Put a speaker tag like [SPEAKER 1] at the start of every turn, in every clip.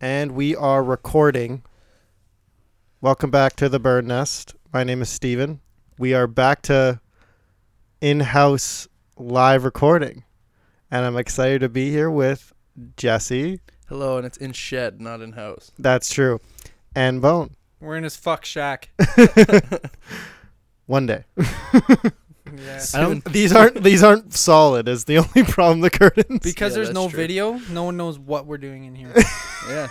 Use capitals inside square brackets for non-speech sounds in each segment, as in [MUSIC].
[SPEAKER 1] and we are recording. Welcome back to the Bird Nest. My name is Steven. We are back to in house live recording, and I'm excited to be here with Jesse.
[SPEAKER 2] Hello, and it's in shed, not in house.
[SPEAKER 1] That's true. And Bone.
[SPEAKER 3] We're in his
[SPEAKER 1] [LAUGHS]
[SPEAKER 3] fuck shack.
[SPEAKER 1] One day.
[SPEAKER 3] yeah.
[SPEAKER 2] I
[SPEAKER 1] [LAUGHS]
[SPEAKER 2] don't-
[SPEAKER 1] these aren't these aren't solid is the [LAUGHS] only problem the curtains.
[SPEAKER 3] Because
[SPEAKER 2] Yeah,
[SPEAKER 3] there's
[SPEAKER 2] that's
[SPEAKER 3] no
[SPEAKER 2] true.
[SPEAKER 3] video, no one knows what we're doing
[SPEAKER 1] [LAUGHS]
[SPEAKER 3] in here. [LAUGHS]
[SPEAKER 2] Yeah.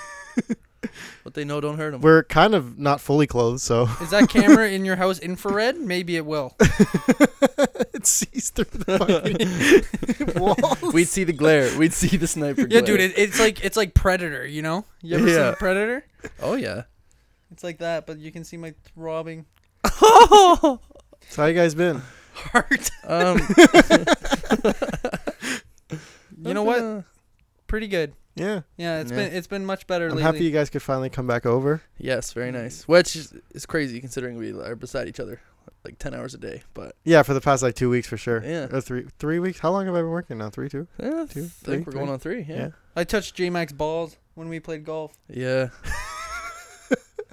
[SPEAKER 2] what they know don't hurt them.
[SPEAKER 1] We're kind of not fully clothed,
[SPEAKER 3] [LAUGHS]
[SPEAKER 1] so
[SPEAKER 3] Is that camera in your house infrared? Maybe it will.
[SPEAKER 1] it sees through the
[SPEAKER 3] [LAUGHS]
[SPEAKER 1] fucking [LAUGHS] walls.
[SPEAKER 2] We'd see the glare. We'd see the sniper.
[SPEAKER 3] Yeah,
[SPEAKER 2] glare.
[SPEAKER 3] dude, it, it's like it's like Predator, you know? You ever
[SPEAKER 2] Yeah.
[SPEAKER 3] seen Predator?
[SPEAKER 2] oh
[SPEAKER 3] [LAUGHS]
[SPEAKER 2] yeah.
[SPEAKER 3] It's like that, but you can see my
[SPEAKER 1] [LAUGHS]
[SPEAKER 3] throbbing
[SPEAKER 1] So how you guys been?
[SPEAKER 3] heart.
[SPEAKER 2] Um,
[SPEAKER 3] You know what? Pretty good.
[SPEAKER 1] Yeah,
[SPEAKER 3] Yeah, it's
[SPEAKER 2] Yeah.
[SPEAKER 3] been it's been much better
[SPEAKER 1] I'm
[SPEAKER 3] lately.
[SPEAKER 1] happy you guys could finally come back over.
[SPEAKER 2] [LAUGHS] Yes, very nice. Which is, is crazy considering we are beside each other like ten hours a day. But
[SPEAKER 1] Yeah, for the past like two weeks for sure.
[SPEAKER 2] Yeah.
[SPEAKER 1] or three three weeks. How long have I been working now? Three, two.
[SPEAKER 2] eh,
[SPEAKER 1] Two,
[SPEAKER 2] I
[SPEAKER 1] three,
[SPEAKER 2] think we're going
[SPEAKER 1] three.
[SPEAKER 2] on three. Yeah.
[SPEAKER 3] I touched J Mac's balls when we played golf.
[SPEAKER 2] Yeah.
[SPEAKER 1] [LAUGHS]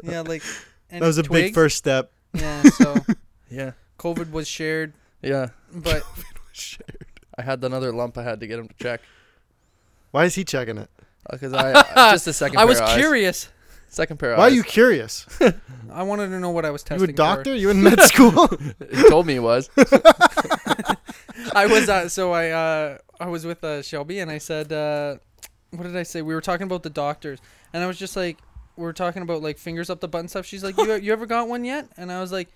[SPEAKER 3] Yeah, like and
[SPEAKER 1] that was a big
[SPEAKER 3] twigs.
[SPEAKER 1] first step. [LAUGHS]
[SPEAKER 3] Yeah, so
[SPEAKER 2] Yeah.
[SPEAKER 3] COVID was shared,
[SPEAKER 2] Yeah.
[SPEAKER 3] but
[SPEAKER 2] I had another lump. I had to get him to check
[SPEAKER 1] Why is he checking it?
[SPEAKER 2] because
[SPEAKER 3] [LAUGHS]
[SPEAKER 2] I just a second.
[SPEAKER 3] I
[SPEAKER 2] pair
[SPEAKER 3] was
[SPEAKER 2] of eyes.
[SPEAKER 3] curious.
[SPEAKER 2] Second pair. Of
[SPEAKER 1] Why are
[SPEAKER 2] eyes. [LAUGHS]
[SPEAKER 1] you
[SPEAKER 3] [LAUGHS]
[SPEAKER 1] curious?
[SPEAKER 3] I wanted to know what I was
[SPEAKER 1] You a
[SPEAKER 3] testing. for.
[SPEAKER 1] doctor? You
[SPEAKER 3] [LAUGHS]
[SPEAKER 1] in med school? [LAUGHS]
[SPEAKER 2] It told me it was.
[SPEAKER 3] I was uh, so I uh, I was with uh, Shelby and I said uh, what did I say? We were talking about the doctors and I was just like we were talking about like fingers up the butt and stuff. She's like you you ever got one yet? And I was like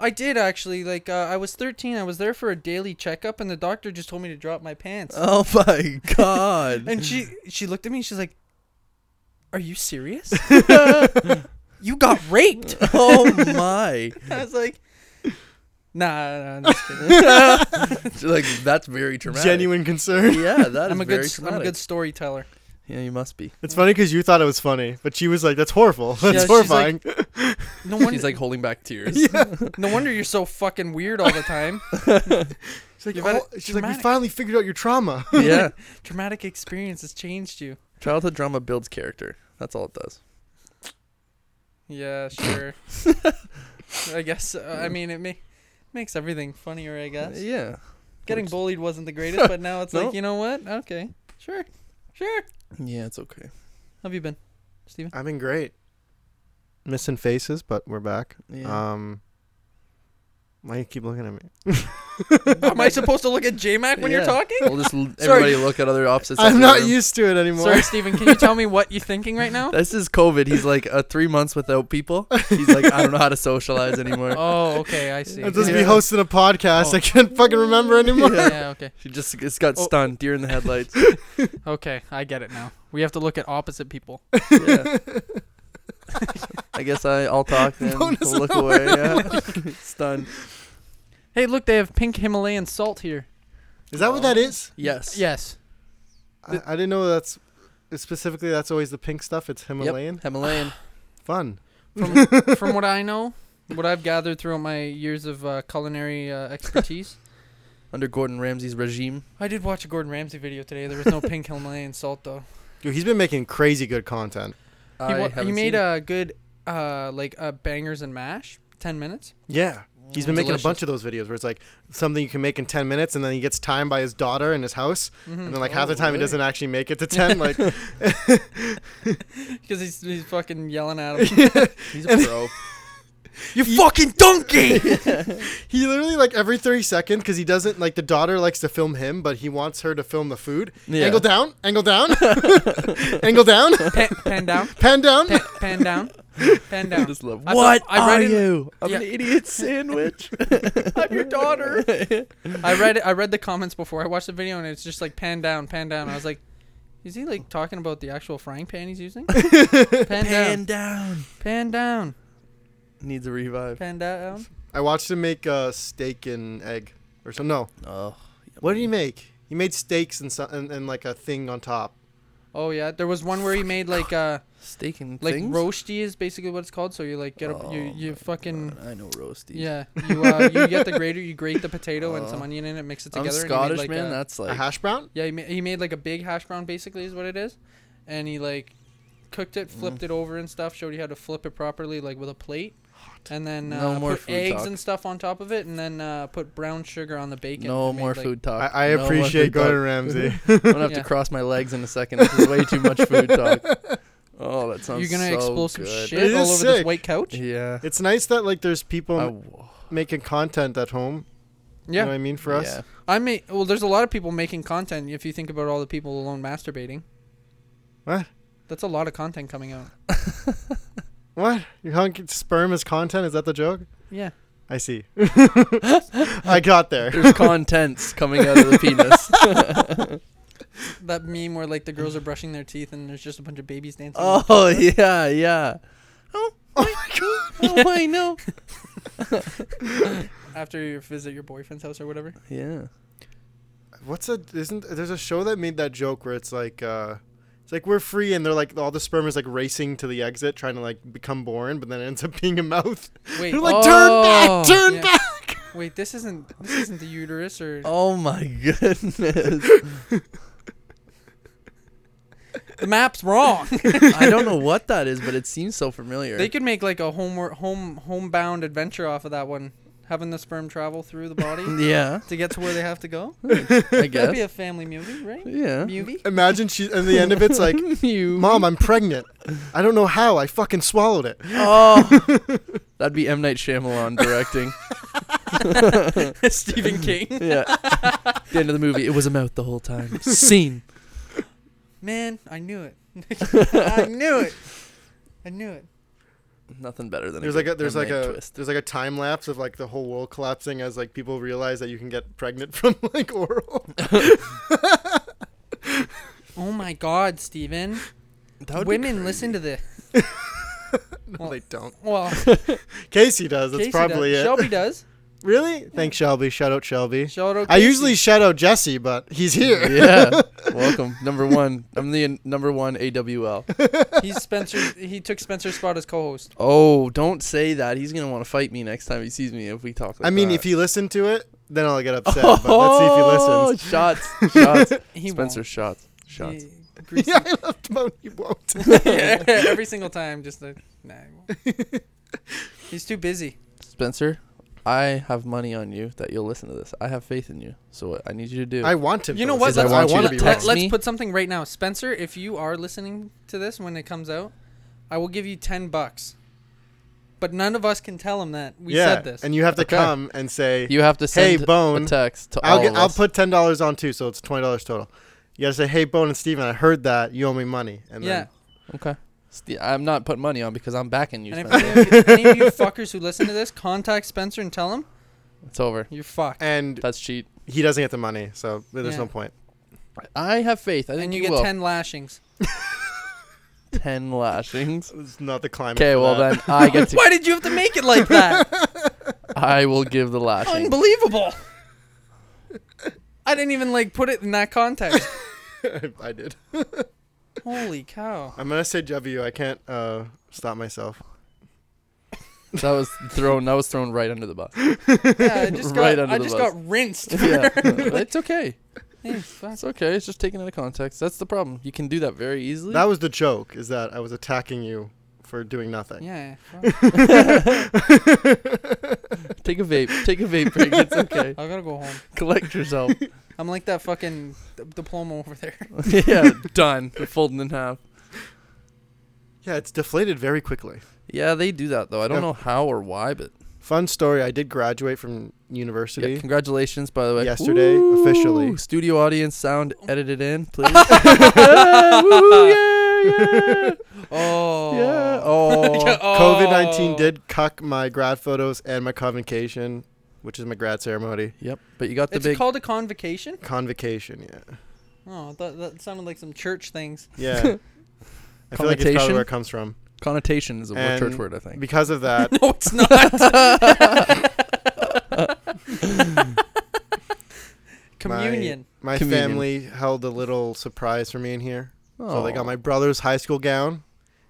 [SPEAKER 3] I did actually. Like uh, I was 13. I was there for a daily checkup and the doctor just told me to drop my pants.
[SPEAKER 2] Oh
[SPEAKER 3] [LAUGHS]
[SPEAKER 2] my god.
[SPEAKER 3] And she she looked at me. She's like, "Are you serious? you got raped?"
[SPEAKER 2] [LAUGHS]
[SPEAKER 3] [LAUGHS]
[SPEAKER 2] oh my.
[SPEAKER 3] I was like, "Nah, nah,
[SPEAKER 2] [LAUGHS]
[SPEAKER 3] I'm just kidding."
[SPEAKER 2] So, like that's very traumatic.
[SPEAKER 1] Genuine concern. [LAUGHS]
[SPEAKER 2] Yeah, that is
[SPEAKER 3] I'm a
[SPEAKER 2] very
[SPEAKER 3] good s- I'm
[SPEAKER 2] traumatic.
[SPEAKER 3] a good storyteller.
[SPEAKER 2] yeah, you must be.
[SPEAKER 1] It's funny because you thought it was funny, but she was like, "That's horrible. [LAUGHS]
[SPEAKER 3] Yeah,
[SPEAKER 1] That's
[SPEAKER 3] she's
[SPEAKER 1] horrifying."
[SPEAKER 3] like- No [LAUGHS] wonder
[SPEAKER 2] He's like holding back tears.
[SPEAKER 1] [LAUGHS]
[SPEAKER 3] No wonder you're so fucking weird all the time.
[SPEAKER 1] she's like,
[SPEAKER 3] You've had
[SPEAKER 1] "Oh,"
[SPEAKER 3] it
[SPEAKER 1] she's like, "We
[SPEAKER 3] traumatic.
[SPEAKER 1] finally figured out your
[SPEAKER 3] [LAUGHS]
[SPEAKER 1] trauma."
[SPEAKER 2] yeah.
[SPEAKER 3] Traumatic experience has changed you.
[SPEAKER 2] Childhood drama builds character. That's all it does.
[SPEAKER 1] [LAUGHS]
[SPEAKER 3] Yeah, sure. I guess. Uh, I mean, it ma- makes everything funnier. I guess.
[SPEAKER 2] Yeah.
[SPEAKER 3] Getting
[SPEAKER 2] works.
[SPEAKER 3] bullied wasn't the greatest,
[SPEAKER 1] [LAUGHS]
[SPEAKER 3] but now it's
[SPEAKER 2] No.
[SPEAKER 3] like, you know what? Okay, sure, sure.
[SPEAKER 2] Yeah, it's okay.
[SPEAKER 3] How have you been,
[SPEAKER 1] [LAUGHS]
[SPEAKER 3] Steven?
[SPEAKER 1] I've been great. Missing faces, but we're back.
[SPEAKER 2] Yeah.
[SPEAKER 1] Um, why you keep looking at
[SPEAKER 3] [LAUGHS]
[SPEAKER 1] me?
[SPEAKER 3] Am I supposed to look at J Mac when
[SPEAKER 2] Yeah.
[SPEAKER 3] you're talking?
[SPEAKER 2] [LAUGHS] we'll just
[SPEAKER 1] [LAUGHS]
[SPEAKER 2] l-
[SPEAKER 3] Sorry.
[SPEAKER 2] everybody look at other opposites. sides of
[SPEAKER 1] I'm
[SPEAKER 2] the
[SPEAKER 1] not
[SPEAKER 2] room.
[SPEAKER 1] used to it anymore.
[SPEAKER 3] Sorry, Steven, can you
[SPEAKER 1] [LAUGHS]
[SPEAKER 3] tell me what you're thinking right now?
[SPEAKER 2] This is COVID. He's like uh, three months without people. He's like, I don't know how to socialize
[SPEAKER 3] [LAUGHS]
[SPEAKER 2] anymore.
[SPEAKER 3] Oh, okay, I see.
[SPEAKER 1] I'm supposed to be
[SPEAKER 2] Yeah. Oh.
[SPEAKER 1] hosting a podcast. I can't fucking remember anymore.
[SPEAKER 2] [LAUGHS] Yeah.
[SPEAKER 3] Yeah, okay.
[SPEAKER 2] She just, just got
[SPEAKER 3] Oh.
[SPEAKER 2] stunned, deer in
[SPEAKER 1] [LAUGHS]
[SPEAKER 2] the headlights.
[SPEAKER 3] Okay, I get it now. We have to look at opposite people.
[SPEAKER 1] [LAUGHS]
[SPEAKER 2] yeah. I guess I, I'll talk and we'll
[SPEAKER 1] Bonus
[SPEAKER 2] look away. [LAUGHS] Yeah.
[SPEAKER 1] [LAUGHS]
[SPEAKER 2] stunned.
[SPEAKER 3] Hey, look, they have pink Himalayan salt here.
[SPEAKER 1] Is that what that is?
[SPEAKER 2] Yes.
[SPEAKER 3] Yes.
[SPEAKER 1] I, I didn't know that's specifically. That's always the pink stuff. It's Himalayan.
[SPEAKER 2] Himalayan.
[SPEAKER 1] Fun.
[SPEAKER 3] From,
[SPEAKER 2] [LAUGHS]
[SPEAKER 3] from what I know, what I've gathered throughout my years of uh, culinary uh,
[SPEAKER 2] [LAUGHS]
[SPEAKER 3] expertise,
[SPEAKER 2] Under Gordon Ramsay's regime.
[SPEAKER 3] I did watch a Gordon Ramsay video today. There was no pink Himalayan salt though.
[SPEAKER 1] Dude, he's been making crazy good content.
[SPEAKER 3] He,
[SPEAKER 2] I
[SPEAKER 3] wa- he
[SPEAKER 2] haven't
[SPEAKER 3] made
[SPEAKER 2] seen it.
[SPEAKER 3] a good, uh, like uh, bangers and mash, ten minutes.
[SPEAKER 1] Yeah. He's been making
[SPEAKER 2] Delicious.
[SPEAKER 1] a bunch of those videos where it's like something you can make in 10 minutes and then he gets time by his daughter in his house and
[SPEAKER 2] [LAUGHS]
[SPEAKER 1] then like half the
[SPEAKER 2] Oh,
[SPEAKER 1] time he
[SPEAKER 2] really?
[SPEAKER 1] doesn't actually make
[SPEAKER 2] [LAUGHS]
[SPEAKER 1] it to 10 like
[SPEAKER 3] Because he's, he's fucking
[SPEAKER 2] [LAUGHS]
[SPEAKER 3] yelling at him.
[SPEAKER 2] He's
[SPEAKER 3] [LAUGHS]
[SPEAKER 2] a pro.
[SPEAKER 1] you fucking donkey he literally like every 30 seconds because he doesn't like the daughter likes to film him but he wants her to film the food
[SPEAKER 2] [LAUGHS] Yeah.
[SPEAKER 1] angle down angle
[SPEAKER 2] [LAUGHS]
[SPEAKER 1] down [LAUGHS] angle down
[SPEAKER 3] pan, pan down,
[SPEAKER 1] pan down
[SPEAKER 3] pan, pan down, pan
[SPEAKER 2] I
[SPEAKER 3] down.
[SPEAKER 2] just love.
[SPEAKER 3] I thought-
[SPEAKER 2] what
[SPEAKER 3] I read
[SPEAKER 2] are
[SPEAKER 3] in-
[SPEAKER 2] you? I'm an
[SPEAKER 3] Yeah.
[SPEAKER 2] idiot [LAUGHS] sandwich.
[SPEAKER 3] I'm your [LAUGHS] daughter. I read I read the comments before I watched the video, and it's just like pan down, pan down. I was like, is he like talking about the actual frying pan
[SPEAKER 2] [LAUGHS]
[SPEAKER 3] he's using? pan, down,
[SPEAKER 2] down.
[SPEAKER 3] pan down,
[SPEAKER 2] Needs a revive.
[SPEAKER 3] pan down.
[SPEAKER 1] i watched him make uh, steak and egg or so no
[SPEAKER 2] Oh,
[SPEAKER 1] what did he make he made steaks and, so- and, and like a thing on top
[SPEAKER 3] Oh yeah, there was one where he made like uh
[SPEAKER 2] steak and
[SPEAKER 3] like
[SPEAKER 2] things?
[SPEAKER 3] roasty is basically what it's called. So you like get a you
[SPEAKER 2] Oh
[SPEAKER 3] you fucking
[SPEAKER 2] I know roasty.
[SPEAKER 3] yeah you uh, you
[SPEAKER 2] [LAUGHS]
[SPEAKER 3] get the grater, you grate the potato and some
[SPEAKER 2] Oh.
[SPEAKER 3] onion in it, mix it
[SPEAKER 2] I'm
[SPEAKER 3] together. and he made,
[SPEAKER 2] Scottish
[SPEAKER 3] like,
[SPEAKER 2] man.
[SPEAKER 3] a-
[SPEAKER 2] That's like
[SPEAKER 1] a hash brown
[SPEAKER 3] Yeah, he, ma- he made like a big hash brown, basically, is what it is. And he like cooked
[SPEAKER 2] Mm.
[SPEAKER 3] it, flipped it over and stuff. Showed you how to flip it properly, like with a plate. And then
[SPEAKER 2] No
[SPEAKER 3] uh,
[SPEAKER 2] more
[SPEAKER 3] put
[SPEAKER 2] food
[SPEAKER 3] eggs
[SPEAKER 2] talk.
[SPEAKER 3] and stuff on top of it, and then uh, put brown sugar on the bacon.
[SPEAKER 2] no
[SPEAKER 3] and made,
[SPEAKER 2] more
[SPEAKER 3] like-
[SPEAKER 2] food talk.
[SPEAKER 1] I, I
[SPEAKER 2] uh, No more
[SPEAKER 1] appreciate
[SPEAKER 2] food talk.
[SPEAKER 1] Gordon
[SPEAKER 2] [LAUGHS]
[SPEAKER 1] Ramsay.
[SPEAKER 2] I'm gonna have
[SPEAKER 3] Yeah.
[SPEAKER 2] to cross my legs in a
[SPEAKER 3] [LAUGHS]
[SPEAKER 2] second. This is way too much food talk. Oh, that sounds.
[SPEAKER 3] You're gonna
[SPEAKER 2] so
[SPEAKER 3] explode some
[SPEAKER 2] good.
[SPEAKER 1] It
[SPEAKER 3] shit
[SPEAKER 1] is
[SPEAKER 3] all over this
[SPEAKER 1] sick.
[SPEAKER 3] white couch.
[SPEAKER 2] Yeah.
[SPEAKER 1] it's nice that like there's people
[SPEAKER 2] I-
[SPEAKER 1] m- making content at home. You
[SPEAKER 3] Yeah,
[SPEAKER 1] know what I mean for us.
[SPEAKER 2] Oh. yeah.
[SPEAKER 3] I may. Well, there's a lot of people making content. If you think about all the people alone masturbating,
[SPEAKER 1] What?
[SPEAKER 3] that's a lot of content coming out.
[SPEAKER 1] What? You hunk sperm as content? Is that the joke?
[SPEAKER 3] Yeah.
[SPEAKER 1] I
[SPEAKER 2] [LAUGHS]
[SPEAKER 1] see. [LAUGHS] I got there.
[SPEAKER 2] There's contents coming out of the penis.
[SPEAKER 3] That meme where like the girls are brushing their teeth and there's just a bunch of babies dancing. [LAUGHS] on the
[SPEAKER 2] oh yeah, yeah.
[SPEAKER 1] [LAUGHS] Oh my god.
[SPEAKER 2] Oh
[SPEAKER 1] [LAUGHS]
[SPEAKER 2] I know.
[SPEAKER 3] top After you visit your boyfriend's house or whatever.
[SPEAKER 2] Yeah.
[SPEAKER 1] What's a isn't there's a show that made that joke where it's like uh it's like we're free and they're like all the sperm is like racing to the exit trying to like become born but then it ends up being a mouth. [LAUGHS]
[SPEAKER 3] Wait,
[SPEAKER 1] They're like
[SPEAKER 2] Oh,
[SPEAKER 1] turn
[SPEAKER 3] yeah.
[SPEAKER 1] back, turn back.
[SPEAKER 3] wait. This isn't this isn't the uterus or
[SPEAKER 2] Oh my goodness.
[SPEAKER 3] the map's
[SPEAKER 1] [LAUGHS]
[SPEAKER 3] wrong.
[SPEAKER 2] I don't know what that is, but it seems so familiar.
[SPEAKER 3] they could make like a homeward home homebound adventure off of that one, having the sperm travel through
[SPEAKER 1] [LAUGHS]
[SPEAKER 3] the body
[SPEAKER 2] yeah,
[SPEAKER 3] to get to where they have to go.
[SPEAKER 2] I
[SPEAKER 3] That'd be
[SPEAKER 2] guess.
[SPEAKER 3] a family movie, right?
[SPEAKER 1] [LAUGHS]
[SPEAKER 2] Yeah.
[SPEAKER 3] Movie.
[SPEAKER 1] Imagine she's and the end of [LAUGHS] it's like
[SPEAKER 2] you.
[SPEAKER 1] Mom, I'm pregnant. I don't know how. I fucking swallowed it.
[SPEAKER 2] Oh,
[SPEAKER 1] [LAUGHS]
[SPEAKER 2] that'd be M Night Shyamalan directing.
[SPEAKER 3] Stephen King.
[SPEAKER 2] Yeah. the end of the movie, it was a mouth the whole time. Scene.
[SPEAKER 3] [LAUGHS] Man, I knew it. [LAUGHS] I knew it. I knew it.
[SPEAKER 2] Nothing better than
[SPEAKER 1] There's
[SPEAKER 2] a
[SPEAKER 1] like
[SPEAKER 2] good
[SPEAKER 1] a there's
[SPEAKER 2] M.
[SPEAKER 1] like
[SPEAKER 2] Night
[SPEAKER 1] a
[SPEAKER 2] twist.
[SPEAKER 1] there's like a time lapse of like the whole world collapsing as like people realize that you can get pregnant [LAUGHS] from like oral.
[SPEAKER 3] Oh my God, Steven. Women listen to this.
[SPEAKER 1] no,
[SPEAKER 3] Well-
[SPEAKER 1] they don't.
[SPEAKER 3] Well,
[SPEAKER 1] Casey does. That's
[SPEAKER 3] Casey
[SPEAKER 1] probably
[SPEAKER 3] does.
[SPEAKER 1] it.
[SPEAKER 3] Shelby does.
[SPEAKER 1] Really? Thanks, Shelby. Shout out Shelby.
[SPEAKER 3] Shout out
[SPEAKER 1] I
[SPEAKER 3] Casey.
[SPEAKER 1] usually shout out Jesse, but he's here. [LAUGHS]
[SPEAKER 2] yeah. Welcome, number one. I'm the n- number one AWL.
[SPEAKER 3] he's Spencer. He took Spencer's spot as co-host.
[SPEAKER 2] Oh, don't say that. He's gonna want to fight me next time he sees me if we talk. Like
[SPEAKER 1] I mean,
[SPEAKER 2] that.
[SPEAKER 1] if you listen to it, then I'll get upset. But let's see
[SPEAKER 2] [LAUGHS]
[SPEAKER 1] if he
[SPEAKER 3] Oh,
[SPEAKER 1] listens.
[SPEAKER 2] Oh, Shots, shots.
[SPEAKER 1] [LAUGHS]
[SPEAKER 3] He
[SPEAKER 2] Spencer,
[SPEAKER 3] won't.
[SPEAKER 2] shots, shots.
[SPEAKER 3] He- [LAUGHS] greasy-
[SPEAKER 1] Yeah, I left him out. [LAUGHS] He won't.
[SPEAKER 3] yeah, [LAUGHS] every single time. Just like, nah. he won't. he's too busy.
[SPEAKER 2] Spencer, I have money on you that you'll listen to this. I have faith in you. So what I need you to do.
[SPEAKER 1] I want him.
[SPEAKER 3] You
[SPEAKER 1] to
[SPEAKER 3] know what?
[SPEAKER 1] listen.
[SPEAKER 2] Because
[SPEAKER 3] Let's,
[SPEAKER 2] I
[SPEAKER 1] I
[SPEAKER 2] want
[SPEAKER 1] want
[SPEAKER 2] you
[SPEAKER 1] to be
[SPEAKER 2] to
[SPEAKER 1] wrong.
[SPEAKER 2] text-
[SPEAKER 3] let, us
[SPEAKER 2] me.
[SPEAKER 3] put something right now, Spencer. If you are listening to this when it comes out, I will give you ten bucks. But none of us can tell him that we
[SPEAKER 1] yeah,
[SPEAKER 3] said this.
[SPEAKER 1] and you have to
[SPEAKER 2] Okay.
[SPEAKER 1] come and say,
[SPEAKER 2] you have to
[SPEAKER 1] "Hey,
[SPEAKER 2] send a
[SPEAKER 1] Bone,
[SPEAKER 2] text to
[SPEAKER 1] I'll
[SPEAKER 2] all
[SPEAKER 1] get,
[SPEAKER 2] of
[SPEAKER 1] I'll
[SPEAKER 2] us.
[SPEAKER 1] put ten dollars on too, so it's twenty dollars total. You gotta say, "Hey, Bone and Steven, I heard that you owe me money." And
[SPEAKER 3] yeah.
[SPEAKER 2] okay. Sti- I'm not putting money on because I'm backing you,
[SPEAKER 3] And if
[SPEAKER 2] Spencer.
[SPEAKER 3] any of, you, any
[SPEAKER 1] [LAUGHS]
[SPEAKER 3] of you fuckers who listen to this, contact Spencer and tell him
[SPEAKER 2] it's over.
[SPEAKER 3] you're fucked.
[SPEAKER 1] then and
[SPEAKER 2] That's cheat.
[SPEAKER 1] he doesn't get the money, so there's
[SPEAKER 3] Yeah.
[SPEAKER 1] no point.
[SPEAKER 2] I have faith. I think
[SPEAKER 3] and you
[SPEAKER 2] you,
[SPEAKER 3] get
[SPEAKER 2] will.
[SPEAKER 3] 10 lashings.
[SPEAKER 2] Ten
[SPEAKER 1] [LAUGHS]
[SPEAKER 2] lashings.
[SPEAKER 1] It's not the climate.
[SPEAKER 2] Okay,
[SPEAKER 1] for
[SPEAKER 2] well
[SPEAKER 1] that.
[SPEAKER 2] then I
[SPEAKER 1] [LAUGHS]
[SPEAKER 2] get to.
[SPEAKER 3] Why did you have to make it like [LAUGHS] that?
[SPEAKER 2] I will give the lashing.
[SPEAKER 3] Unbelievable. I didn't even like put it in that context.
[SPEAKER 1] [LAUGHS] I did. [LAUGHS]
[SPEAKER 3] Holy cow.
[SPEAKER 1] I'm gonna say W. I can't uh, stop myself.
[SPEAKER 2] That was thrown. That was thrown right under the bus.
[SPEAKER 3] Yeah, I just got
[SPEAKER 2] Right under
[SPEAKER 3] I
[SPEAKER 2] the
[SPEAKER 3] just
[SPEAKER 2] bus.
[SPEAKER 3] got rinsed.
[SPEAKER 2] [LAUGHS]
[SPEAKER 3] [LAUGHS]
[SPEAKER 2] yeah, it's okay.
[SPEAKER 3] Hey, fuck.
[SPEAKER 2] It's okay. It's just taken out of context. That's the problem. You can do that very easily.
[SPEAKER 1] That [LAUGHS] was the joke. Is that I was attacking you for doing nothing.
[SPEAKER 3] Yeah.
[SPEAKER 2] [LAUGHS]
[SPEAKER 3] fuck.
[SPEAKER 2] Take a vape. Take a vape break. It's
[SPEAKER 1] [LAUGHS]
[SPEAKER 2] okay.
[SPEAKER 3] I gotta go home.
[SPEAKER 2] Collect yourself.
[SPEAKER 3] I'm like that fucking d- diploma over there.
[SPEAKER 2] [LAUGHS] yeah, done. They're folding in half.
[SPEAKER 1] Yeah, it's deflated very quickly.
[SPEAKER 2] Yeah, they do that though. I don't
[SPEAKER 1] Yeah.
[SPEAKER 2] know how or why, but
[SPEAKER 1] Fun story. I did graduate from
[SPEAKER 2] yeah,
[SPEAKER 1] [LAUGHS] university.
[SPEAKER 2] congratulations by the way.
[SPEAKER 1] Yesterday, officially.
[SPEAKER 2] Studio audience sound
[SPEAKER 1] [LAUGHS]
[SPEAKER 2] edited in, please. Woo, yeah, [LAUGHS] yeah,
[SPEAKER 3] Oh.
[SPEAKER 2] [LAUGHS] yeah. Oh,
[SPEAKER 1] COVID nineteen did cuck my grad photos and my convocation, which is my grad ceremony.
[SPEAKER 2] yep. But you got the
[SPEAKER 3] It's
[SPEAKER 2] big.
[SPEAKER 3] called a convocation?
[SPEAKER 1] Convocation, yeah,
[SPEAKER 3] Oh, that, that sounded like some church things.
[SPEAKER 2] [LAUGHS]
[SPEAKER 1] yeah. I feel like it's
[SPEAKER 2] Connotation?
[SPEAKER 1] probably where it comes from.
[SPEAKER 2] connotation is a wo-
[SPEAKER 1] And
[SPEAKER 2] church word, I think.
[SPEAKER 1] Because of
[SPEAKER 2] [LAUGHS]
[SPEAKER 1] that,
[SPEAKER 3] No, it's not. [LAUGHS] Communion.
[SPEAKER 1] my
[SPEAKER 2] Communion.
[SPEAKER 1] family held a little surprise for me in here. So they
[SPEAKER 2] Oh.
[SPEAKER 1] got my brother's high school gown,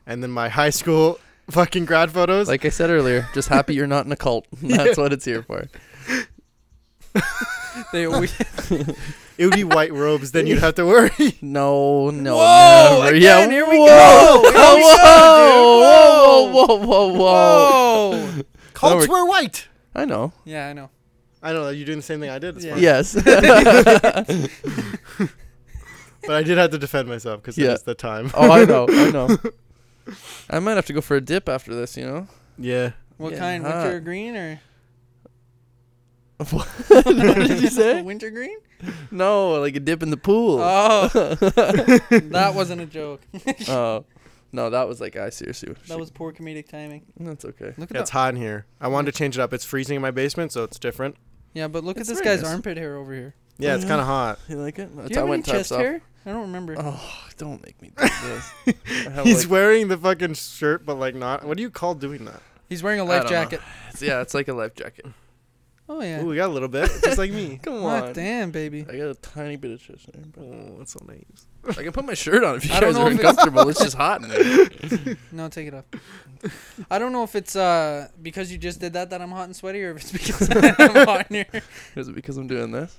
[SPEAKER 1] and then my high school [LAUGHS] fucking grad photos.
[SPEAKER 2] Like I said earlier, just happy you're not in a cult. [LAUGHS] That's
[SPEAKER 1] [LAUGHS]
[SPEAKER 2] what it's here for.
[SPEAKER 3] [LAUGHS] They always
[SPEAKER 1] it would be white robes. Then you'd have to worry.
[SPEAKER 2] No, no,
[SPEAKER 3] Whoa,
[SPEAKER 2] never.
[SPEAKER 3] again,
[SPEAKER 2] yeah,
[SPEAKER 3] here we
[SPEAKER 2] whoa,
[SPEAKER 3] go.
[SPEAKER 2] Come whoa, whoa.
[SPEAKER 3] Whoa.
[SPEAKER 2] Colts
[SPEAKER 1] were white.
[SPEAKER 2] I know.
[SPEAKER 3] yeah, I know.
[SPEAKER 1] I don't know. You're doing the same thing I did. It's
[SPEAKER 3] Yeah.
[SPEAKER 1] fine.
[SPEAKER 3] [LAUGHS]
[SPEAKER 2] Yes.
[SPEAKER 1] But I did have to defend myself because
[SPEAKER 2] Yeah.
[SPEAKER 1] it's the time.
[SPEAKER 2] oh, I know. I
[SPEAKER 3] [LAUGHS]
[SPEAKER 2] know. I might have to go for a dip after this, you know?
[SPEAKER 1] Yeah.
[SPEAKER 3] What
[SPEAKER 2] Yeah.
[SPEAKER 3] kind?
[SPEAKER 2] Hot.
[SPEAKER 3] Winter green or
[SPEAKER 2] [LAUGHS] what did you say?
[SPEAKER 3] [LAUGHS] Winter green?
[SPEAKER 2] [LAUGHS] No, like a dip in the pool. [LAUGHS]
[SPEAKER 3] Oh, that wasn't a joke.
[SPEAKER 2] Oh. no, that was like I seriously.
[SPEAKER 3] That was poor comedic timing.
[SPEAKER 2] That's okay.
[SPEAKER 3] Look at
[SPEAKER 1] It's
[SPEAKER 3] that.
[SPEAKER 1] hot in here. I wanted to change it up. It's freezing in my basement, so it's different.
[SPEAKER 3] Yeah, but look
[SPEAKER 2] It's
[SPEAKER 3] at this
[SPEAKER 2] very
[SPEAKER 3] guy's
[SPEAKER 2] nice.
[SPEAKER 3] armpit hair over here.
[SPEAKER 1] Yeah, it's
[SPEAKER 2] Yeah.
[SPEAKER 1] kind of hot.
[SPEAKER 2] You like it? That's
[SPEAKER 3] Do you have any
[SPEAKER 2] tops
[SPEAKER 3] chest
[SPEAKER 2] off.
[SPEAKER 3] hair? I don't remember.
[SPEAKER 2] Oh, don't make
[SPEAKER 3] [LAUGHS]
[SPEAKER 2] me do this. I have,
[SPEAKER 1] He's
[SPEAKER 2] like-
[SPEAKER 1] wearing the fucking shirt, but like not. What do you call doing that?
[SPEAKER 3] He's wearing a
[SPEAKER 2] I
[SPEAKER 3] life
[SPEAKER 2] don't know.
[SPEAKER 3] jacket.
[SPEAKER 2] it's- yeah, it's like a life jacket.
[SPEAKER 3] Oh yeah.
[SPEAKER 1] Ooh, we got a little bit, just like [LAUGHS] me.
[SPEAKER 2] Come
[SPEAKER 3] Hot
[SPEAKER 2] on.
[SPEAKER 3] damn, baby.
[SPEAKER 2] I got a tiny bit of chest hair, but
[SPEAKER 1] Oh, that's so nice.
[SPEAKER 2] I can put my shirt on if you
[SPEAKER 3] I don't
[SPEAKER 2] guys
[SPEAKER 3] know
[SPEAKER 2] are
[SPEAKER 3] if it-
[SPEAKER 2] uncomfortable.
[SPEAKER 3] [LAUGHS]
[SPEAKER 2] it's just hot in there.
[SPEAKER 3] No, take it off. I don't know if it's uh because you just did that that I'm hot and sweaty, or if it's [LAUGHS] because I'm hot in here.
[SPEAKER 2] Is it because I'm doing this?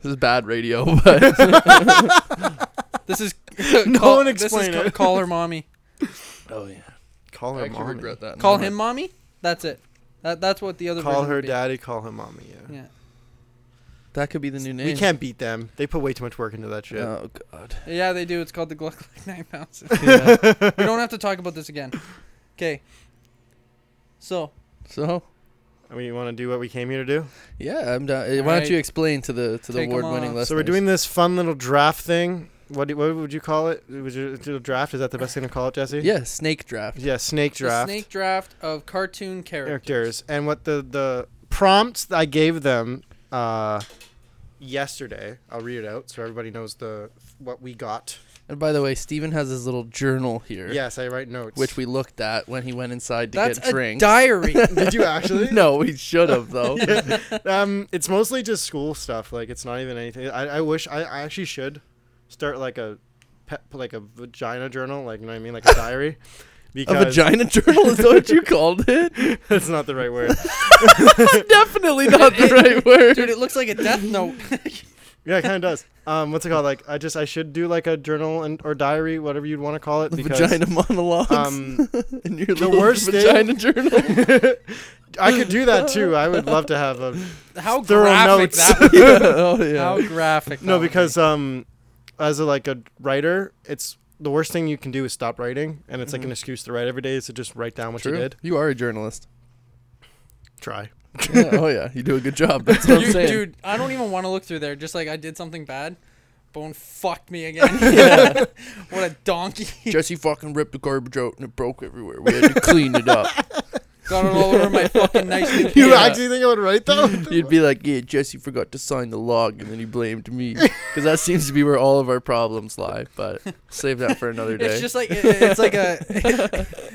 [SPEAKER 2] This is bad radio, [LAUGHS] but
[SPEAKER 3] [LAUGHS] This is
[SPEAKER 1] [LAUGHS] No
[SPEAKER 3] call,
[SPEAKER 1] one
[SPEAKER 3] this is
[SPEAKER 1] explain
[SPEAKER 3] ca-
[SPEAKER 1] it.
[SPEAKER 3] call her mommy.
[SPEAKER 2] oh yeah,
[SPEAKER 1] Call
[SPEAKER 2] I
[SPEAKER 1] her
[SPEAKER 2] actually
[SPEAKER 1] mommy.
[SPEAKER 2] regret that.
[SPEAKER 3] Call
[SPEAKER 2] now.
[SPEAKER 3] him mommy. That's it. That that's what the other
[SPEAKER 1] Call
[SPEAKER 3] version
[SPEAKER 1] her
[SPEAKER 3] would be.
[SPEAKER 1] daddy. Call her mommy. Yeah.
[SPEAKER 3] Yeah.
[SPEAKER 2] That could be the new name.
[SPEAKER 1] We can't beat them. They put way too much work into that shit.
[SPEAKER 2] Oh
[SPEAKER 3] [LAUGHS]
[SPEAKER 2] god.
[SPEAKER 3] Yeah, they do. It's called the Gluck [LAUGHS] Gluck Nine Pounds.
[SPEAKER 2] Yeah.
[SPEAKER 3] we don't have to talk about this again. Okay. So
[SPEAKER 2] so
[SPEAKER 1] We want to do what we came here to do.
[SPEAKER 2] yeah, I'm down. Why
[SPEAKER 3] Alright.
[SPEAKER 2] don't you explain to the to the
[SPEAKER 3] Take 'em
[SPEAKER 2] award winning
[SPEAKER 3] off.
[SPEAKER 2] listeners?
[SPEAKER 1] so we're doing this fun little draft thing. What do, what would you call it? Would you do a draft? Is that the best thing to call it, Jesse?
[SPEAKER 2] yeah snake draft.
[SPEAKER 1] Yeah, snake
[SPEAKER 3] the
[SPEAKER 1] draft.
[SPEAKER 3] snake draft of cartoon characters.
[SPEAKER 1] characters and what the the prompts I gave them uh, yesterday. I'll read it out so everybody knows the what we got.
[SPEAKER 2] And by the way, Steven has his little journal here,
[SPEAKER 1] Yes, I write notes. [LAUGHS]
[SPEAKER 2] which we looked at when he went inside to
[SPEAKER 3] That's
[SPEAKER 2] get
[SPEAKER 3] a
[SPEAKER 2] drinks.
[SPEAKER 3] diary.
[SPEAKER 1] did you actually?
[SPEAKER 2] [LAUGHS] no, we should have
[SPEAKER 3] [LAUGHS]
[SPEAKER 2] though.
[SPEAKER 1] Um, it's mostly just school stuff. Like it's not even anything. I, I wish I, I actually should start like a pet, like a vagina journal. Like you know what I mean, like a diary.
[SPEAKER 2] [LAUGHS] A
[SPEAKER 1] Because
[SPEAKER 2] vagina journal is that what you called
[SPEAKER 3] [LAUGHS]
[SPEAKER 2] it?
[SPEAKER 1] [LAUGHS] that's not the right word.
[SPEAKER 2] Definitely [LAUGHS] not the right word. [LAUGHS]
[SPEAKER 3] Dude, it looks like a death note. [LAUGHS]
[SPEAKER 1] Yeah, it kind of does. Um, what's it called? Like I just I should do like a journal and or diary, whatever you'd want to call it. Because
[SPEAKER 2] vagina monologues
[SPEAKER 1] um,
[SPEAKER 2] [LAUGHS] and your
[SPEAKER 1] the
[SPEAKER 2] little
[SPEAKER 1] worst thing-
[SPEAKER 2] [LAUGHS] vagina journal.
[SPEAKER 1] I could do that too. I would love to have a
[SPEAKER 3] How
[SPEAKER 1] Thorough
[SPEAKER 3] graphic
[SPEAKER 1] notes.
[SPEAKER 3] that would be.
[SPEAKER 1] [LAUGHS]
[SPEAKER 2] yeah. [LAUGHS] Oh
[SPEAKER 3] How
[SPEAKER 2] yeah.
[SPEAKER 3] graphic. that
[SPEAKER 1] no
[SPEAKER 3] would be.
[SPEAKER 1] because um, as a like a writer, it's the worst thing you can do is stop writing, and it's like an excuse to write every day is to just write down what you did.
[SPEAKER 2] You are a journalist.
[SPEAKER 1] [LAUGHS] Try.
[SPEAKER 2] Yeah, [LAUGHS] oh yeah, you do a good job. That's what I'm
[SPEAKER 3] You-
[SPEAKER 2] saying.
[SPEAKER 3] dude, I don't even want to look through there. Just like I did something bad. Bone fucked
[SPEAKER 2] [LAUGHS]
[SPEAKER 3] me again. [LAUGHS] what a donkey.
[SPEAKER 2] Jesse fucking ripped the garbage out and it broke everywhere. We [LAUGHS] had to clean it up.
[SPEAKER 3] Got it all over my fucking
[SPEAKER 2] [LAUGHS]
[SPEAKER 3] nice new
[SPEAKER 1] You
[SPEAKER 2] Yeah.
[SPEAKER 1] actually think I would write [LAUGHS] that?
[SPEAKER 2] You'd be like, yeah, Jesse forgot to sign the log and then he blamed me. Because that seems to be where all of our problems lie. But save that for another day.
[SPEAKER 3] It's just like it- it's like a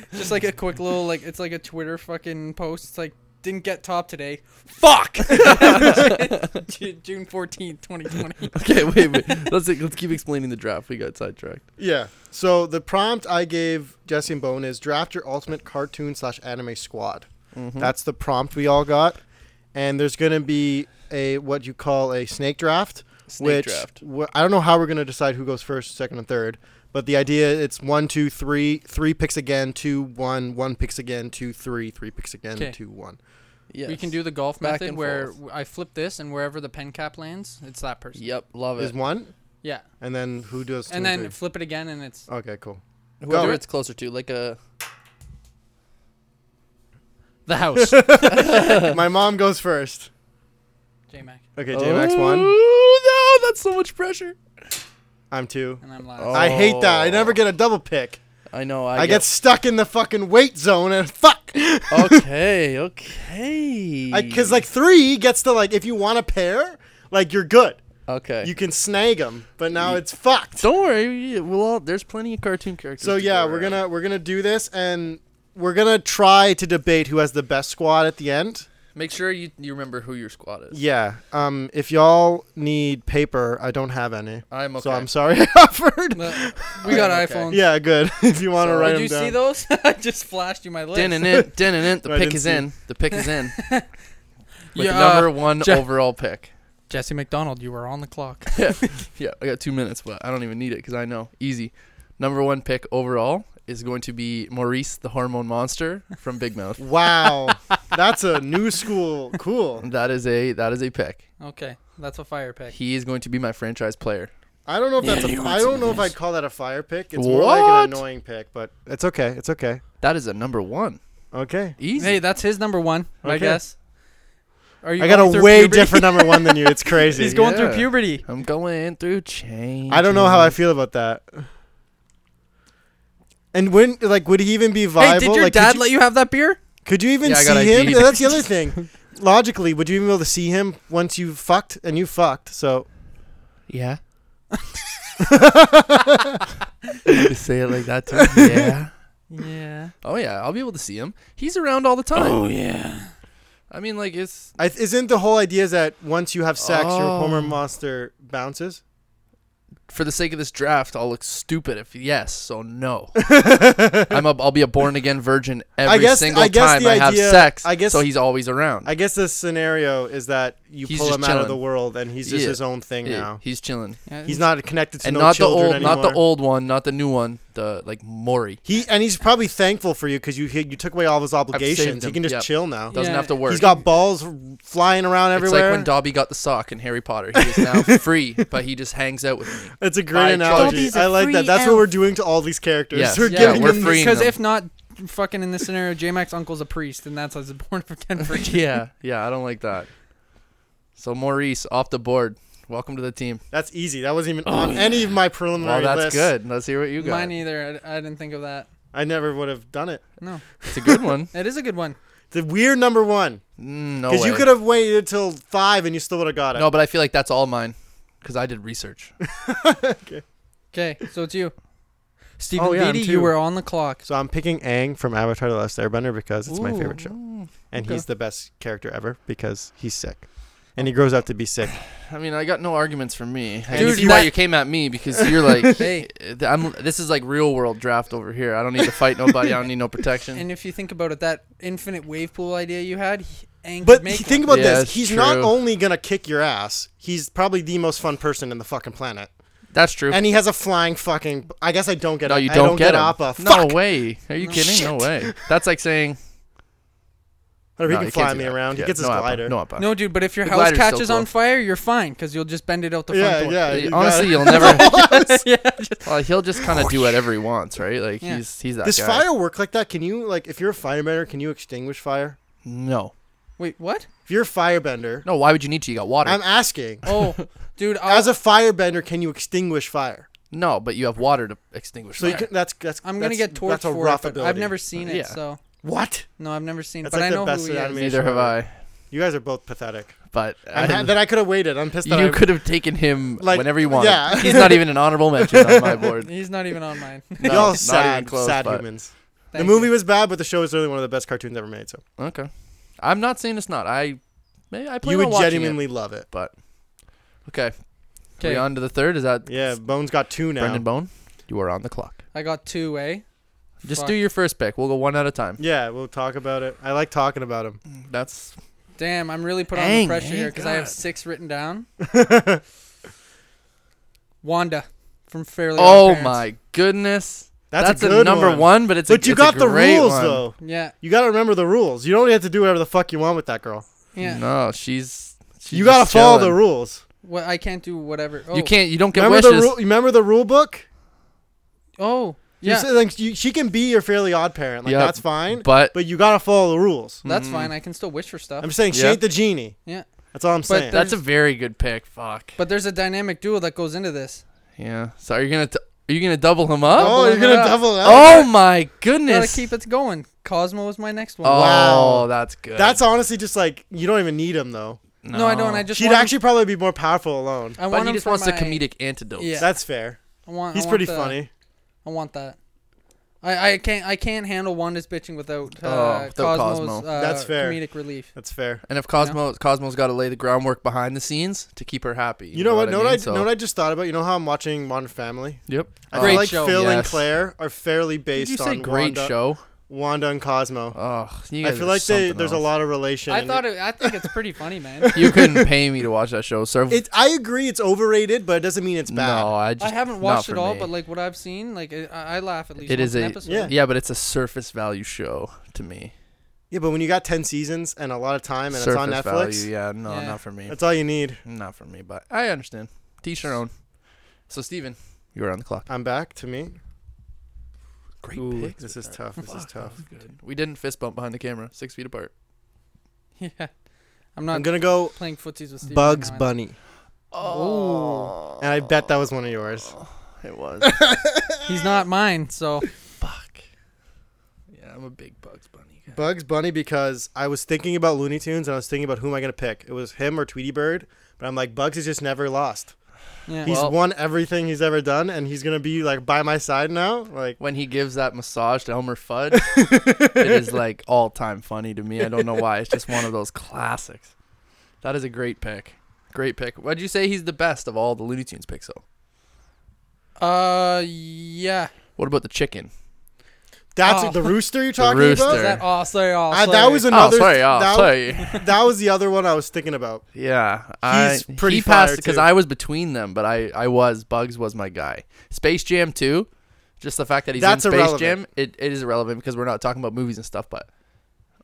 [SPEAKER 3] [LAUGHS] just like a quick little like it's like a Twitter fucking post. It's like didn't get top today.
[SPEAKER 2] [LAUGHS]
[SPEAKER 3] Fuck. Ju- June fourteenth, twenty twenty.
[SPEAKER 2] [LAUGHS] okay, wait, wait. Let's, let's keep explaining the draft. We got sidetracked.
[SPEAKER 1] Yeah. So the prompt I gave Jesse and Bone is draft your ultimate cartoon slash anime squad.
[SPEAKER 2] Mm-hmm. Hmm?
[SPEAKER 1] That's the prompt we all got, and there's gonna be a what you call a snake draft.
[SPEAKER 2] Snake
[SPEAKER 1] which
[SPEAKER 2] draft.
[SPEAKER 1] wh- I don't know how we're gonna decide who goes first, second, and third. But the idea it's one, two, three, three picks again, two, one, one picks again, two, three, three picks again,
[SPEAKER 3] 'Kay.
[SPEAKER 1] two, one.
[SPEAKER 2] Yes.
[SPEAKER 3] We can do the golf
[SPEAKER 2] Back
[SPEAKER 3] method
[SPEAKER 2] and
[SPEAKER 3] where
[SPEAKER 2] forth.
[SPEAKER 3] w- I flip this and wherever the pen cap lands, it's that person.
[SPEAKER 2] Yep, love
[SPEAKER 1] Is
[SPEAKER 2] it.
[SPEAKER 1] one,
[SPEAKER 3] Yeah.
[SPEAKER 1] and then who does? Two
[SPEAKER 3] And
[SPEAKER 1] and,
[SPEAKER 3] then flip it again and it's
[SPEAKER 1] three? okay, cool.
[SPEAKER 2] [LAUGHS] Whoever
[SPEAKER 1] Go.
[SPEAKER 2] it's closer to, like a
[SPEAKER 3] the [LAUGHS] house.
[SPEAKER 1] My mom goes first.
[SPEAKER 3] J Mac.
[SPEAKER 1] Okay, JMax one.
[SPEAKER 2] Oh no, that's so much pressure.
[SPEAKER 1] I'm two.
[SPEAKER 3] And I'm last.
[SPEAKER 2] Oh.
[SPEAKER 1] I hate that. I never get a double pick.
[SPEAKER 2] I know. I, Oh,
[SPEAKER 1] I, get, stuck in the fucking weight zone and fuck.
[SPEAKER 2] [LAUGHS] okay, okay.
[SPEAKER 1] Because like three gets to like if you want a pair, like you're good,
[SPEAKER 2] okay.
[SPEAKER 1] you can snag them. But now it's fucked.
[SPEAKER 2] Don't worry. We'll all, there's plenty of cartoon characters.
[SPEAKER 1] So
[SPEAKER 2] to
[SPEAKER 1] yeah,
[SPEAKER 2] go
[SPEAKER 1] we're
[SPEAKER 2] around.
[SPEAKER 1] gonna we're gonna do this, and we're gonna try to debate who has the best squad at the end.
[SPEAKER 2] make sure you you remember who your squad is.
[SPEAKER 1] Yeah. Um. If y'all need paper, I don't have any,
[SPEAKER 2] I'm okay.
[SPEAKER 1] so
[SPEAKER 2] [LAUGHS]
[SPEAKER 1] I'm sorry [LAUGHS]
[SPEAKER 4] [LAUGHS]
[SPEAKER 1] I offered.
[SPEAKER 3] Look, we got
[SPEAKER 2] Okay, okay.
[SPEAKER 3] iPhones.
[SPEAKER 1] yeah, good. [LAUGHS] if you want to
[SPEAKER 2] So-
[SPEAKER 1] write
[SPEAKER 3] Did
[SPEAKER 1] them
[SPEAKER 3] you
[SPEAKER 1] down.
[SPEAKER 3] see those? [LAUGHS] I just flashed you my list.
[SPEAKER 2] Din and it, din and
[SPEAKER 1] [LAUGHS]
[SPEAKER 2] it. The
[SPEAKER 1] I
[SPEAKER 2] pick
[SPEAKER 1] didn't
[SPEAKER 2] is
[SPEAKER 1] see.
[SPEAKER 2] in. The pick is [LAUGHS] in. With
[SPEAKER 3] Yeah,
[SPEAKER 2] number one
[SPEAKER 3] Je-
[SPEAKER 2] overall [LAUGHS] pick.
[SPEAKER 3] Jesse McDonald, you were on the clock.
[SPEAKER 2] [LAUGHS] yeah, I got two minutes, but I don't even need it because I know easy. Number one pick overall is going to be Maurice the Hormone Monster from
[SPEAKER 1] [LAUGHS]
[SPEAKER 2] Big Mouth.
[SPEAKER 1] Wow, that's a new school. Cool.
[SPEAKER 2] That is a that is a pick.
[SPEAKER 3] Okay, that's a fire pick.
[SPEAKER 2] He is going to be my franchise player.
[SPEAKER 1] I don't know if
[SPEAKER 4] Yeah,
[SPEAKER 1] that's.
[SPEAKER 4] you
[SPEAKER 1] A,
[SPEAKER 4] want
[SPEAKER 1] I don't
[SPEAKER 4] some
[SPEAKER 1] know
[SPEAKER 4] of
[SPEAKER 1] if I'd
[SPEAKER 4] this.
[SPEAKER 1] call that a fire pick. It's more like
[SPEAKER 2] What?
[SPEAKER 1] an annoying pick, but it's okay. It's okay.
[SPEAKER 2] That is a number one.
[SPEAKER 1] Okay.
[SPEAKER 2] Easy.
[SPEAKER 3] Hey, that's his number one, I
[SPEAKER 1] Okay.
[SPEAKER 3] guess. Are you
[SPEAKER 1] I got
[SPEAKER 3] going
[SPEAKER 1] a
[SPEAKER 3] through
[SPEAKER 1] way
[SPEAKER 3] puberty?
[SPEAKER 1] different number one than you.
[SPEAKER 2] [LAUGHS]
[SPEAKER 1] It's crazy.
[SPEAKER 3] [LAUGHS] He's going through
[SPEAKER 2] Yeah.
[SPEAKER 3] puberty.
[SPEAKER 2] I'm going through change.
[SPEAKER 1] I don't know how I feel about that. And when, like, would he even be viable?
[SPEAKER 3] Hey, did your
[SPEAKER 1] like,
[SPEAKER 3] dad
[SPEAKER 1] could, you,
[SPEAKER 3] let you have that beer?
[SPEAKER 1] could you even
[SPEAKER 2] Yeah, I got
[SPEAKER 1] see him?
[SPEAKER 2] ID'd.
[SPEAKER 1] Yeah, that's the
[SPEAKER 2] [LAUGHS]
[SPEAKER 1] other thing. Logically, would you even be able to see him once you fucked and you fucked? So
[SPEAKER 2] [LAUGHS]
[SPEAKER 1] [LAUGHS]
[SPEAKER 2] Yeah. you say it like
[SPEAKER 1] [LAUGHS]
[SPEAKER 2] that too. Yeah.
[SPEAKER 3] Yeah.
[SPEAKER 2] Oh yeah, I'll be able to see him. He's around all the time.
[SPEAKER 4] Oh yeah.
[SPEAKER 2] I mean, like it's
[SPEAKER 1] I, isn't the whole idea that once you have sex, your
[SPEAKER 2] Oh.
[SPEAKER 1] hormone monster bounces?
[SPEAKER 2] for the sake of this draft, I'll look stupid if yes,
[SPEAKER 1] [LAUGHS]
[SPEAKER 2] so no. I'm a, I'll be a born again virgin every
[SPEAKER 1] I guess-
[SPEAKER 2] single
[SPEAKER 1] I guess
[SPEAKER 2] time
[SPEAKER 1] the
[SPEAKER 2] I have
[SPEAKER 1] idea-
[SPEAKER 2] sex.
[SPEAKER 1] I guess-
[SPEAKER 2] so. He's always around.
[SPEAKER 1] I guess the scenario is that you
[SPEAKER 2] He's
[SPEAKER 1] pull
[SPEAKER 2] just
[SPEAKER 1] him out of
[SPEAKER 2] chilling.
[SPEAKER 1] the world and he's just
[SPEAKER 2] Yeah.
[SPEAKER 1] his own thing
[SPEAKER 2] Yeah,
[SPEAKER 1] now.
[SPEAKER 2] He's chilling,
[SPEAKER 1] He's not connected to
[SPEAKER 2] and
[SPEAKER 1] no
[SPEAKER 2] not the
[SPEAKER 1] children
[SPEAKER 2] old,
[SPEAKER 1] anymore.
[SPEAKER 2] not the old one, not the new one. The like Maury
[SPEAKER 1] He and he's probably thankful for you because you you took away all of his obligations. He
[SPEAKER 2] him,
[SPEAKER 1] can just
[SPEAKER 2] yep.
[SPEAKER 1] chill now.
[SPEAKER 2] doesn't
[SPEAKER 3] Yeah.
[SPEAKER 2] have to work.
[SPEAKER 1] He's got balls r- flying around
[SPEAKER 2] It's
[SPEAKER 1] everywhere.
[SPEAKER 2] like when Dobby got the sock in Harry Potter. He is [LAUGHS] now free, but he just hangs out with me.
[SPEAKER 1] That's a
[SPEAKER 2] My
[SPEAKER 1] great analogy.
[SPEAKER 4] Dobby's a
[SPEAKER 1] I like that.
[SPEAKER 4] free
[SPEAKER 1] That's what we're
[SPEAKER 4] elf.
[SPEAKER 1] doing to all these characters.
[SPEAKER 2] Yes.
[SPEAKER 1] [LAUGHS] We're
[SPEAKER 2] Yeah,
[SPEAKER 1] giving
[SPEAKER 2] we're
[SPEAKER 1] them
[SPEAKER 2] free. freeing
[SPEAKER 3] Because
[SPEAKER 2] them.
[SPEAKER 3] if not, fucking in this scenario, J Mac's uncle's a priest, and that's as a born [LAUGHS] again virgin.
[SPEAKER 2] [LAUGHS] yeah, yeah, I don't like that. So Maurice off the board. Welcome to the team.
[SPEAKER 1] That's easy. That wasn't even on any of my
[SPEAKER 2] Well,
[SPEAKER 1] preliminary
[SPEAKER 2] that's
[SPEAKER 1] lists.
[SPEAKER 2] good. Let's hear what you got.
[SPEAKER 3] Mine either. I, I didn't think of that.
[SPEAKER 1] I never would have done it.
[SPEAKER 3] No,
[SPEAKER 2] It's a good [LAUGHS] one.
[SPEAKER 3] it is a good one.
[SPEAKER 1] The weird number one.
[SPEAKER 2] Mm, no
[SPEAKER 1] Because
[SPEAKER 2] way.
[SPEAKER 1] you could have waited till five and you still would have got it.
[SPEAKER 2] no, but I feel like that's all mine because I did research.
[SPEAKER 3] Okay, so it's you, Stephen
[SPEAKER 1] Oh, yeah, I'm
[SPEAKER 3] Beatty.
[SPEAKER 1] two.
[SPEAKER 3] You were on the clock.
[SPEAKER 1] So I'm picking Aang from Avatar The Last Airbender because it's my
[SPEAKER 3] Ooh.
[SPEAKER 1] favorite show.
[SPEAKER 2] Mm,
[SPEAKER 1] And
[SPEAKER 2] okay.
[SPEAKER 1] he's the best character ever because he's sick. And he grows up to be sick.
[SPEAKER 2] [LAUGHS] I mean, I got no arguments from me. I
[SPEAKER 1] Dude,
[SPEAKER 2] can see why
[SPEAKER 3] that-
[SPEAKER 2] you came at me [LAUGHS] because you're like,
[SPEAKER 3] Hey.
[SPEAKER 2] eh, I'm, this is like real world draft over here. I don't need to fight nobody. I don't need [LAUGHS] no protection.
[SPEAKER 3] And if you think about it, that infinite wave pool idea you had, he- Aang
[SPEAKER 1] But
[SPEAKER 3] could make
[SPEAKER 1] he- think
[SPEAKER 3] one.
[SPEAKER 1] about
[SPEAKER 2] Yeah,
[SPEAKER 1] this.
[SPEAKER 2] it's
[SPEAKER 1] He's not
[SPEAKER 2] true.
[SPEAKER 1] only going to kick your ass, he's probably the most fun person in the fucking planet.
[SPEAKER 2] That's true.
[SPEAKER 1] And he has a flying fucking. I guess I don't get
[SPEAKER 2] no,
[SPEAKER 1] a-
[SPEAKER 2] you
[SPEAKER 1] I
[SPEAKER 2] don't, get, him.
[SPEAKER 1] Appa.
[SPEAKER 2] No
[SPEAKER 1] Fuck.
[SPEAKER 2] way. Are you
[SPEAKER 3] No.
[SPEAKER 2] kidding? No way. That's like saying
[SPEAKER 1] Or he
[SPEAKER 2] no,
[SPEAKER 1] can
[SPEAKER 2] you can't
[SPEAKER 1] fly
[SPEAKER 2] do
[SPEAKER 1] me
[SPEAKER 2] that.
[SPEAKER 1] around.
[SPEAKER 2] Yeah,
[SPEAKER 1] He gets his
[SPEAKER 2] no Appa.
[SPEAKER 1] glider.
[SPEAKER 2] No Appa.
[SPEAKER 3] No, dude. But if your
[SPEAKER 2] The
[SPEAKER 3] house
[SPEAKER 2] glider's still
[SPEAKER 3] catches
[SPEAKER 2] cool.
[SPEAKER 3] on fire, you're fine because you'll just bend it out the
[SPEAKER 1] yeah,
[SPEAKER 3] front door.
[SPEAKER 1] yeah.
[SPEAKER 2] Yeah,
[SPEAKER 1] you got
[SPEAKER 2] honestly,
[SPEAKER 1] it. [LAUGHS]
[SPEAKER 2] you'll never. [LAUGHS] well, he'll just kind of do whatever he wants, right? Like
[SPEAKER 3] Yeah.
[SPEAKER 2] he's he's that
[SPEAKER 1] Does
[SPEAKER 2] guy.
[SPEAKER 1] fire work like that? Can you like if you're a firebender, can you extinguish fire?
[SPEAKER 2] No,
[SPEAKER 3] Wait, what?
[SPEAKER 1] If you're a firebender,
[SPEAKER 2] no. Why would you need to? You got water.
[SPEAKER 1] I'm asking.
[SPEAKER 3] Oh,
[SPEAKER 1] [LAUGHS]
[SPEAKER 3] dude. I'll,
[SPEAKER 1] As a firebender, can you extinguish fire?
[SPEAKER 2] no, but you have water to extinguish
[SPEAKER 1] So
[SPEAKER 2] fire.
[SPEAKER 1] you can, that's that's.
[SPEAKER 3] I'm gonna
[SPEAKER 1] that's-
[SPEAKER 3] get torched
[SPEAKER 1] That's a
[SPEAKER 3] for
[SPEAKER 1] rough
[SPEAKER 3] it. but
[SPEAKER 1] ability.
[SPEAKER 3] I've never seen it,
[SPEAKER 2] Yeah.
[SPEAKER 3] so
[SPEAKER 1] What?
[SPEAKER 3] no, I've never seen. it.
[SPEAKER 1] That's
[SPEAKER 3] But
[SPEAKER 1] like
[SPEAKER 3] I
[SPEAKER 1] the
[SPEAKER 3] know
[SPEAKER 1] best
[SPEAKER 3] who he is.
[SPEAKER 1] anime.
[SPEAKER 2] Neither have I.
[SPEAKER 1] You guys are both pathetic.
[SPEAKER 2] But I
[SPEAKER 1] I'm ha-
[SPEAKER 2] didn't-
[SPEAKER 1] that I could have waited. I'm pissed.
[SPEAKER 2] you
[SPEAKER 1] that
[SPEAKER 2] could have taken him
[SPEAKER 1] Like,
[SPEAKER 2] whenever you wanted.
[SPEAKER 1] yeah.
[SPEAKER 2] he's not even an honorable mention on my
[SPEAKER 1] [LAUGHS]
[SPEAKER 2] board.
[SPEAKER 3] He's not even on mine.
[SPEAKER 1] I,
[SPEAKER 2] No,
[SPEAKER 1] y'all
[SPEAKER 2] not even
[SPEAKER 1] sad,
[SPEAKER 2] close.
[SPEAKER 1] sad
[SPEAKER 2] but-
[SPEAKER 1] humans.
[SPEAKER 3] Thank
[SPEAKER 1] the movie
[SPEAKER 3] you.
[SPEAKER 1] was bad, but the show is really one of the best cartoons ever made. So
[SPEAKER 2] Okay, I'm not saying it's not. I maybe I plan
[SPEAKER 1] you
[SPEAKER 2] on
[SPEAKER 1] would
[SPEAKER 2] watching
[SPEAKER 1] genuinely love it.
[SPEAKER 2] it, but okay.
[SPEAKER 3] Okay.
[SPEAKER 2] We on to the third. Is that
[SPEAKER 1] Yeah, Bones got two now.
[SPEAKER 2] Brendan Bone? You are on the clock.
[SPEAKER 3] I got two, eh?
[SPEAKER 2] Just
[SPEAKER 3] Fuck.
[SPEAKER 2] do your first pick. We'll go one at a time.
[SPEAKER 1] yeah, we'll talk about it. I like talking about him.
[SPEAKER 2] That's
[SPEAKER 3] Damn, I'm really put on
[SPEAKER 2] Dang,
[SPEAKER 3] the pressure
[SPEAKER 2] man,
[SPEAKER 3] here because I have
[SPEAKER 2] God.
[SPEAKER 3] six
[SPEAKER 1] [LAUGHS]
[SPEAKER 3] written down. Wanda from Fairly.
[SPEAKER 2] oh
[SPEAKER 3] Odd Parents.
[SPEAKER 2] my goodness.
[SPEAKER 1] That's,
[SPEAKER 2] That's,
[SPEAKER 1] a
[SPEAKER 2] a,
[SPEAKER 1] good
[SPEAKER 2] number
[SPEAKER 1] one.
[SPEAKER 2] one. but it's a,
[SPEAKER 1] But you
[SPEAKER 2] it's a
[SPEAKER 1] got the
[SPEAKER 2] great
[SPEAKER 1] rules
[SPEAKER 2] one.
[SPEAKER 1] though.
[SPEAKER 3] Yeah,
[SPEAKER 1] You got to remember the rules. You don't have to do whatever the fuck you want with that girl.
[SPEAKER 3] yeah.
[SPEAKER 2] No, she's. she's
[SPEAKER 1] you got to
[SPEAKER 2] just
[SPEAKER 1] follow the
[SPEAKER 2] chilling.
[SPEAKER 1] rules.
[SPEAKER 3] What I can't do whatever. Oh,
[SPEAKER 2] You can't. You don't get
[SPEAKER 1] remember the
[SPEAKER 2] wishes.
[SPEAKER 1] rule. Remember the rule book.
[SPEAKER 3] Oh,
[SPEAKER 1] You
[SPEAKER 3] yeah.
[SPEAKER 1] said, like, you- she can be your Fairly Odd Parent. Like
[SPEAKER 2] Yep.
[SPEAKER 1] that's fine. But,
[SPEAKER 2] But
[SPEAKER 1] you got to follow the rules.
[SPEAKER 3] That's
[SPEAKER 2] Mm.
[SPEAKER 3] fine. I can still wish for stuff.
[SPEAKER 1] I'm just saying she
[SPEAKER 2] Yep.
[SPEAKER 1] ain't the genie.
[SPEAKER 3] Yeah.
[SPEAKER 1] That's all I'm saying.
[SPEAKER 2] that's a very good pick. Fuck.
[SPEAKER 3] But there's a dynamic duo that goes into this.
[SPEAKER 2] Yeah. So are you gonna t- are you gonna double him up?
[SPEAKER 1] oh,
[SPEAKER 3] doubling
[SPEAKER 1] you're gonna
[SPEAKER 3] it up.
[SPEAKER 1] double that.
[SPEAKER 2] Oh my
[SPEAKER 3] Gotta
[SPEAKER 2] goodness.
[SPEAKER 3] keep it going. Cosmo is my next one.
[SPEAKER 2] oh,
[SPEAKER 1] Wow.
[SPEAKER 2] that's good.
[SPEAKER 1] That's honestly just like you don't even need him though.
[SPEAKER 2] no.
[SPEAKER 3] no. I don't. I just
[SPEAKER 1] She'd
[SPEAKER 3] want him-
[SPEAKER 1] actually probably be more powerful alone.
[SPEAKER 3] I want
[SPEAKER 2] But he
[SPEAKER 3] him
[SPEAKER 2] just
[SPEAKER 3] for
[SPEAKER 2] wants the
[SPEAKER 3] my-
[SPEAKER 2] comedic antidote.
[SPEAKER 3] Yeah.
[SPEAKER 1] That's fair.
[SPEAKER 3] I want, I
[SPEAKER 1] He's
[SPEAKER 3] want
[SPEAKER 1] pretty
[SPEAKER 3] the-
[SPEAKER 1] funny.
[SPEAKER 3] I want that. I, I can't I can't handle Wanda's bitching without uh,
[SPEAKER 2] Oh, without
[SPEAKER 3] Cosmo's
[SPEAKER 2] Cosmo.
[SPEAKER 3] Uh,
[SPEAKER 1] That's fair.
[SPEAKER 3] comedic relief.
[SPEAKER 1] That's fair.
[SPEAKER 2] And if Cosmo Cosmo's got to lay the groundwork behind the scenes to keep her happy.
[SPEAKER 1] You know what? Know what I
[SPEAKER 2] mean?
[SPEAKER 1] know what I just thought about? You know how I'm watching Modern Family?
[SPEAKER 2] Yep.
[SPEAKER 1] I
[SPEAKER 2] Oh,
[SPEAKER 1] feel
[SPEAKER 3] Great
[SPEAKER 1] like
[SPEAKER 3] show.
[SPEAKER 1] Phil and
[SPEAKER 2] Yes.
[SPEAKER 1] Claire are fairly
[SPEAKER 2] Did
[SPEAKER 1] based
[SPEAKER 2] you say
[SPEAKER 1] on
[SPEAKER 2] great
[SPEAKER 1] Wanda.
[SPEAKER 2] show?
[SPEAKER 1] Wanda and Cosmo.
[SPEAKER 2] Oh, you
[SPEAKER 1] I
[SPEAKER 2] guys
[SPEAKER 1] feel
[SPEAKER 2] are
[SPEAKER 1] like they,
[SPEAKER 2] something
[SPEAKER 1] there's a
[SPEAKER 2] else.
[SPEAKER 1] lot of relation.
[SPEAKER 3] I
[SPEAKER 1] in
[SPEAKER 3] thought
[SPEAKER 1] it.
[SPEAKER 3] it, I think it's pretty funny, man.
[SPEAKER 2] You couldn't pay me to watch that show, sir.
[SPEAKER 1] It, I agree [LAUGHS] it's overrated, but it doesn't mean it's bad.
[SPEAKER 2] no, I [LAUGHS]
[SPEAKER 3] I
[SPEAKER 2] just
[SPEAKER 3] haven't
[SPEAKER 2] not
[SPEAKER 3] watched
[SPEAKER 2] for
[SPEAKER 3] it all,
[SPEAKER 2] me.
[SPEAKER 3] but like what I've seen, like I, I laugh at least.
[SPEAKER 2] it
[SPEAKER 3] once
[SPEAKER 2] is
[SPEAKER 3] an
[SPEAKER 2] a
[SPEAKER 3] episode.
[SPEAKER 1] Yeah.
[SPEAKER 2] yeah, but it's a surface value show to me.
[SPEAKER 1] Yeah, but when you got 10 seasons and a lot of time and
[SPEAKER 2] surface
[SPEAKER 1] it's on Netflix,
[SPEAKER 2] value, yeah, no,
[SPEAKER 3] Yeah.
[SPEAKER 2] not for me,
[SPEAKER 1] that's all you need.
[SPEAKER 2] not for me. But I understand. Teach your own. So, Steven, you're on the clock.
[SPEAKER 1] I'm back to me.
[SPEAKER 2] Great
[SPEAKER 1] Ooh,
[SPEAKER 2] picks
[SPEAKER 1] this
[SPEAKER 2] with
[SPEAKER 1] is
[SPEAKER 2] that.
[SPEAKER 1] tough. This is
[SPEAKER 2] Fuck, that
[SPEAKER 1] tough.
[SPEAKER 2] was good. We didn't fist bump behind the camera, six feet apart.
[SPEAKER 3] [LAUGHS] yeah. I'm not
[SPEAKER 1] I'm going to go
[SPEAKER 3] playing footsies with Steve
[SPEAKER 1] Bugs
[SPEAKER 3] right now.
[SPEAKER 1] Bunny.
[SPEAKER 2] Oh,
[SPEAKER 1] And I bet that was one of yours.
[SPEAKER 2] it [LAUGHS] was.
[SPEAKER 3] He's not mine, so
[SPEAKER 2] Fuck. Yeah, I'm a big Bugs Bunny guy.
[SPEAKER 1] Bugs Bunny because I was thinking about Looney Tunes and I was thinking about who am I going to pick. It was him or Tweety Bird, but I'm like, Bugs is just never lost.
[SPEAKER 3] yeah.
[SPEAKER 1] He's
[SPEAKER 2] Well-
[SPEAKER 1] won everything he's ever done and he's going to be like by my side now. Like,
[SPEAKER 2] When he gives that massage to
[SPEAKER 1] [LAUGHS]
[SPEAKER 2] Elmer Fudd, it is like all time funny to me. I don't know why. It's just one of those classics. That is a great pick. Great pick. Why'd you say he's the best of all the Looney Tunes picks, though?
[SPEAKER 3] uh yeah.
[SPEAKER 2] What about the chicken?
[SPEAKER 1] that's
[SPEAKER 3] Oh.
[SPEAKER 1] the rooster you're talking
[SPEAKER 2] rooster.
[SPEAKER 1] about?
[SPEAKER 3] Is that all say all
[SPEAKER 1] I-
[SPEAKER 3] say?
[SPEAKER 1] that was
[SPEAKER 2] Oh,
[SPEAKER 1] another.
[SPEAKER 2] sorry. Oh,
[SPEAKER 1] that,
[SPEAKER 2] sorry.
[SPEAKER 1] [LAUGHS] that was the other one I was thinking about.
[SPEAKER 2] [LAUGHS] Yeah,
[SPEAKER 1] He's
[SPEAKER 2] I,
[SPEAKER 1] pretty
[SPEAKER 2] He passed
[SPEAKER 1] fire,
[SPEAKER 2] because
[SPEAKER 1] too.
[SPEAKER 2] I was between them, but I I was Bugs was my guy. Space Jam too. Just the fact that he's
[SPEAKER 1] That's
[SPEAKER 2] in Space
[SPEAKER 1] irrelevant.
[SPEAKER 2] Jam, it, it is irrelevant because we're not talking about movies and stuff. But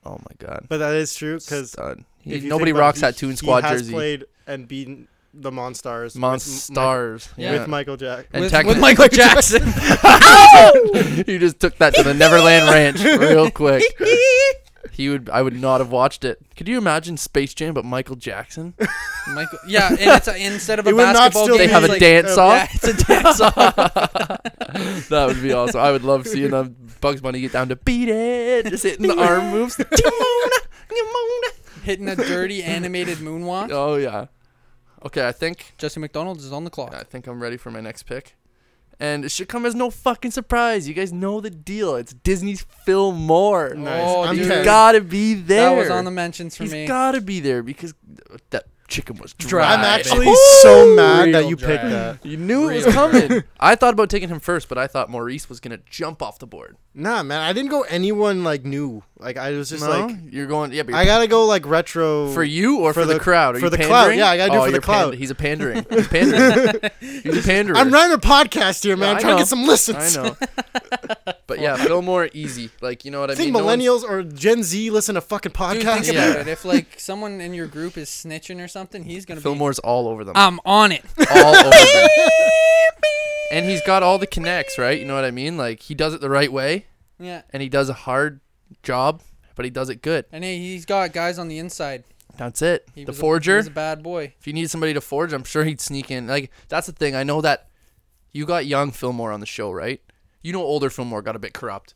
[SPEAKER 2] oh my god,
[SPEAKER 1] But that is true because
[SPEAKER 2] Stunned. He-
[SPEAKER 1] If you
[SPEAKER 2] nobody
[SPEAKER 1] think about
[SPEAKER 2] rocks
[SPEAKER 1] it,
[SPEAKER 2] that
[SPEAKER 1] he-
[SPEAKER 2] Toon Squad
[SPEAKER 1] he has
[SPEAKER 2] jersey.
[SPEAKER 1] played and beaten the Monstars.
[SPEAKER 2] Monstars
[SPEAKER 1] With, Mi-
[SPEAKER 2] yeah.
[SPEAKER 1] with Michael Jack.
[SPEAKER 2] and
[SPEAKER 3] With-
[SPEAKER 2] tech-
[SPEAKER 3] with
[SPEAKER 2] Michael Jackson.
[SPEAKER 3] [LAUGHS]
[SPEAKER 2] you just took that to the Neverland Ranch real
[SPEAKER 3] [LAUGHS]
[SPEAKER 2] quick. He would. I would not have watched it. Could you imagine Space Jam but Michael
[SPEAKER 3] [LAUGHS]
[SPEAKER 2] Jackson?
[SPEAKER 3] Michael, yeah, and it's a, instead
[SPEAKER 1] [LAUGHS]
[SPEAKER 3] of
[SPEAKER 1] It
[SPEAKER 3] a
[SPEAKER 1] would not
[SPEAKER 3] basketball
[SPEAKER 1] still
[SPEAKER 2] They
[SPEAKER 3] game,
[SPEAKER 1] be
[SPEAKER 2] have
[SPEAKER 3] it's
[SPEAKER 2] a
[SPEAKER 3] like, oh,
[SPEAKER 2] dance off.
[SPEAKER 3] Yeah, it's a dance off.
[SPEAKER 2] [LAUGHS] That would be awesome. I would love seeing a Bugs Bunny get down to beat it, just hitting the arm
[SPEAKER 3] [LAUGHS]
[SPEAKER 2] moves. [LAUGHS]
[SPEAKER 3] Hitting
[SPEAKER 1] [LAUGHS]
[SPEAKER 3] a dirty animated moonwalk.
[SPEAKER 2] oh yeah. Okay, I think
[SPEAKER 3] Jesse McDonald is on the clock.
[SPEAKER 2] I think I'm ready for my next pick, and it should come as no fucking surprise. You guys know the deal. It's Disney's Phil Moore.
[SPEAKER 1] Nice.
[SPEAKER 3] Oh,
[SPEAKER 1] I'm
[SPEAKER 3] dude.
[SPEAKER 2] He's
[SPEAKER 1] ten.
[SPEAKER 2] gotta be there.
[SPEAKER 3] That was on the mentions for
[SPEAKER 2] He's
[SPEAKER 3] me.
[SPEAKER 2] gotta be there because that chicken was dry.
[SPEAKER 3] Dry,
[SPEAKER 1] I'm actually
[SPEAKER 2] Ooh!
[SPEAKER 1] so mad that
[SPEAKER 3] Real
[SPEAKER 1] you picked
[SPEAKER 3] drag.
[SPEAKER 1] that.
[SPEAKER 2] You knew it was
[SPEAKER 3] Real [LAUGHS]
[SPEAKER 2] coming. I thought about taking him first, but I thought Maurice was gonna jump off the board.
[SPEAKER 1] Nah, man, I didn't go anyone like new. Like I was just
[SPEAKER 2] No?
[SPEAKER 1] like,
[SPEAKER 2] you're going. Yeah, but you're
[SPEAKER 1] I gotta go like retro.
[SPEAKER 2] For you or for,
[SPEAKER 1] for
[SPEAKER 2] the,
[SPEAKER 1] the-
[SPEAKER 2] crowd? Are
[SPEAKER 1] for
[SPEAKER 2] you
[SPEAKER 1] the clout.
[SPEAKER 2] pandering?
[SPEAKER 1] Yeah, I gotta do it
[SPEAKER 2] Oh,
[SPEAKER 1] for the
[SPEAKER 2] you're pand-
[SPEAKER 1] clout.
[SPEAKER 2] he's a pandering. He's pandering.
[SPEAKER 1] [LAUGHS]
[SPEAKER 2] he's a panderer.
[SPEAKER 1] I'm running a podcast here,
[SPEAKER 2] Yeah,
[SPEAKER 1] man.
[SPEAKER 2] I
[SPEAKER 1] I'm trying
[SPEAKER 2] know.
[SPEAKER 1] to get some listens.
[SPEAKER 2] I know.
[SPEAKER 1] [LAUGHS]
[SPEAKER 2] But yeah, Fillmore easy. Like you know what I,
[SPEAKER 1] I think
[SPEAKER 2] mean. No one's-
[SPEAKER 1] millennials or Gen Z listen to fucking
[SPEAKER 3] Dude,
[SPEAKER 1] podcasts.
[SPEAKER 3] think
[SPEAKER 2] Yeah.
[SPEAKER 1] [LAUGHS]
[SPEAKER 3] about it. If like someone in your group is snitching or something, he's gonna be.
[SPEAKER 2] Fillmore's all over them.
[SPEAKER 1] Ah.
[SPEAKER 3] I'm on it.
[SPEAKER 2] all
[SPEAKER 1] [LAUGHS]
[SPEAKER 2] over them. And he's got all the connects, right? You know what I mean? Like he does it the right way,
[SPEAKER 3] Yeah,
[SPEAKER 2] and he does a hard job, but he does it good.
[SPEAKER 3] and he, he's got guys on the inside.
[SPEAKER 2] That's it.
[SPEAKER 3] He
[SPEAKER 2] the
[SPEAKER 3] was a-
[SPEAKER 2] forger.
[SPEAKER 3] he was a bad boy.
[SPEAKER 2] if you need somebody to forge, I'm sure he'd sneak in. Like that's the thing. I know that you got young Fillmore on the show, right? You know, older Fillmore got a bit corrupt.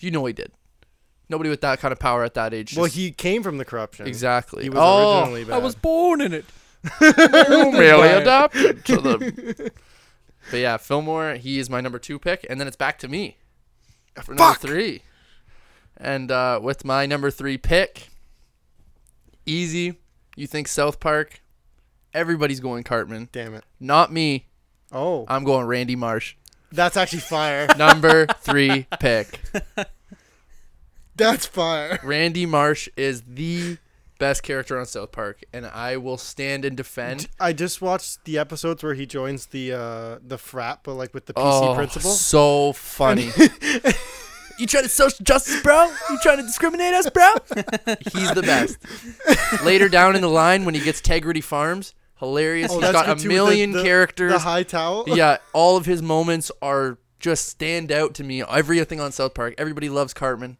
[SPEAKER 2] You know he did. Nobody with that kind of power at that age.
[SPEAKER 1] Well,
[SPEAKER 2] just-
[SPEAKER 1] he came from the corruption.
[SPEAKER 2] exactly.
[SPEAKER 1] He was
[SPEAKER 2] oh,
[SPEAKER 1] originally bad.
[SPEAKER 2] I was born [LAUGHS] in it. Merely [LAUGHS] adopted to the. But yeah, Fillmore, he is my number two pick, and then it's back to me for number
[SPEAKER 1] Fuck.
[SPEAKER 2] three. And uh, with my number three pick, easy. You think South Park? Everybody's going Cartman.
[SPEAKER 1] Damn it.
[SPEAKER 2] Not me.
[SPEAKER 1] Oh,
[SPEAKER 2] I'm going Randy Marsh.
[SPEAKER 1] that's actually
[SPEAKER 2] [LAUGHS]
[SPEAKER 1] fire.
[SPEAKER 2] Number three pick.
[SPEAKER 1] that's fire. [LAUGHS]
[SPEAKER 2] Randy Marsh is the best character on South Park, and I will stand and defend.
[SPEAKER 1] I just watched the episodes where he joins the uh the frat, but like with the PC
[SPEAKER 2] Oh,
[SPEAKER 1] principal.
[SPEAKER 2] so funny.
[SPEAKER 1] [LAUGHS]
[SPEAKER 2] you trying to social justice, bro? You trying to discriminate us, bro? He's the best. Later down in the line, when he gets Tegrity Farms, hilarious.
[SPEAKER 1] Oh,
[SPEAKER 2] He's
[SPEAKER 1] that's
[SPEAKER 2] got
[SPEAKER 1] good
[SPEAKER 2] a
[SPEAKER 1] too with the-
[SPEAKER 2] million
[SPEAKER 1] the-
[SPEAKER 2] characters.
[SPEAKER 1] The high towel.
[SPEAKER 2] yeah, all of his moments are just stand out to me. Everything on South Park, everybody loves Cartman.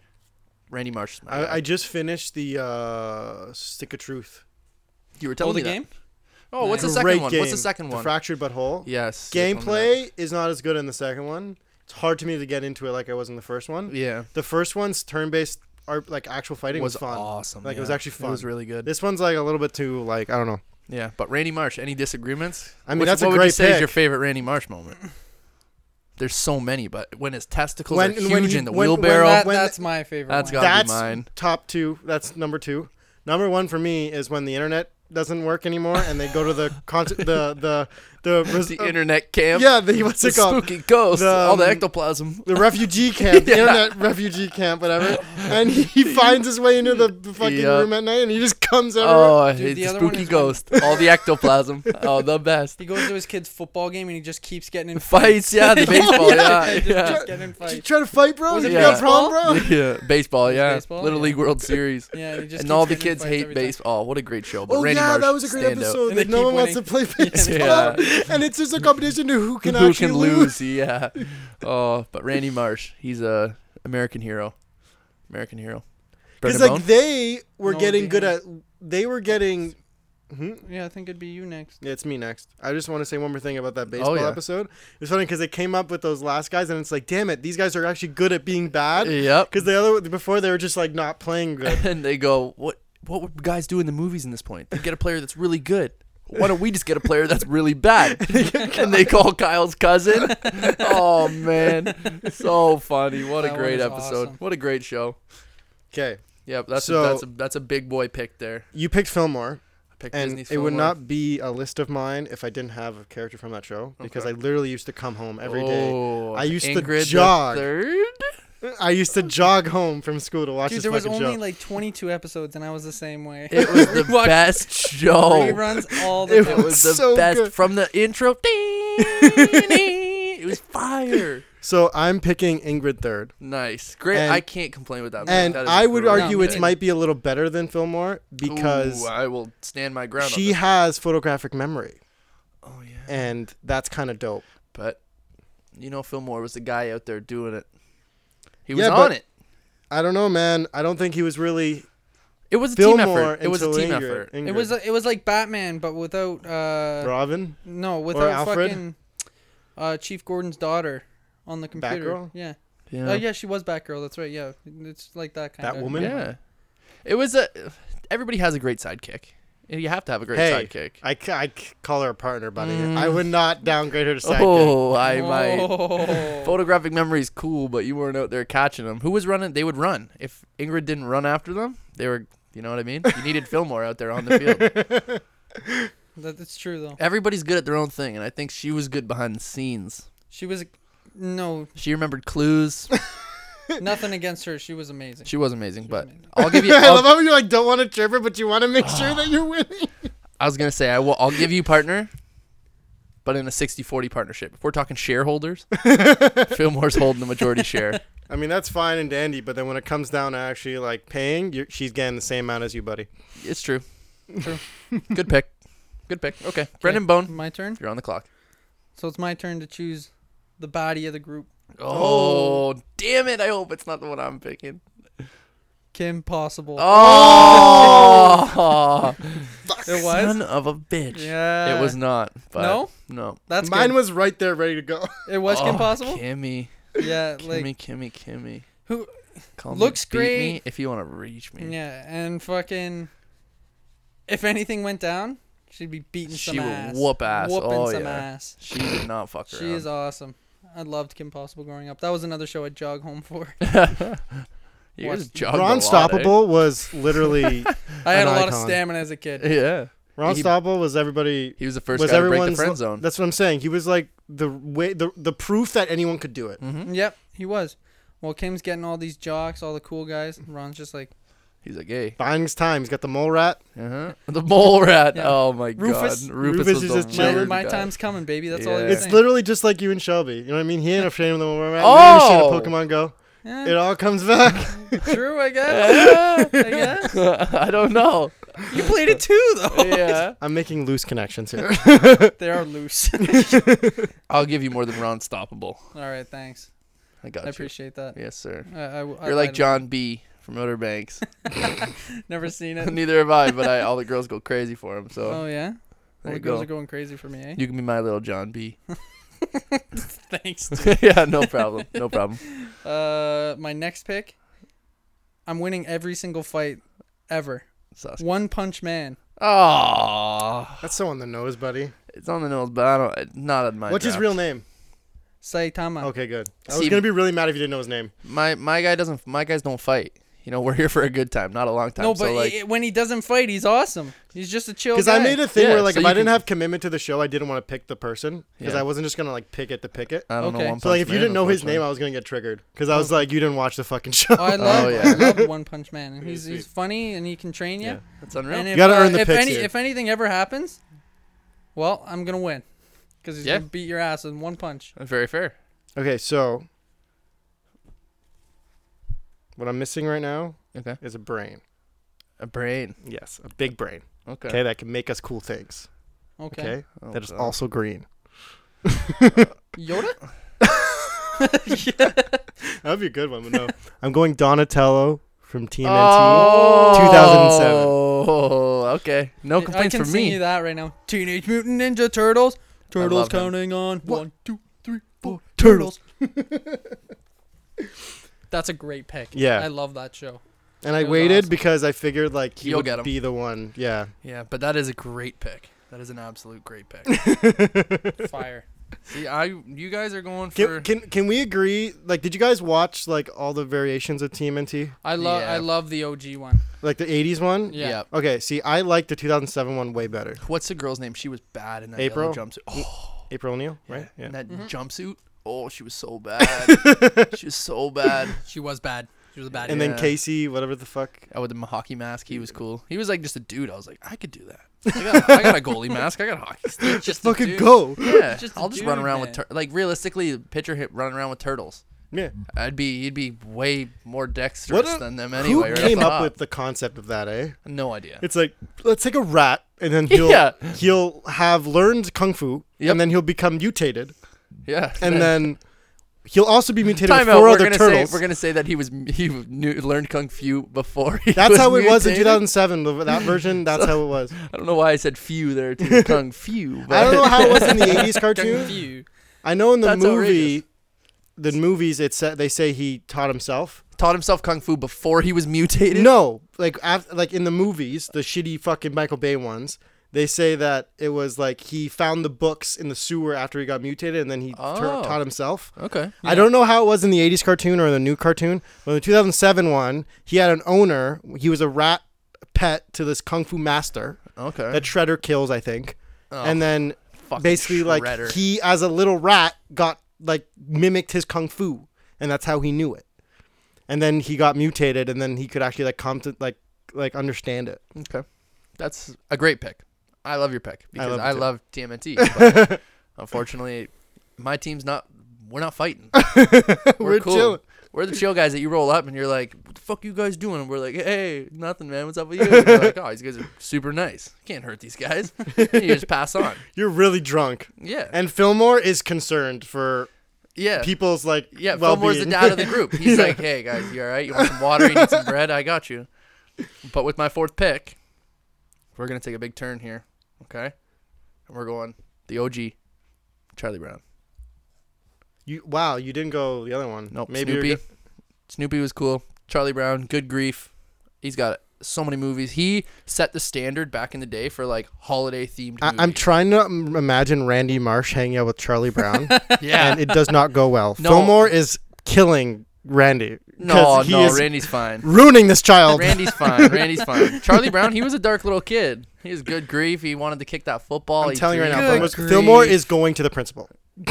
[SPEAKER 2] Randy Marsh. is my
[SPEAKER 1] [LAUGHS]
[SPEAKER 2] guy.
[SPEAKER 1] I, I just finished the uh, Stick of Truth.
[SPEAKER 2] you were telling
[SPEAKER 3] Hold Oh, the
[SPEAKER 2] me that.
[SPEAKER 3] game.
[SPEAKER 2] Oh, what's the
[SPEAKER 1] Great
[SPEAKER 2] second one?
[SPEAKER 1] game.
[SPEAKER 2] What's the second one?
[SPEAKER 1] The Fractured But Whole.
[SPEAKER 2] yes. you told me
[SPEAKER 1] Gameplay is not as good in the second one. It's hard to me to get into it like I was in the first
[SPEAKER 2] that.
[SPEAKER 1] one.
[SPEAKER 2] Yeah.
[SPEAKER 1] The first one's turn-based, ar- like actual fighting was,
[SPEAKER 2] was
[SPEAKER 1] fun.
[SPEAKER 2] awesome.
[SPEAKER 1] Like, it was
[SPEAKER 2] yeah.
[SPEAKER 1] actually
[SPEAKER 2] It was
[SPEAKER 1] fun.
[SPEAKER 2] really good.
[SPEAKER 1] This one's like a little bit too like I don't know.
[SPEAKER 2] Yeah, but Randy Marsh. Any disagreements?
[SPEAKER 1] I mean,
[SPEAKER 2] Which-
[SPEAKER 1] that's a
[SPEAKER 2] what would you
[SPEAKER 1] great
[SPEAKER 2] say is your
[SPEAKER 1] pick.
[SPEAKER 2] favorite Randy Marsh moment? There's so many, but when his testicles
[SPEAKER 1] When-
[SPEAKER 2] are huge
[SPEAKER 1] when he-
[SPEAKER 2] in the
[SPEAKER 1] when- when
[SPEAKER 2] wheelbarrow,
[SPEAKER 3] That,
[SPEAKER 1] when-
[SPEAKER 3] that's my favorite.
[SPEAKER 2] That's
[SPEAKER 3] one.
[SPEAKER 2] gotta be
[SPEAKER 1] That's
[SPEAKER 2] mine.
[SPEAKER 1] top two. That's number two.
[SPEAKER 2] [LAUGHS]
[SPEAKER 1] Number one for me is when the internet doesn't work anymore and they go to the concert, the the the, res- uh,
[SPEAKER 2] the internet camp.
[SPEAKER 1] yeah, the, what's
[SPEAKER 2] the
[SPEAKER 1] it called?
[SPEAKER 2] spooky ghost.
[SPEAKER 1] The,
[SPEAKER 2] all the
[SPEAKER 1] um,
[SPEAKER 2] ectoplasm.
[SPEAKER 1] the
[SPEAKER 2] [LAUGHS]
[SPEAKER 1] refugee camp, the
[SPEAKER 2] Yeah.
[SPEAKER 1] internet refugee camp, whatever. And he,
[SPEAKER 2] [LAUGHS]
[SPEAKER 1] he finds his way into the the fucking
[SPEAKER 2] Yep.
[SPEAKER 1] room at night, and he just comes out.
[SPEAKER 2] Oh, I
[SPEAKER 3] Dude,
[SPEAKER 2] hate
[SPEAKER 3] the
[SPEAKER 2] the
[SPEAKER 3] other one
[SPEAKER 2] spooky
[SPEAKER 3] is when-
[SPEAKER 2] ghost. all the
[SPEAKER 3] [LAUGHS]
[SPEAKER 2] ectoplasm. Oh, the best.
[SPEAKER 3] He goes to his kid's football game and he just keeps getting in
[SPEAKER 2] Fights, yeah,
[SPEAKER 3] [LAUGHS]
[SPEAKER 2] the baseball, yeah, [LAUGHS]
[SPEAKER 3] just
[SPEAKER 2] yeah.
[SPEAKER 3] keeps [LAUGHS] getting in
[SPEAKER 1] Did you
[SPEAKER 3] fights.
[SPEAKER 1] try to fight, bro?
[SPEAKER 3] Was
[SPEAKER 1] Did
[SPEAKER 2] it
[SPEAKER 1] you got
[SPEAKER 3] baseball?
[SPEAKER 1] prom, bro?
[SPEAKER 2] [LAUGHS] yeah, baseball, yeah.
[SPEAKER 3] baseball,
[SPEAKER 2] Little
[SPEAKER 3] yeah.
[SPEAKER 2] League
[SPEAKER 3] [LAUGHS]
[SPEAKER 2] World Series.
[SPEAKER 3] Yeah, he just
[SPEAKER 2] and
[SPEAKER 3] keeps
[SPEAKER 2] all the
[SPEAKER 3] getting in
[SPEAKER 2] kids
[SPEAKER 3] fights
[SPEAKER 2] hate
[SPEAKER 3] every time.
[SPEAKER 2] baseball. what a great show. But
[SPEAKER 1] Oh
[SPEAKER 2] Randy
[SPEAKER 1] yeah,
[SPEAKER 2] Marsh,
[SPEAKER 1] that was a great
[SPEAKER 2] standout.
[SPEAKER 1] episode.
[SPEAKER 3] And they
[SPEAKER 1] That no
[SPEAKER 3] keep
[SPEAKER 1] one wants to play baseball,
[SPEAKER 2] Yeah.
[SPEAKER 1] and it's just a competition to who can
[SPEAKER 2] Who
[SPEAKER 1] actually
[SPEAKER 2] can lose? [LAUGHS] Yeah. Oh, but Randy Marsh, he's a American hero. American hero.
[SPEAKER 1] Because
[SPEAKER 2] Brendan
[SPEAKER 1] like
[SPEAKER 2] Bone?
[SPEAKER 1] they were
[SPEAKER 3] No,
[SPEAKER 1] getting
[SPEAKER 3] they-
[SPEAKER 1] good at, they were getting. Hmm?
[SPEAKER 3] Yeah, I think it'd be you next.
[SPEAKER 1] Yeah, it's me next. I just want to say one more thing about that baseball
[SPEAKER 2] yeah.
[SPEAKER 1] episode. It's funny because they came up with those last guys, and it's like, damn it, these guys are actually good at being bad.
[SPEAKER 2] Yep.
[SPEAKER 1] Because the other before they were just like not playing
[SPEAKER 2] [LAUGHS]
[SPEAKER 1] good.
[SPEAKER 2] and they go, "What? What would guys do in the movies in this point? They get a player that's really good. Why don't we just get a player that's
[SPEAKER 1] [LAUGHS]
[SPEAKER 2] really bad?" and they call Kyle's cousin. oh man, so funny! What
[SPEAKER 3] That
[SPEAKER 2] a
[SPEAKER 3] one
[SPEAKER 2] great
[SPEAKER 3] is
[SPEAKER 2] episode!
[SPEAKER 3] awesome.
[SPEAKER 2] What a great show!
[SPEAKER 1] Okay,
[SPEAKER 2] Yep, that's
[SPEAKER 1] So-
[SPEAKER 2] a, that's a, that's a big boy pick there.
[SPEAKER 1] you picked Fillmore,
[SPEAKER 2] I picked
[SPEAKER 1] and
[SPEAKER 2] Disney's
[SPEAKER 1] it would
[SPEAKER 2] Fillmore.
[SPEAKER 1] not be a list of mine if I didn't have a character from that show because
[SPEAKER 2] Okay.
[SPEAKER 1] I literally used to come home every day.
[SPEAKER 2] Oh,
[SPEAKER 1] I used to
[SPEAKER 2] Ingrid the
[SPEAKER 1] jog.
[SPEAKER 2] third?
[SPEAKER 1] I used to jog home from school to watch
[SPEAKER 3] Dude,
[SPEAKER 1] this
[SPEAKER 3] there was
[SPEAKER 1] fucking
[SPEAKER 3] only
[SPEAKER 1] show.
[SPEAKER 3] like 22 episodes and I was the same way.
[SPEAKER 2] It
[SPEAKER 1] [LAUGHS]
[SPEAKER 2] was the
[SPEAKER 3] Watch
[SPEAKER 2] best show. [LAUGHS]
[SPEAKER 3] Reruns all the
[SPEAKER 1] It
[SPEAKER 2] It
[SPEAKER 3] time.
[SPEAKER 2] was the
[SPEAKER 1] So
[SPEAKER 2] best
[SPEAKER 1] good.
[SPEAKER 2] from the
[SPEAKER 1] [LAUGHS]
[SPEAKER 2] intro. it was fire.
[SPEAKER 1] so I'm picking Ingrid third.
[SPEAKER 2] Nice, great.
[SPEAKER 1] And-
[SPEAKER 2] I can't complain with that. movie.
[SPEAKER 1] And
[SPEAKER 2] That is a
[SPEAKER 1] I would
[SPEAKER 2] great
[SPEAKER 1] argue
[SPEAKER 3] pick.
[SPEAKER 1] it might be a little better than Fillmore because
[SPEAKER 2] Ooh, I will stand my ground.
[SPEAKER 1] she
[SPEAKER 2] on this.
[SPEAKER 1] has photographic memory,
[SPEAKER 2] oh yeah,
[SPEAKER 1] and that's kind of dope.
[SPEAKER 2] but you know, Fillmore was the guy out there doing it. He was
[SPEAKER 1] Yeah,
[SPEAKER 2] on
[SPEAKER 1] but-
[SPEAKER 2] it.
[SPEAKER 1] I don't know, man. I don't think he was really
[SPEAKER 2] It was a team
[SPEAKER 1] Fillmore.
[SPEAKER 2] effort. It was a
[SPEAKER 1] until
[SPEAKER 2] team
[SPEAKER 1] Ingrid-
[SPEAKER 2] effort.
[SPEAKER 1] Ingrid.
[SPEAKER 3] It was it was like Batman but without uh
[SPEAKER 1] Robin.
[SPEAKER 3] no, without
[SPEAKER 1] Alfred?
[SPEAKER 3] fucking uh Chief Gordon's daughter on the computer.
[SPEAKER 1] Batgirl?
[SPEAKER 3] Yeah.
[SPEAKER 2] Yeah.
[SPEAKER 3] Oh yeah, she was Batgirl, that's right. Yeah. It's like that kind
[SPEAKER 1] That
[SPEAKER 3] of
[SPEAKER 1] woman?
[SPEAKER 2] Yeah. It was a. Everybody has a great sidekick. You have to have a great
[SPEAKER 1] Hey,
[SPEAKER 2] sidekick.
[SPEAKER 1] I, ca- I c- call her a partner, buddy.
[SPEAKER 2] Mm.
[SPEAKER 1] I would not downgrade her to sidekick.
[SPEAKER 2] Oh, I might. [LAUGHS]
[SPEAKER 3] Oh.
[SPEAKER 2] Photographic memory's cool, but you weren't out there catching them. Who was running? They would run. If Ingrid didn't run after them, they were. You know what I mean? You needed Fillmore out there on the field.
[SPEAKER 1] [LAUGHS]
[SPEAKER 3] That, that's true though.
[SPEAKER 2] Everybody's good at their own thing, and I think she was good behind the scenes.
[SPEAKER 3] She was no,
[SPEAKER 2] She remembered clues.
[SPEAKER 3] nothing against her. She was amazing.
[SPEAKER 2] She was amazing, but
[SPEAKER 3] amazing.
[SPEAKER 2] I'll give
[SPEAKER 1] [LAUGHS]
[SPEAKER 2] you.
[SPEAKER 1] [LAUGHS] I love
[SPEAKER 2] I'll,
[SPEAKER 1] how you like don't want to trip her, but you want to make sure
[SPEAKER 2] [SIGHS]
[SPEAKER 1] that you're winning.
[SPEAKER 2] I was gonna say I will. I'll give you partner, but in a 60-40 partnership. If we're talking shareholders,
[SPEAKER 1] [LAUGHS]
[SPEAKER 2] Fillmore's holding the majority share.
[SPEAKER 1] I mean, that's fine and dandy, but then when it comes down to actually like paying, you're, she's getting the same amount as you, buddy.
[SPEAKER 2] It's true.
[SPEAKER 3] True.
[SPEAKER 2] Good pick. Good pick. Okay, Brendan Bone,
[SPEAKER 3] My turn.
[SPEAKER 2] you're on the clock.
[SPEAKER 3] So it's my turn to choose the body of the group.
[SPEAKER 2] Oh, damn it! I hope it's not the one I'm picking.
[SPEAKER 3] Kim Possible.
[SPEAKER 2] Oh,
[SPEAKER 3] [LAUGHS] it
[SPEAKER 2] son
[SPEAKER 3] was.
[SPEAKER 2] of a bitch.
[SPEAKER 3] Yeah.
[SPEAKER 2] It was not. But
[SPEAKER 3] No?
[SPEAKER 2] No.
[SPEAKER 3] That's
[SPEAKER 1] Mine
[SPEAKER 3] good.
[SPEAKER 1] was right there, ready to go. [LAUGHS]
[SPEAKER 3] It was Kim
[SPEAKER 2] Oh,
[SPEAKER 3] Possible.
[SPEAKER 2] Kimmy.
[SPEAKER 3] Yeah,
[SPEAKER 2] Kimmy,
[SPEAKER 3] like
[SPEAKER 2] Kimmy, Kimmy.
[SPEAKER 3] who?
[SPEAKER 2] Call me,
[SPEAKER 3] Looks
[SPEAKER 2] beat
[SPEAKER 3] great.
[SPEAKER 2] Me if you want to reach me.
[SPEAKER 3] Yeah, and fucking. If anything went down, she'd be beating some
[SPEAKER 2] She would
[SPEAKER 3] ass.
[SPEAKER 2] whoop ass.
[SPEAKER 3] Whooping
[SPEAKER 2] Oh,
[SPEAKER 3] some
[SPEAKER 2] yeah.
[SPEAKER 3] ass.
[SPEAKER 2] She did not fuck around.
[SPEAKER 3] She is awesome. I loved Kim Possible growing up. That was another show I'd jog home for. [LAUGHS]
[SPEAKER 2] [LAUGHS] you guys
[SPEAKER 3] Watch-
[SPEAKER 2] jogged
[SPEAKER 1] Ron
[SPEAKER 2] a lot, eh?
[SPEAKER 1] Stoppable was
[SPEAKER 2] [LAUGHS]
[SPEAKER 1] literally
[SPEAKER 3] I had a
[SPEAKER 1] An
[SPEAKER 3] lot of
[SPEAKER 1] icon.
[SPEAKER 3] stamina as a kid.
[SPEAKER 2] Yeah.
[SPEAKER 1] Ron
[SPEAKER 2] He-
[SPEAKER 1] Stoppable was everybody
[SPEAKER 2] He was the first
[SPEAKER 1] was
[SPEAKER 2] guy to break the
[SPEAKER 1] everyone's
[SPEAKER 2] friend zone.
[SPEAKER 1] That's what I'm saying. He was like the way the the proof that anyone could do it.
[SPEAKER 2] hmm
[SPEAKER 3] Yep, he was. Well, Kim's getting all these jocks, all the cool guys. and Ron's just like,
[SPEAKER 2] He's like, hey.
[SPEAKER 1] Buying his time. He's got the mole rat.
[SPEAKER 2] Uh-huh. [LAUGHS] The mole rat.
[SPEAKER 3] Yeah.
[SPEAKER 2] Oh, my
[SPEAKER 1] Rufus-
[SPEAKER 2] God.
[SPEAKER 1] Rufus
[SPEAKER 2] was
[SPEAKER 1] is
[SPEAKER 2] the
[SPEAKER 1] just
[SPEAKER 3] my,
[SPEAKER 1] chilling.
[SPEAKER 2] weird
[SPEAKER 3] my
[SPEAKER 2] guy.
[SPEAKER 3] time's coming, baby. That's all he
[SPEAKER 2] Yeah.
[SPEAKER 3] was
[SPEAKER 1] It's
[SPEAKER 3] saying.
[SPEAKER 1] literally just like you and Shelby. You know what I mean? He ain't afraid of the mole rat. Oh!
[SPEAKER 2] Oh!
[SPEAKER 1] Neither should a Pokemon Go.
[SPEAKER 3] Eh,
[SPEAKER 1] It all comes
[SPEAKER 2] [LAUGHS]
[SPEAKER 1] back.
[SPEAKER 3] true, I guess.
[SPEAKER 2] Yeah.
[SPEAKER 3] I guess.
[SPEAKER 2] [LAUGHS] I don't
[SPEAKER 3] [LAUGHS]
[SPEAKER 2] know.
[SPEAKER 3] You played it too, though.
[SPEAKER 2] Yeah.
[SPEAKER 1] I'm making loose connections
[SPEAKER 2] [LAUGHS]
[SPEAKER 1] here.
[SPEAKER 3] They are loose.
[SPEAKER 2] I'll give you more than Ron Stoppable.
[SPEAKER 3] all right, thanks.
[SPEAKER 2] I got
[SPEAKER 3] I
[SPEAKER 2] you.
[SPEAKER 3] appreciate that.
[SPEAKER 2] Yes, sir.
[SPEAKER 3] I, I, I-
[SPEAKER 2] You're like
[SPEAKER 3] I'd
[SPEAKER 2] John B. from Outer
[SPEAKER 3] [LAUGHS]
[SPEAKER 2] Banks. [LAUGHS]
[SPEAKER 3] Never seen it.
[SPEAKER 2] Neither have I, but I, all the girls go crazy for him. So
[SPEAKER 3] Oh
[SPEAKER 2] there
[SPEAKER 3] yeah. All the
[SPEAKER 2] you
[SPEAKER 3] girls
[SPEAKER 2] go.
[SPEAKER 3] are going crazy for me, eh?
[SPEAKER 2] You can be my little John B.
[SPEAKER 3] [LAUGHS] Thanks.
[SPEAKER 2] yeah, no problem. No problem.
[SPEAKER 3] Uh, my next pick. I'm winning every single fight ever.
[SPEAKER 2] Sasuke.
[SPEAKER 3] One Punch Man.
[SPEAKER 2] Oh,
[SPEAKER 1] That's so on the nose, buddy.
[SPEAKER 2] it's on the nose, but I don't. Not on my.
[SPEAKER 1] What's his
[SPEAKER 2] draft.
[SPEAKER 1] real name?
[SPEAKER 3] Saitama.
[SPEAKER 1] Okay, good. I was
[SPEAKER 2] See-
[SPEAKER 1] gonna be really mad if you didn't know his name.
[SPEAKER 2] My my guy doesn't. My guys don't fight. You know, we're here for a good time, not a long time.
[SPEAKER 3] no,
[SPEAKER 2] So,
[SPEAKER 3] but
[SPEAKER 2] like,
[SPEAKER 3] i- when he doesn't fight, he's awesome. He's just a chill.
[SPEAKER 1] Because
[SPEAKER 3] guy.
[SPEAKER 1] I made a thing
[SPEAKER 2] Yeah,
[SPEAKER 1] where like
[SPEAKER 2] so
[SPEAKER 1] if
[SPEAKER 2] you
[SPEAKER 1] I didn't
[SPEAKER 2] can-
[SPEAKER 1] have commitment to the show, I didn't want to pick the person because
[SPEAKER 2] Yeah.
[SPEAKER 1] I wasn't just gonna like pick it to pick it.
[SPEAKER 2] I don't
[SPEAKER 3] Okay.
[SPEAKER 2] know. One
[SPEAKER 1] so like
[SPEAKER 2] Punch
[SPEAKER 1] if you
[SPEAKER 2] Man,
[SPEAKER 1] didn't know his name,
[SPEAKER 2] unfortunately.
[SPEAKER 1] I was gonna get triggered because I was like, you didn't watch the fucking [LAUGHS] show.
[SPEAKER 2] [LAUGHS]
[SPEAKER 3] Oh, I love,
[SPEAKER 2] yeah.
[SPEAKER 3] I love One Punch Man. And he's
[SPEAKER 1] He's
[SPEAKER 3] he's
[SPEAKER 1] sweet.
[SPEAKER 3] funny and he can train you.
[SPEAKER 2] yeah, that's unreal.
[SPEAKER 3] And if, uh,
[SPEAKER 1] gotta earn the
[SPEAKER 3] if
[SPEAKER 1] picks
[SPEAKER 3] any
[SPEAKER 1] here.
[SPEAKER 3] if anything ever happens, well, I'm gonna win because he's
[SPEAKER 2] Yeah.
[SPEAKER 3] gonna beat your ass in one punch.
[SPEAKER 2] Very fair.
[SPEAKER 1] okay, so what I'm missing right now
[SPEAKER 2] Okay,
[SPEAKER 1] is a brain.
[SPEAKER 2] a brain.
[SPEAKER 1] Yes, a big brain.
[SPEAKER 2] Okay.
[SPEAKER 1] Okay, that can make us cool things.
[SPEAKER 3] Okay,
[SPEAKER 1] Okay,
[SPEAKER 2] Oh,
[SPEAKER 1] that is
[SPEAKER 2] God.
[SPEAKER 1] also green.
[SPEAKER 3] Yoda.
[SPEAKER 1] That'd be a good one, but no. [LAUGHS] I'm going Donatello from Team NT.
[SPEAKER 2] Oh,
[SPEAKER 1] 2007.
[SPEAKER 2] Okay, no
[SPEAKER 3] I-
[SPEAKER 2] complaints
[SPEAKER 3] I can
[SPEAKER 2] from
[SPEAKER 3] sing
[SPEAKER 2] me.
[SPEAKER 3] you that right now. Teenage Mutant Ninja Turtles. Turtles
[SPEAKER 2] love them.
[SPEAKER 3] counting on one,
[SPEAKER 1] One,
[SPEAKER 3] two, three, four.
[SPEAKER 1] Turtles.
[SPEAKER 3] That's a great pick.
[SPEAKER 1] Yeah.
[SPEAKER 3] I love that [LAUGHS] show.
[SPEAKER 1] And I
[SPEAKER 3] It was
[SPEAKER 1] waited
[SPEAKER 3] awesome.
[SPEAKER 1] because I figured like he
[SPEAKER 2] You'll
[SPEAKER 1] would
[SPEAKER 2] get 'em.
[SPEAKER 1] be the one. Yeah.
[SPEAKER 2] Yeah, but that is a great pick. That is an absolute great pick.
[SPEAKER 3] Fire.
[SPEAKER 2] See, I you guys are going for
[SPEAKER 1] Can, can can we agree? Like, did you guys watch like all the variations of TMNT,
[SPEAKER 3] I love
[SPEAKER 2] Yeah.
[SPEAKER 3] I love the OG one.
[SPEAKER 1] like the '80s one?
[SPEAKER 3] Yeah.
[SPEAKER 2] Yeah.
[SPEAKER 1] Okay, see, I like the 2007 one way better.
[SPEAKER 2] What's the girl's name? She was bad in that
[SPEAKER 1] April?
[SPEAKER 2] yellow jumpsuit. Oh,
[SPEAKER 1] April O'Neil,
[SPEAKER 2] yeah.
[SPEAKER 1] right?
[SPEAKER 2] In
[SPEAKER 1] Yeah.
[SPEAKER 2] that
[SPEAKER 3] Mhm.
[SPEAKER 2] jumpsuit. Oh, she was so bad. she was so bad.
[SPEAKER 3] She was bad. She was a bad.
[SPEAKER 1] And
[SPEAKER 2] Yeah.
[SPEAKER 1] then Casey, whatever the fuck.
[SPEAKER 2] Oh, with the hockey mask, he was cool. He was like just a dude. I was like, I could do that. I got, I got a goalie mask. I got a hockey stick.
[SPEAKER 3] [LAUGHS] Just, just a
[SPEAKER 1] Fucking
[SPEAKER 3] dude.
[SPEAKER 1] go.
[SPEAKER 2] Yeah,
[SPEAKER 3] Just a
[SPEAKER 2] I'll just run
[SPEAKER 3] dude,
[SPEAKER 2] around
[SPEAKER 3] man.
[SPEAKER 2] with tur- like realistically, picture him running around with turtles.
[SPEAKER 1] Yeah.
[SPEAKER 2] I'd be he'd be way more dexterous
[SPEAKER 1] What a-
[SPEAKER 2] than them
[SPEAKER 1] Who
[SPEAKER 2] anyway. right off
[SPEAKER 1] came
[SPEAKER 2] the
[SPEAKER 1] up
[SPEAKER 2] top.
[SPEAKER 1] with the concept of that? Eh.
[SPEAKER 2] No idea.
[SPEAKER 1] It's like let's take a rat, and then
[SPEAKER 2] [LAUGHS]
[SPEAKER 1] he'll
[SPEAKER 2] Yeah.
[SPEAKER 1] he'll have learned kung fu,
[SPEAKER 2] Yep.
[SPEAKER 1] and then he'll become
[SPEAKER 2] [LAUGHS]
[SPEAKER 1] mutated,
[SPEAKER 2] Yeah,
[SPEAKER 1] and then he'll also be mutated
[SPEAKER 2] Time
[SPEAKER 1] with
[SPEAKER 2] out.
[SPEAKER 1] four
[SPEAKER 2] We're
[SPEAKER 1] other
[SPEAKER 2] gonna
[SPEAKER 1] turtles.
[SPEAKER 2] say we're gonna say that he was he knew, learned kung fu before. He [LAUGHS]
[SPEAKER 1] that's
[SPEAKER 2] was
[SPEAKER 1] how it was in
[SPEAKER 2] mutated.
[SPEAKER 1] 2007. the- That
[SPEAKER 2] [LAUGHS]
[SPEAKER 1] version. That's how it was.
[SPEAKER 2] I don't know why I said few
[SPEAKER 1] [LAUGHS]
[SPEAKER 2] there too. kung fu. But
[SPEAKER 1] I
[SPEAKER 2] [LAUGHS]
[SPEAKER 1] don't know how it was in the 80s cartoon.
[SPEAKER 3] Confused.
[SPEAKER 1] I know in the
[SPEAKER 2] That's
[SPEAKER 1] movie, the movies, it sa- they say he taught himself.
[SPEAKER 2] taught himself kung fu before he was mutated.
[SPEAKER 1] No, like af- like in the movies, the shitty fucking Michael Bay ones, they say that it was like he found the books in the sewer after he got mutated, and then he tur-
[SPEAKER 2] Oh.
[SPEAKER 1] taught himself.
[SPEAKER 2] Okay.
[SPEAKER 1] I don't know how it was in the 80s cartoon or the new cartoon, but in the 2007 one, he had an owner. He was a rat pet to this kung fu master
[SPEAKER 2] Okay.
[SPEAKER 1] that Shredder kills, I think.
[SPEAKER 2] Oh,
[SPEAKER 1] and then
[SPEAKER 2] fucking
[SPEAKER 1] basically
[SPEAKER 2] shredder.
[SPEAKER 1] like he as a little rat got like mimicked his kung fu and that's how he knew it and then he got mutated and then he could actually like come to like like understand it [LAUGHS]
[SPEAKER 2] okay. That's a great pick. I love your pick because I
[SPEAKER 1] love
[SPEAKER 2] love,
[SPEAKER 1] it too. [LAUGHS]
[SPEAKER 2] TMNT. But unfortunately, my team's not. We're not fighting. We're,
[SPEAKER 1] We're
[SPEAKER 2] cool.
[SPEAKER 1] chilling.
[SPEAKER 2] We're the chill guys that you roll up and you're like, "What the fuck you guys doing?" And we're like, "Hey, nothing, man. What's up with you?" And you're like, "Oh, these guys are super nice. Can't hurt these guys." And [LAUGHS] you just pass on.
[SPEAKER 1] [LAUGHS] you're really drunk
[SPEAKER 2] Yeah.
[SPEAKER 1] and fillmore is concerned for
[SPEAKER 2] yeah.
[SPEAKER 1] people's like
[SPEAKER 2] Yeah,
[SPEAKER 1] well
[SPEAKER 2] Fillmore's the dad of the group. He's like, hey, guys, you all right? You want some water? You need some bread? I got you. But with my fourth pick, we're going to take a big turn here, okay? And we're going the OG, Charlie Brown.
[SPEAKER 1] [LAUGHS] you wow you didn't go the other one
[SPEAKER 2] Nope,
[SPEAKER 1] maybe you're
[SPEAKER 2] Snoopy.
[SPEAKER 1] go-
[SPEAKER 2] Snoopy was cool. Charlie Brown, good grief. He's got so many movies. He set the standard back in the day for like holiday themed
[SPEAKER 1] I- I'm trying to um, imagine Randy Marsh hanging out with Charlie Brown,
[SPEAKER 2] [LAUGHS] yeah.
[SPEAKER 1] and it does not go well.
[SPEAKER 2] No.
[SPEAKER 1] Fillmore is killing Randy. 'cause
[SPEAKER 2] no,
[SPEAKER 1] he
[SPEAKER 2] no,
[SPEAKER 1] is
[SPEAKER 2] Randy's fine.
[SPEAKER 1] ruining this child.
[SPEAKER 2] Randy's fine.
[SPEAKER 1] [LAUGHS]
[SPEAKER 2] Randy's fine. Charlie Brown, he was a dark little kid. He was good grief. He wanted to kick that football.
[SPEAKER 1] I'm
[SPEAKER 2] He
[SPEAKER 1] telling you right
[SPEAKER 2] threw-
[SPEAKER 1] now,
[SPEAKER 3] Good
[SPEAKER 1] Fillmore's-
[SPEAKER 3] grief.
[SPEAKER 1] Fillmore is going to the principal.
[SPEAKER 2] [LAUGHS]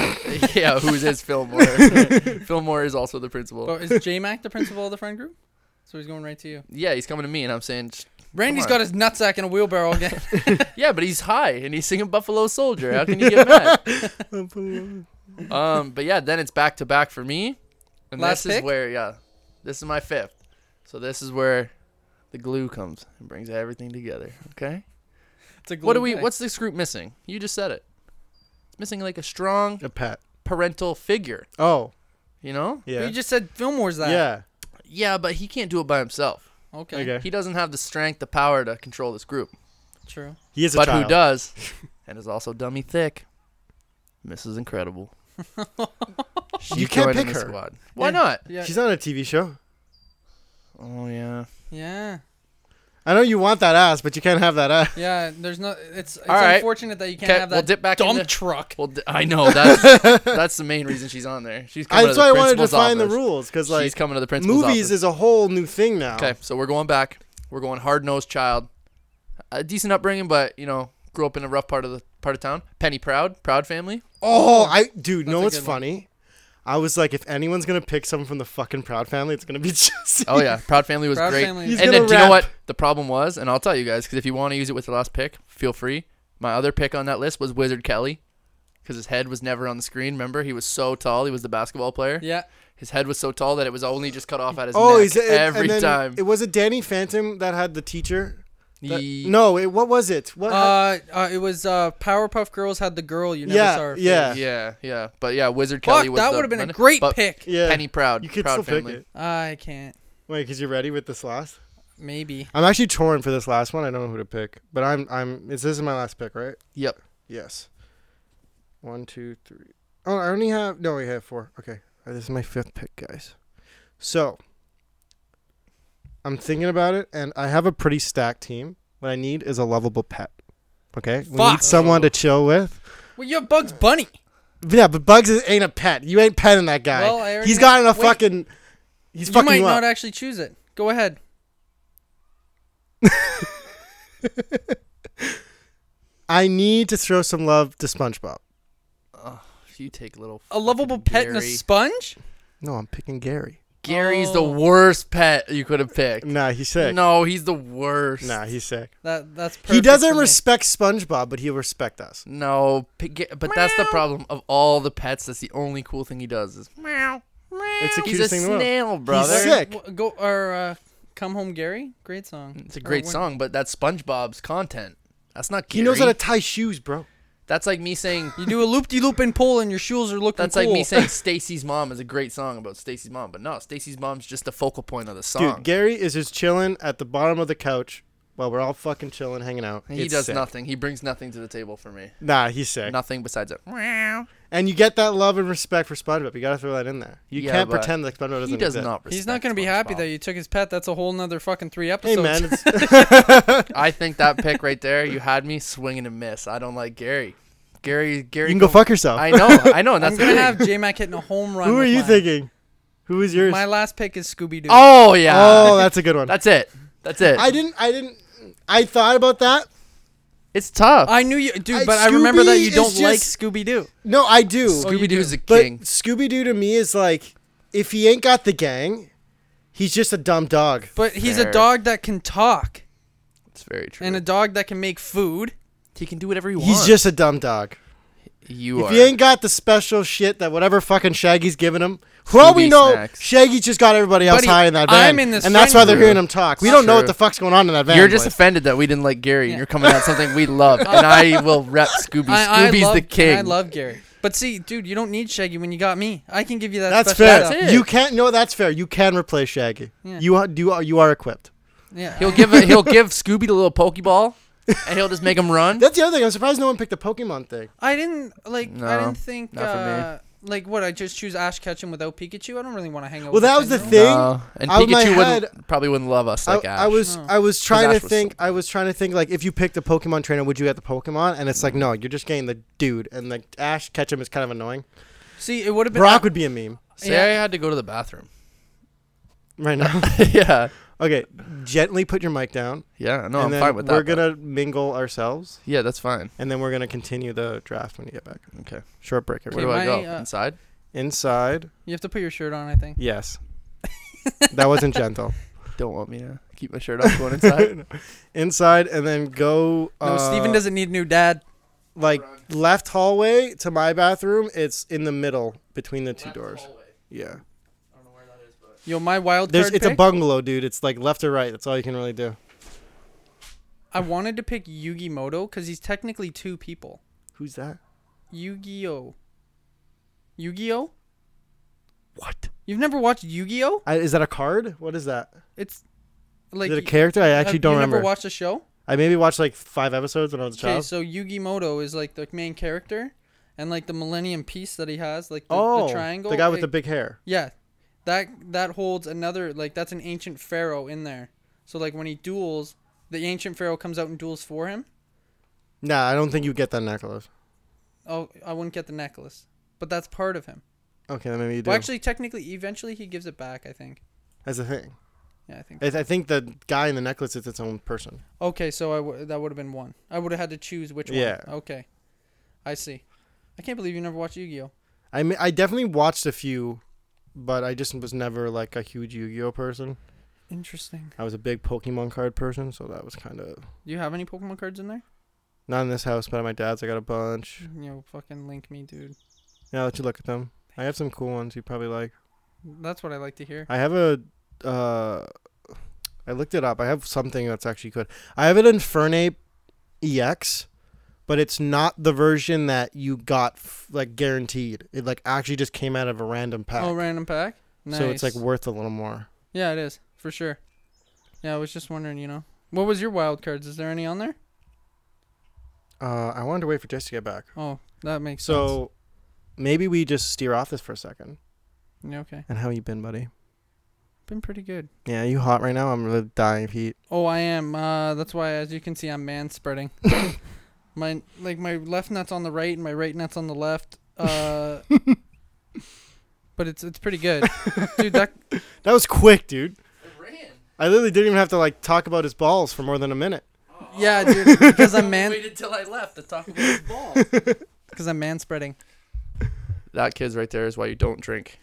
[SPEAKER 2] yeah, who's his
[SPEAKER 1] [LAUGHS]
[SPEAKER 2] Fillmore? [LAUGHS] Fillmore is also the principal.
[SPEAKER 3] But Oh, is J Mac the principal of the friend group? So he's going right to you.
[SPEAKER 2] yeah, he's coming to me, and I'm saying, "Sh-
[SPEAKER 3] Randy's
[SPEAKER 2] on.
[SPEAKER 3] got his nutsack in a wheelbarrow [LAUGHS] again.
[SPEAKER 2] yeah, but he's high and he's singing Buffalo Soldier. How can you get mad? um, but yeah, then it's back to back for me, and
[SPEAKER 3] Last
[SPEAKER 2] this
[SPEAKER 3] pick?
[SPEAKER 2] is where yeah, this is my fifth. So this is where the glue comes and brings everything together. Okay,
[SPEAKER 3] It's a
[SPEAKER 2] what do
[SPEAKER 3] glue
[SPEAKER 2] we?
[SPEAKER 3] guy.
[SPEAKER 2] What's this group missing? You just said it. It's missing like a strong
[SPEAKER 1] A pet.
[SPEAKER 2] parental figure.
[SPEAKER 1] Oh,
[SPEAKER 2] You know?
[SPEAKER 1] yeah.
[SPEAKER 3] You just said Fillmore's that.
[SPEAKER 1] yeah.
[SPEAKER 2] Yeah, but he can't do it by himself.
[SPEAKER 3] Okay.
[SPEAKER 1] Okay.
[SPEAKER 2] He doesn't have the strength, the power to control this group.
[SPEAKER 3] True.
[SPEAKER 1] He is a
[SPEAKER 2] but
[SPEAKER 1] child.
[SPEAKER 2] who does and is also dummy thick mrs incredible She
[SPEAKER 1] You can't
[SPEAKER 2] joined in
[SPEAKER 1] pick
[SPEAKER 2] the
[SPEAKER 1] her.
[SPEAKER 2] squad. why
[SPEAKER 3] Yeah.
[SPEAKER 2] not
[SPEAKER 3] Yeah.
[SPEAKER 1] She's on a TV show.
[SPEAKER 2] oh yeah
[SPEAKER 3] yeah.
[SPEAKER 1] I know you want that ass, but you can't have that ass.
[SPEAKER 3] Yeah, there's no. It's, it's
[SPEAKER 2] All right.
[SPEAKER 3] unfortunate that you can't
[SPEAKER 2] Okay,
[SPEAKER 3] have that
[SPEAKER 2] we'll dip back
[SPEAKER 3] dump
[SPEAKER 2] into-
[SPEAKER 3] truck.
[SPEAKER 2] Well, d- I
[SPEAKER 1] [LAUGHS]
[SPEAKER 2] know that's that's the main reason she's on there. She's coming
[SPEAKER 1] That's
[SPEAKER 2] to the
[SPEAKER 1] why I wanted to
[SPEAKER 2] principal's
[SPEAKER 1] find the
[SPEAKER 2] office.
[SPEAKER 1] rules because
[SPEAKER 2] she's
[SPEAKER 1] like
[SPEAKER 2] coming to the principal's
[SPEAKER 1] movies
[SPEAKER 2] office.
[SPEAKER 1] is a whole new thing now.
[SPEAKER 2] okay, so we're going back. We're going hard nosed child, a decent upbringing, but you know, grew up in a rough part of the part of town. Penny Proud, Proud family.
[SPEAKER 1] Oh, I dude,
[SPEAKER 3] That's
[SPEAKER 1] know
[SPEAKER 3] a
[SPEAKER 1] what's
[SPEAKER 3] good one.
[SPEAKER 1] funny? I was like, if anyone's gonna pick someone from the fucking Proud Family, it's gonna be [LAUGHS] Jesse.
[SPEAKER 2] Oh yeah, Proud family was
[SPEAKER 3] Proud
[SPEAKER 2] great.
[SPEAKER 3] Family
[SPEAKER 2] And
[SPEAKER 3] is-
[SPEAKER 1] He's
[SPEAKER 2] then
[SPEAKER 1] gonna
[SPEAKER 2] do you know
[SPEAKER 1] rap.
[SPEAKER 2] what the problem was? And I'll tell you guys because if you want to use it with the last pick, feel free. My other pick on that list was Wizard Kelly, because his head was never on the screen. Remember, he was so tall. He was the basketball player.
[SPEAKER 3] Yeah,
[SPEAKER 2] His head was so tall that it was only just cut off at his
[SPEAKER 1] Oh,
[SPEAKER 2] neck
[SPEAKER 1] he's it,
[SPEAKER 2] every
[SPEAKER 1] and then
[SPEAKER 2] time.
[SPEAKER 1] It was it Danny Phantom that had the teacher. That-
[SPEAKER 2] Ye-
[SPEAKER 1] no, it, what was it? What?
[SPEAKER 3] uh, uh, it was uh, Powerpuff Girls had the girl you never
[SPEAKER 1] Yeah,
[SPEAKER 3] saw. Her
[SPEAKER 1] yeah.
[SPEAKER 3] face.
[SPEAKER 2] Yeah, yeah, but yeah, Wizard Kelly
[SPEAKER 3] Fuck,
[SPEAKER 2] was
[SPEAKER 3] that
[SPEAKER 2] the
[SPEAKER 3] would have been a
[SPEAKER 2] winner,
[SPEAKER 3] great
[SPEAKER 2] but
[SPEAKER 3] pick.
[SPEAKER 1] yeah,
[SPEAKER 2] Penny Proud,
[SPEAKER 1] You could
[SPEAKER 2] Proud
[SPEAKER 1] still
[SPEAKER 2] family.
[SPEAKER 1] pick it.
[SPEAKER 3] I can't.
[SPEAKER 1] Wait, because you're ready with this last.
[SPEAKER 3] Maybe.
[SPEAKER 1] I'm actually torn for this last one. I don't know who to pick, but I'm I'm. It's, this is my last pick, right?
[SPEAKER 2] Yep.
[SPEAKER 1] Yes. One, two, three. Oh, I only have no. We have four. Okay, Uh, this is my fifth pick, guys. So I'm thinking about it, and I have a pretty stacked team. What I need is a lovable pet. Okay, we
[SPEAKER 3] Fuck.
[SPEAKER 1] need someone to chill with.
[SPEAKER 3] Well, you have Bugs Bunny.
[SPEAKER 1] But yeah, but Bugs is, ain't a pet. You ain't petting that guy.
[SPEAKER 3] Well, I already
[SPEAKER 1] he's
[SPEAKER 3] know-
[SPEAKER 1] got enough
[SPEAKER 3] wait.
[SPEAKER 1] fucking. He's
[SPEAKER 3] You
[SPEAKER 1] fucking
[SPEAKER 3] might
[SPEAKER 1] you up.
[SPEAKER 3] not actually choose it. Go ahead.
[SPEAKER 1] I need to throw some love to SpongeBob.
[SPEAKER 2] Oh, you take little.
[SPEAKER 3] A lovable
[SPEAKER 2] fucking
[SPEAKER 3] pet and a
[SPEAKER 2] Gary.
[SPEAKER 3] sponge.
[SPEAKER 1] No, I'm picking Gary.
[SPEAKER 2] Gary's the
[SPEAKER 3] Oh.
[SPEAKER 2] worst pet you could have picked.
[SPEAKER 1] Nah, he's sick.
[SPEAKER 2] No, he's the worst.
[SPEAKER 1] Nah, he's sick.
[SPEAKER 3] That that's. Perfect
[SPEAKER 1] He doesn't
[SPEAKER 3] for me.
[SPEAKER 1] respect SpongeBob, but he'll respect us.
[SPEAKER 2] No, p- ga- but that's the
[SPEAKER 3] Meow.
[SPEAKER 2] problem of all the pets. That's the only cool thing he does is meow.
[SPEAKER 1] It's the
[SPEAKER 2] He's
[SPEAKER 1] cutest
[SPEAKER 2] a
[SPEAKER 1] thing in the world.
[SPEAKER 2] snail, brother.
[SPEAKER 1] He's sick.
[SPEAKER 3] W- Go or uh, come home, Gary. Great song.
[SPEAKER 2] It's a
[SPEAKER 3] Or
[SPEAKER 2] great
[SPEAKER 3] when-
[SPEAKER 2] song, but that's SpongeBob's content. That's not
[SPEAKER 1] He
[SPEAKER 2] Gary.
[SPEAKER 1] knows how to tie shoes, bro.
[SPEAKER 2] that's like me saying
[SPEAKER 3] You do a loop de loop and pull, and your shoes are looking.
[SPEAKER 2] That's like me
[SPEAKER 3] cool.
[SPEAKER 2] saying Stacy's mom is a great song about Stacy's mom, but no, Stacy's mom's just the focal point of the song.
[SPEAKER 1] Dude, Gary is just chilling at the bottom of the couch while we're all fucking chilling, hanging out.
[SPEAKER 2] he
[SPEAKER 1] It's
[SPEAKER 2] does
[SPEAKER 1] sick.
[SPEAKER 2] nothing. He brings nothing to the table for me.
[SPEAKER 1] Nah, he's sick.
[SPEAKER 2] Nothing besides a meow.
[SPEAKER 1] And you get that love and respect for SpongeBob. You gotta throw that in there. You
[SPEAKER 2] Yeah,
[SPEAKER 1] can't
[SPEAKER 2] but
[SPEAKER 1] pretend that SpongeBob doesn't
[SPEAKER 2] He does
[SPEAKER 1] exist.
[SPEAKER 2] not.
[SPEAKER 3] He's not
[SPEAKER 2] going to
[SPEAKER 3] be happy that you took his pet. That's a whole nother fucking three
[SPEAKER 1] Hey
[SPEAKER 3] episodes.
[SPEAKER 1] man, it's,
[SPEAKER 2] [LAUGHS]
[SPEAKER 1] [LAUGHS]
[SPEAKER 3] [LAUGHS]
[SPEAKER 2] I think that pick right there, you had me swinging and miss. I don't like Gary. Gary,
[SPEAKER 1] you
[SPEAKER 2] Gary.
[SPEAKER 1] can go fuck yourself.
[SPEAKER 2] I know, I know. And
[SPEAKER 3] I'm
[SPEAKER 2] that's
[SPEAKER 3] gonna
[SPEAKER 2] the
[SPEAKER 3] have
[SPEAKER 2] thing.
[SPEAKER 3] J Mac hitting a home
[SPEAKER 1] [LAUGHS]
[SPEAKER 3] run.
[SPEAKER 1] Who are
[SPEAKER 3] with
[SPEAKER 1] you
[SPEAKER 3] mine.
[SPEAKER 1] thinking? Who is yours?
[SPEAKER 3] My last pick is Scooby Doo.
[SPEAKER 2] Oh yeah.
[SPEAKER 1] oh, that's a good one.
[SPEAKER 2] [LAUGHS] that's it. That's it.
[SPEAKER 1] I didn't. I didn't. I thought about that.
[SPEAKER 2] it's tough.
[SPEAKER 3] I knew you, dude.
[SPEAKER 1] I-
[SPEAKER 3] but I remember that
[SPEAKER 1] Scooby
[SPEAKER 3] you don't
[SPEAKER 1] is
[SPEAKER 3] like
[SPEAKER 1] just-
[SPEAKER 3] Scooby Doo.
[SPEAKER 1] No, I do.
[SPEAKER 3] Oh, you
[SPEAKER 2] Scooby Doo's
[SPEAKER 3] do.
[SPEAKER 2] a
[SPEAKER 1] but
[SPEAKER 2] king.
[SPEAKER 1] Scooby Doo to me is like, if he ain't got the gang, he's just a dumb dog.
[SPEAKER 3] But he's
[SPEAKER 2] Fair.
[SPEAKER 3] a dog that can talk
[SPEAKER 2] It's very true.
[SPEAKER 3] and a dog that can make food.
[SPEAKER 2] he can do whatever he wants.
[SPEAKER 1] He's just a dumb dog.
[SPEAKER 2] you
[SPEAKER 1] if
[SPEAKER 2] are.
[SPEAKER 1] he ain't got the special shit that whatever fucking Shaggy's giving him, for all we
[SPEAKER 2] Scooby
[SPEAKER 1] know,
[SPEAKER 2] snacks.
[SPEAKER 1] Shaggy just got everybody else
[SPEAKER 3] Buddy,
[SPEAKER 1] high in that van,
[SPEAKER 3] I'm in this
[SPEAKER 1] and that's why they're
[SPEAKER 2] friend
[SPEAKER 1] hearing
[SPEAKER 2] group.
[SPEAKER 1] him talk. We
[SPEAKER 2] That's
[SPEAKER 1] don't know what
[SPEAKER 2] true.
[SPEAKER 1] the fuck's going on in that van.
[SPEAKER 2] You're just
[SPEAKER 1] boys.
[SPEAKER 2] offended that we didn't like Gary, and
[SPEAKER 3] Yeah.
[SPEAKER 2] you're coming at something we love. And I will rep Scooby.
[SPEAKER 3] I, I
[SPEAKER 2] Scooby's
[SPEAKER 3] love,
[SPEAKER 2] the king.
[SPEAKER 3] I love Gary. But see, dude, you don't need Shaggy when you got me. I can give you that.
[SPEAKER 1] that's
[SPEAKER 3] special
[SPEAKER 1] fair.
[SPEAKER 3] stuff.
[SPEAKER 2] That's it.
[SPEAKER 1] You can't. No, that's fair. You can replace Shaggy.
[SPEAKER 3] Yeah.
[SPEAKER 1] You are, you are you are equipped.
[SPEAKER 3] Yeah.
[SPEAKER 2] He'll give he'll give Scooby the little Pokeball, and he'll just make him run.
[SPEAKER 1] That's [LAUGHS] the other thing. I'm surprised no one picked the Pokemon thing.
[SPEAKER 3] I didn't like. I
[SPEAKER 2] No,
[SPEAKER 3] didn't think.
[SPEAKER 2] not for me.
[SPEAKER 3] uh, Like what? I just choose Ash Ketchum without Pikachu. I don't really want to hang out.
[SPEAKER 1] Well,
[SPEAKER 3] with
[SPEAKER 1] that
[SPEAKER 3] a
[SPEAKER 1] was the
[SPEAKER 3] 10-year-old.
[SPEAKER 1] thing.
[SPEAKER 2] No. And
[SPEAKER 1] out of my
[SPEAKER 2] Pikachu
[SPEAKER 1] head-
[SPEAKER 2] wouldn't probably wouldn't love us like
[SPEAKER 1] I,
[SPEAKER 2] Ash.
[SPEAKER 1] I was
[SPEAKER 3] No.
[SPEAKER 1] I was trying
[SPEAKER 2] Ash
[SPEAKER 1] to
[SPEAKER 2] was
[SPEAKER 1] think. I was trying to think like if you picked a Pokemon trainer, would you get the Pokemon? And it's
[SPEAKER 2] Mm-hmm.
[SPEAKER 1] like no, you're just getting the dude. And like Ash Ketchum is kind of annoying.
[SPEAKER 3] See, it would have been.
[SPEAKER 1] Brock would be a meme
[SPEAKER 2] Say I had to go to the bathroom.
[SPEAKER 1] right
[SPEAKER 3] [LAUGHS]
[SPEAKER 1] now.
[SPEAKER 2] [LAUGHS] yeah,
[SPEAKER 1] okay, gently put your mic down.
[SPEAKER 2] yeah. No,
[SPEAKER 1] and
[SPEAKER 2] I'm
[SPEAKER 1] then
[SPEAKER 2] fine with that.
[SPEAKER 1] We're
[SPEAKER 2] but-
[SPEAKER 1] gonna mingle ourselves,
[SPEAKER 2] Yeah, that's fine.
[SPEAKER 1] and then we're gonna continue the draft when you get back.
[SPEAKER 2] Okay.
[SPEAKER 1] Short break. Everybody.
[SPEAKER 2] Where do I
[SPEAKER 3] my,
[SPEAKER 2] go?
[SPEAKER 3] uh,
[SPEAKER 2] Inside.
[SPEAKER 1] Inside.
[SPEAKER 3] You have to put your shirt on. I think. [LAUGHS]
[SPEAKER 1] Yes. that wasn't gentle.
[SPEAKER 2] Don't want me to keep my shirt off
[SPEAKER 1] [LAUGHS]
[SPEAKER 2] going inside.
[SPEAKER 1] Inside, and then go.
[SPEAKER 3] No,
[SPEAKER 1] Uh,
[SPEAKER 3] Steven doesn't need a new dad.
[SPEAKER 1] like left hallway to my bathroom. It's in the middle between the two doors. Yeah.
[SPEAKER 3] Yo, my wild
[SPEAKER 1] There's,
[SPEAKER 3] card
[SPEAKER 1] it's a
[SPEAKER 3] pick.
[SPEAKER 1] bungalow, dude. It's like left or right. That's all you can really do.
[SPEAKER 3] I wanted to pick Yugi Moto because he's technically two people.
[SPEAKER 1] Who's that?
[SPEAKER 3] Yu-Gi-Oh. Yu-Gi-Oh.
[SPEAKER 2] What?
[SPEAKER 3] You've never watched Yu-Gi-Oh?
[SPEAKER 1] I, is that a card? What is that? Is
[SPEAKER 3] It's like
[SPEAKER 1] it a character? I actually don't
[SPEAKER 3] you
[SPEAKER 1] remember.
[SPEAKER 3] Never watched the show?
[SPEAKER 1] I maybe watched like five episodes when I was a
[SPEAKER 3] Okay,
[SPEAKER 1] child.
[SPEAKER 3] so Yugi Moto is like the main character, and like the Millennium Piece that he has, like the,
[SPEAKER 1] oh,
[SPEAKER 3] the triangle.
[SPEAKER 1] guy with
[SPEAKER 3] it-
[SPEAKER 1] the big hair.
[SPEAKER 3] Yeah, that that holds another like that's an ancient pharaoh in there. So like when he duels, the ancient pharaoh comes out and duels for him.
[SPEAKER 1] Nah, I don't think you get that necklace.
[SPEAKER 3] Oh, I wouldn't get the necklace, but that's part of him.
[SPEAKER 1] Okay, then maybe you do.
[SPEAKER 3] Well, actually, technically, eventually he gives it back. I think.
[SPEAKER 1] That's the thing.
[SPEAKER 3] Yeah, I think.
[SPEAKER 1] I, I think the guy in the necklace is its own person.
[SPEAKER 3] Okay, so I w- that would have been one. I would have had to choose which one.
[SPEAKER 1] Yeah.
[SPEAKER 3] Okay, I see. I can't believe you never watched Yu-Gi-Oh.
[SPEAKER 1] I mean, I definitely watched a few, but I just was never like a huge Yu-Gi-Oh person.
[SPEAKER 3] Interesting.
[SPEAKER 1] I was a big Pokemon card person, so that was kind of
[SPEAKER 3] Do you have any Pokemon cards in there?
[SPEAKER 1] not in this house, but at my dad's. I got a bunch.
[SPEAKER 3] Yo, fucking link me, dude.
[SPEAKER 1] Yeah, I'll let you look at them. I have some cool ones you probably like.
[SPEAKER 3] That's what I like to hear.
[SPEAKER 1] I have a. Uh, I looked it up. I have something that's actually good. I have an Infernape EX, but it's not the version that you got f- like guaranteed. It like actually just came out of a random pack.
[SPEAKER 3] Oh, random pack. Nice.
[SPEAKER 1] So it's like worth a little more.
[SPEAKER 3] Yeah, it is for sure. Yeah, I was just wondering, you know, what was your wild cards? Is there any on there?
[SPEAKER 1] Uh, I wanted to wait for Jess to get back.
[SPEAKER 3] Oh, that makes sense.
[SPEAKER 1] So maybe we just steer off this for a second.
[SPEAKER 3] So yeah, okay,
[SPEAKER 1] And how you been, buddy?
[SPEAKER 3] been pretty good.
[SPEAKER 1] Yeah, you hot right now? I'm really dying of heat.
[SPEAKER 3] Oh, I am. Uh, that's why, as you can see, I'm man spreading. my like my left nut's on the right, and my right nut's on the left. Uh, but it's it's pretty good, dude. That
[SPEAKER 1] That was quick, dude.
[SPEAKER 2] It ran.
[SPEAKER 1] I literally didn't even have to like talk about his balls for more than a minute.
[SPEAKER 3] yeah, dude, because I'm man
[SPEAKER 2] Waited till I left to talk about
[SPEAKER 1] [LAUGHS]
[SPEAKER 2] his ball.
[SPEAKER 3] because I'm man spreading.
[SPEAKER 2] that kid's right there is why you
[SPEAKER 1] [LAUGHS]
[SPEAKER 2] don't drink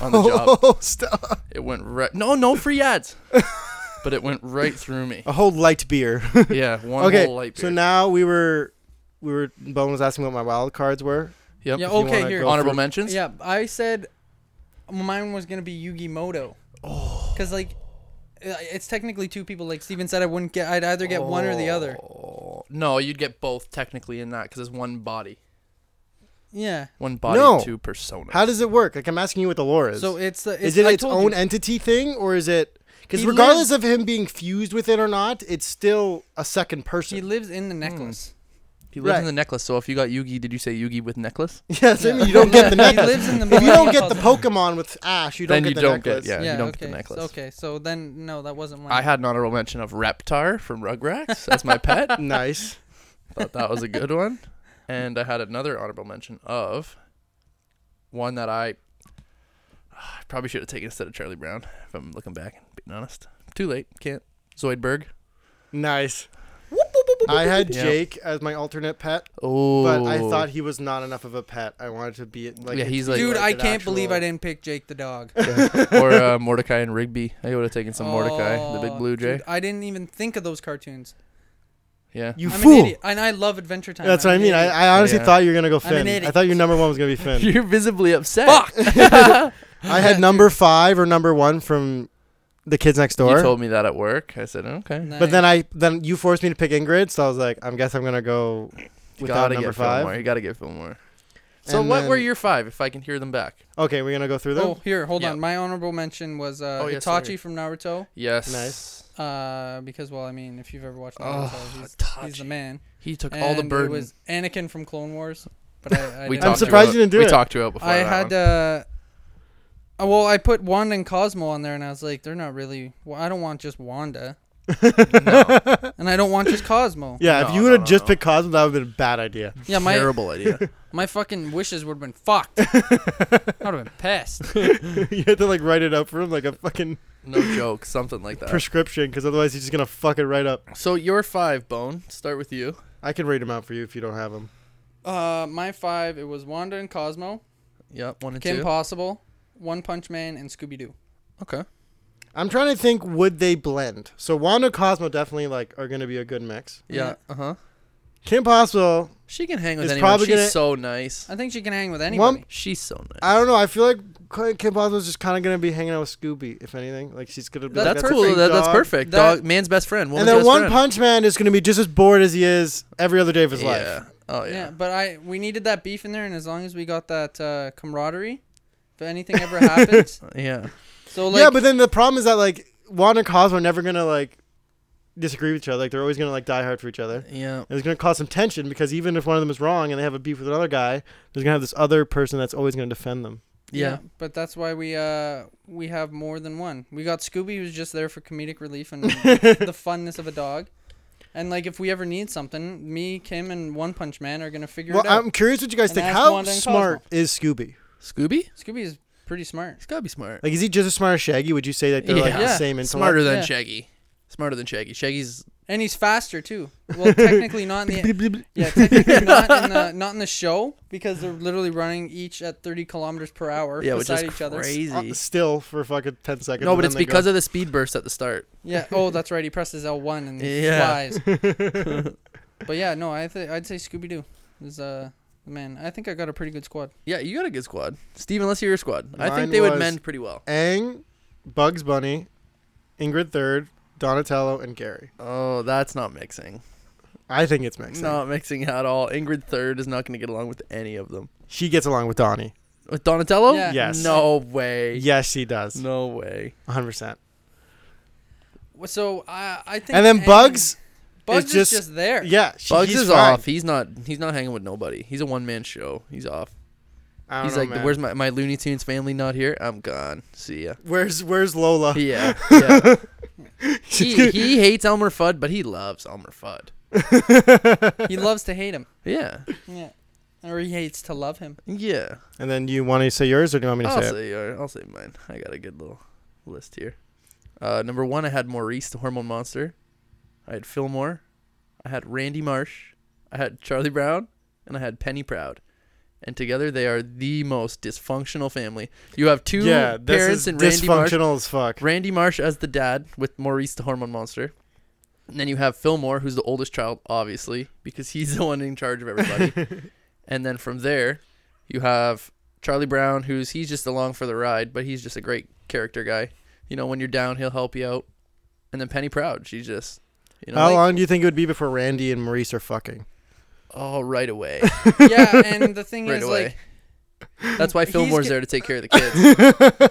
[SPEAKER 2] on the job.
[SPEAKER 1] stop.
[SPEAKER 2] It went right. No, no
[SPEAKER 1] [LAUGHS]
[SPEAKER 2] free ads. but it went right through me.
[SPEAKER 1] A whole light beer.
[SPEAKER 2] Yeah,
[SPEAKER 1] [LAUGHS]
[SPEAKER 2] one
[SPEAKER 1] okay.
[SPEAKER 2] whole light
[SPEAKER 1] So
[SPEAKER 2] beer.
[SPEAKER 1] now we were, we were. Bone was asking what my wild cards were.
[SPEAKER 2] yep.
[SPEAKER 3] Yeah,
[SPEAKER 1] you
[SPEAKER 3] okay,
[SPEAKER 1] wanna
[SPEAKER 3] here.
[SPEAKER 1] go
[SPEAKER 2] Honorable
[SPEAKER 1] through-
[SPEAKER 2] mentions.
[SPEAKER 3] Yeah, I said mine was gonna be Yugi Moto. Oh. Because like, uh, it's technically two people. Like Steven said, I wouldn't get. I'd either get one or the other.
[SPEAKER 2] Oh, No, you'd get both technically in that because it's one body,
[SPEAKER 3] Yeah.
[SPEAKER 2] one body,
[SPEAKER 1] No.
[SPEAKER 2] two personas.
[SPEAKER 1] How does it work? Like I'm asking you what the lore is.
[SPEAKER 3] So it's the. It's,
[SPEAKER 1] is it
[SPEAKER 3] I
[SPEAKER 1] its
[SPEAKER 3] told
[SPEAKER 1] own
[SPEAKER 3] you.
[SPEAKER 1] entity thing, or is it? Because
[SPEAKER 3] He
[SPEAKER 1] regardless of him being fused with it or not, it's still a second person. [LAUGHS]
[SPEAKER 3] He lives in the necklace.
[SPEAKER 2] he lives
[SPEAKER 1] right.
[SPEAKER 2] in the necklace. So if you got Yugi, did you say Yugi with necklace?
[SPEAKER 1] Yes, I
[SPEAKER 3] Yeah.
[SPEAKER 1] mean you don't get the
[SPEAKER 3] [LAUGHS] He
[SPEAKER 1] necklace.
[SPEAKER 3] lives in the.
[SPEAKER 1] If you don't
[SPEAKER 3] Millennium
[SPEAKER 1] get the
[SPEAKER 3] Puzzle.
[SPEAKER 1] Pokemon with Ash, you don't
[SPEAKER 2] Then
[SPEAKER 1] get
[SPEAKER 2] you
[SPEAKER 1] the
[SPEAKER 2] don't get-
[SPEAKER 1] necklace.
[SPEAKER 2] yeah. you don't get the
[SPEAKER 3] okay, so-
[SPEAKER 2] necklace.
[SPEAKER 3] okay, so then no, that wasn't mine.
[SPEAKER 2] I had an honorable mention of Reptar from Rugrats as my
[SPEAKER 1] [LAUGHS]
[SPEAKER 2] pet.
[SPEAKER 1] Nice.
[SPEAKER 2] Thought that was a good one. And I had another honorable mention of one that I, I probably should have taken instead of Charlie Brown, if I'm looking back and being honest. Too late. Can't. Zoidberg.
[SPEAKER 1] Nice. I had
[SPEAKER 2] Yeah.
[SPEAKER 1] Jake as my alternate pet,
[SPEAKER 2] Oh.
[SPEAKER 1] but I thought he was not enough of a pet. I wanted to be like
[SPEAKER 2] Yeah,
[SPEAKER 1] a
[SPEAKER 2] he's
[SPEAKER 1] team,
[SPEAKER 2] like-
[SPEAKER 3] Dude,
[SPEAKER 1] like
[SPEAKER 3] I
[SPEAKER 1] an
[SPEAKER 3] can't believe
[SPEAKER 1] actual-
[SPEAKER 3] I didn't pick Jake the dog.
[SPEAKER 2] [LAUGHS] or uh, Mordecai and Rigby. I would have taken some Mordecai, the big
[SPEAKER 3] Oh,
[SPEAKER 2] blue jay.
[SPEAKER 3] dude, I didn't even think of those cartoons.
[SPEAKER 1] [LAUGHS]
[SPEAKER 2] Yeah.
[SPEAKER 1] You
[SPEAKER 3] I'm an
[SPEAKER 1] fool.
[SPEAKER 3] idiot, and I love Adventure Time.
[SPEAKER 1] That's what
[SPEAKER 3] I'm
[SPEAKER 1] I
[SPEAKER 3] an
[SPEAKER 1] mean. I,
[SPEAKER 3] idiot.
[SPEAKER 1] I honestly
[SPEAKER 2] Yeah.
[SPEAKER 1] thought you were gonna go
[SPEAKER 3] I'm an
[SPEAKER 1] Finn. I
[SPEAKER 3] idiot.
[SPEAKER 1] thought your number one was
[SPEAKER 3] [LAUGHS]
[SPEAKER 1] gonna be Finn.
[SPEAKER 2] You're visibly upset.
[SPEAKER 3] Fuck!
[SPEAKER 1] I had number five or number one from the kids next door.
[SPEAKER 2] You told me that at work. I said, okay.
[SPEAKER 1] but then I then you forced me to pick Ingrid, so I was like, I guess I'm gonna go
[SPEAKER 2] You
[SPEAKER 1] without
[SPEAKER 2] gotta
[SPEAKER 1] number
[SPEAKER 2] get
[SPEAKER 1] five.
[SPEAKER 2] Fillmore. You gotta get Fillmore. So
[SPEAKER 1] And
[SPEAKER 2] what
[SPEAKER 1] then-
[SPEAKER 2] were your five? If I can hear them back.
[SPEAKER 1] Okay, we're gonna go through them.
[SPEAKER 3] Oh, here, hold
[SPEAKER 2] Yeah.
[SPEAKER 3] on. My honorable mention was uh,
[SPEAKER 2] Oh, yes,
[SPEAKER 3] Itachi
[SPEAKER 2] sorry.
[SPEAKER 3] from Naruto.
[SPEAKER 2] Yes.
[SPEAKER 1] Nice.
[SPEAKER 3] Uh, because well, I mean, if you've ever watched
[SPEAKER 2] Oh,
[SPEAKER 3] Naruto, he's, he's the
[SPEAKER 2] Itachi.
[SPEAKER 3] man.
[SPEAKER 2] He took all the
[SPEAKER 3] And
[SPEAKER 2] burden.
[SPEAKER 3] It was Anakin from Clone Wars. But I, I
[SPEAKER 2] we
[SPEAKER 3] didn't.
[SPEAKER 2] talked
[SPEAKER 1] I'm surprised
[SPEAKER 2] about,
[SPEAKER 1] you didn't do
[SPEAKER 2] we
[SPEAKER 1] it.
[SPEAKER 2] talked about it before.
[SPEAKER 3] I
[SPEAKER 2] that
[SPEAKER 3] had
[SPEAKER 2] one.
[SPEAKER 3] uh, uh, well, I put Wanda and Cosmo on there, and I was like, they're not really. Well, I don't want just Wanda, and I don't
[SPEAKER 1] [LAUGHS]
[SPEAKER 3] want
[SPEAKER 2] [LAUGHS]
[SPEAKER 3] just Cosmo.
[SPEAKER 1] yeah, if
[SPEAKER 2] No,
[SPEAKER 1] you would have
[SPEAKER 2] no, no,
[SPEAKER 1] just
[SPEAKER 2] no.
[SPEAKER 1] picked Cosmo, that would have been a bad idea. [LAUGHS]
[SPEAKER 3] Yeah, my
[SPEAKER 2] terrible idea.
[SPEAKER 3] my fucking wishes would have
[SPEAKER 2] [LAUGHS]
[SPEAKER 3] been fucked. I would have been pissed.
[SPEAKER 1] you had to like write it up for him like a fucking
[SPEAKER 2] No joke, something like that.
[SPEAKER 1] prescription, because otherwise he's just gonna fuck it right up.
[SPEAKER 2] So your five, Bone. Start with you.
[SPEAKER 1] I can read him out for you if you don't have him.
[SPEAKER 3] Uh, my five. It was Wanda and Cosmo,
[SPEAKER 2] Yep, one and
[SPEAKER 3] Kim
[SPEAKER 2] two.
[SPEAKER 3] Possible, One Punch Man, and Scooby Doo.
[SPEAKER 2] okay.
[SPEAKER 1] I'm trying to think, would they blend? So Wanda Cosmo definitely like are gonna be a good mix.
[SPEAKER 2] Yeah. Uh huh.
[SPEAKER 1] Kim Possible,
[SPEAKER 2] She can hang with
[SPEAKER 1] It's
[SPEAKER 2] anyone.
[SPEAKER 1] probably
[SPEAKER 2] She's
[SPEAKER 1] gonna-
[SPEAKER 2] so nice.
[SPEAKER 3] I think she can hang with anybody.
[SPEAKER 1] One-
[SPEAKER 2] She's so nice.
[SPEAKER 1] I don't know. I feel like K- Kim Possible's just kind of gonna be hanging out with Scooby, if anything. Like she's gonna be.
[SPEAKER 2] that's,
[SPEAKER 1] like, a
[SPEAKER 2] cool.
[SPEAKER 1] big
[SPEAKER 2] That, that's
[SPEAKER 1] dog.
[SPEAKER 2] perfect.
[SPEAKER 3] That-
[SPEAKER 2] dog, man's best friend.
[SPEAKER 1] And
[SPEAKER 2] Woman's
[SPEAKER 1] then
[SPEAKER 2] best
[SPEAKER 1] One
[SPEAKER 2] friend.
[SPEAKER 1] Punch Man is gonna be just as bored as he is every other day of his
[SPEAKER 2] yeah.
[SPEAKER 1] life.
[SPEAKER 2] Oh
[SPEAKER 3] yeah.
[SPEAKER 2] yeah.
[SPEAKER 3] but I we needed that beef in there, and as long as we got that uh, camaraderie, if anything
[SPEAKER 2] [LAUGHS]
[SPEAKER 3] ever happens,
[SPEAKER 2] Yeah.
[SPEAKER 3] so like
[SPEAKER 1] yeah, but then the problem is that like Wanda and Cosmo are never gonna like disagree with each other. Like they're always gonna like die hard for each other.
[SPEAKER 2] Yeah.
[SPEAKER 1] And it's gonna cause some tension because even if one of them is wrong and they have a beef with another guy, there's gonna have this other person that's always gonna defend them.
[SPEAKER 2] Yeah.
[SPEAKER 3] but that's why we uh we have more than one. We got Scooby who's just there for comedic
[SPEAKER 2] [LAUGHS]
[SPEAKER 3] relief and the funness of a dog. And like if we ever need something, me, Kim, and One Punch Man are gonna figure
[SPEAKER 1] Well,
[SPEAKER 3] it out.
[SPEAKER 1] I'm curious what you guys
[SPEAKER 3] And
[SPEAKER 1] think.
[SPEAKER 3] ask
[SPEAKER 1] How
[SPEAKER 3] Wanda and
[SPEAKER 1] smart is Scooby?
[SPEAKER 2] Scooby?
[SPEAKER 3] Scooby is pretty smart.
[SPEAKER 2] He's gotta be smart.
[SPEAKER 1] Like, is he just as smart as Shaggy? Would you say that they're like the
[SPEAKER 2] Yeah.
[SPEAKER 1] same intellect?
[SPEAKER 2] Smarter than
[SPEAKER 3] Yeah.
[SPEAKER 2] Shaggy. Smarter than Shaggy. Shaggy's
[SPEAKER 3] And he's faster too. Well, technically not in
[SPEAKER 2] [LAUGHS]
[SPEAKER 3] the yeah, technically not in the not in the show because they're literally running each at 30 kilometers per hour
[SPEAKER 2] yeah, which
[SPEAKER 3] beside
[SPEAKER 2] is
[SPEAKER 3] each other.
[SPEAKER 2] crazy.
[SPEAKER 1] Uh, still for fucking ten seconds.
[SPEAKER 2] no,
[SPEAKER 1] and
[SPEAKER 2] but
[SPEAKER 1] then
[SPEAKER 2] it's
[SPEAKER 1] they
[SPEAKER 2] because
[SPEAKER 1] go.
[SPEAKER 2] of the speed burst at
[SPEAKER 1] [LAUGHS]
[SPEAKER 2] the start.
[SPEAKER 3] Yeah. Oh, that's right. He presses L1 and he
[SPEAKER 2] Yeah.
[SPEAKER 3] flies.
[SPEAKER 1] [LAUGHS]
[SPEAKER 3] but yeah, no, I th- I'd say Scooby Doo is uh the man. I think I got a pretty good squad.
[SPEAKER 2] Yeah, you got a good squad, Steven, Let's hear your squad. I
[SPEAKER 1] Mine
[SPEAKER 2] think they would
[SPEAKER 1] was-
[SPEAKER 2] mend pretty [LAUGHS] well.
[SPEAKER 1] Aang, Bugs Bunny, Ingrid Third, Donatello, and Gary.
[SPEAKER 2] Oh, that's not mixing.
[SPEAKER 1] I think it's mixed.
[SPEAKER 2] Not mixing at all. Ingrid third is not going to get along with any of them.
[SPEAKER 1] She gets along with Donnie.
[SPEAKER 2] With Donatello?
[SPEAKER 3] Yeah.
[SPEAKER 1] Yes.
[SPEAKER 2] No way.
[SPEAKER 1] Yes, she does.
[SPEAKER 2] No way.
[SPEAKER 1] 100%.
[SPEAKER 3] Wh- So I I think
[SPEAKER 1] And then
[SPEAKER 3] Aang-
[SPEAKER 1] Bugs,
[SPEAKER 3] Bugs
[SPEAKER 1] is
[SPEAKER 3] is
[SPEAKER 1] just-
[SPEAKER 3] just,
[SPEAKER 1] [LAUGHS]
[SPEAKER 3] there.
[SPEAKER 1] yeah, she,
[SPEAKER 2] Bugs
[SPEAKER 1] he's
[SPEAKER 2] is
[SPEAKER 1] fine.
[SPEAKER 2] off. He's not. He's not hanging with nobody. He's a one man show. He's off.
[SPEAKER 1] I don't
[SPEAKER 2] He's
[SPEAKER 1] know,
[SPEAKER 2] like,
[SPEAKER 1] man.
[SPEAKER 2] where's my, my Looney Tunes family not here? I'm gone. See ya.
[SPEAKER 1] where's where's Lola?
[SPEAKER 2] Yeah. yeah. he, he hates Elmer Fudd, but he loves Elmer Fudd.
[SPEAKER 3] He loves to hate him.
[SPEAKER 2] Yeah.
[SPEAKER 3] Yeah. Or he hates to love him.
[SPEAKER 2] Yeah.
[SPEAKER 1] [LAUGHS] And then you want to say yours or do you want me to
[SPEAKER 3] Oh,
[SPEAKER 2] I'll
[SPEAKER 1] say it?
[SPEAKER 2] say your, I'll say mine. I got a good little list here. Uh, number one, I had Maurice, the hormone monster. I had Fillmore. I had Randy Marsh. I had Charlie Brown, and I had Penny Proud. And together they are the most dysfunctional family. You have two
[SPEAKER 1] yeah, this
[SPEAKER 2] parents
[SPEAKER 1] is
[SPEAKER 2] and Randy Marsh.
[SPEAKER 1] dysfunctional as fuck.
[SPEAKER 2] Randy Marsh as the dad with Maurice the hormone monster. And then you have Fillmore, who's the oldest child, obviously, because he's [LAUGHS] the one in charge of everybody.
[SPEAKER 3] [LAUGHS]
[SPEAKER 2] and then from there, you have Charlie Brown, who's he's just along for the ride, but he's just a great character guy. You know, when you're down, he'll help you out. And then Penny Proud, she's just, you know,
[SPEAKER 1] How
[SPEAKER 2] like,
[SPEAKER 1] long do you think it would be before Randy and Maurice are
[SPEAKER 3] [LAUGHS]
[SPEAKER 1] fucking?
[SPEAKER 2] oh, right away,
[SPEAKER 3] [LAUGHS] yeah, and the thing
[SPEAKER 2] right
[SPEAKER 3] is
[SPEAKER 2] away. [LAUGHS] That's why
[SPEAKER 3] he's
[SPEAKER 2] Fillmore's
[SPEAKER 3] get-
[SPEAKER 2] there to take
[SPEAKER 3] [LAUGHS]
[SPEAKER 2] care of the kids.
[SPEAKER 3] like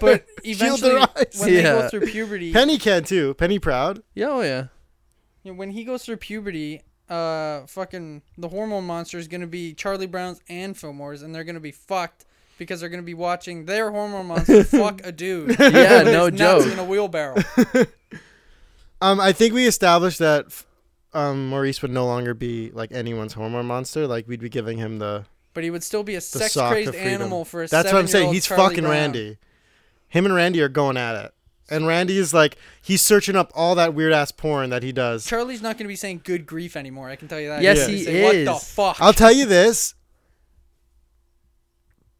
[SPEAKER 1] [LAUGHS]
[SPEAKER 3] but eventually
[SPEAKER 1] their eyes.
[SPEAKER 3] when they
[SPEAKER 2] Yeah.
[SPEAKER 3] go through puberty
[SPEAKER 1] Penny can too. Penny proud.
[SPEAKER 2] yeah, oh yeah,
[SPEAKER 3] you know, when he goes through puberty uh fucking the hormone monster is going to be Charlie Brown's and Fillmore's and they're going to be fucked because they're going to be watching their hormone
[SPEAKER 1] [LAUGHS]
[SPEAKER 3] monster fuck a dude.
[SPEAKER 2] yeah,
[SPEAKER 3] with his
[SPEAKER 2] no
[SPEAKER 3] nuts
[SPEAKER 2] joke.
[SPEAKER 3] in a wheelbarrow.
[SPEAKER 1] Um, I think we established that f- um Maurice would no longer be like anyone's hormone monster. Like we'd be giving him the.
[SPEAKER 3] But he would still be a
[SPEAKER 1] sock
[SPEAKER 3] sex
[SPEAKER 1] to
[SPEAKER 3] crazed
[SPEAKER 1] freedom.
[SPEAKER 3] animal for a
[SPEAKER 1] That's what I'm saying.
[SPEAKER 3] seven-year-old
[SPEAKER 1] He's
[SPEAKER 3] Charlie
[SPEAKER 1] fucking
[SPEAKER 3] Brown.
[SPEAKER 1] Randy. Him and Randy are going at it, and Randy is like he's searching up all that weird ass porn that he does.
[SPEAKER 3] Charlie's not going to be saying good grief anymore. I can tell you that.
[SPEAKER 2] Yes,
[SPEAKER 3] He's gonna
[SPEAKER 2] he
[SPEAKER 3] say, What the
[SPEAKER 2] is.
[SPEAKER 3] fuck?
[SPEAKER 1] I'll tell you this.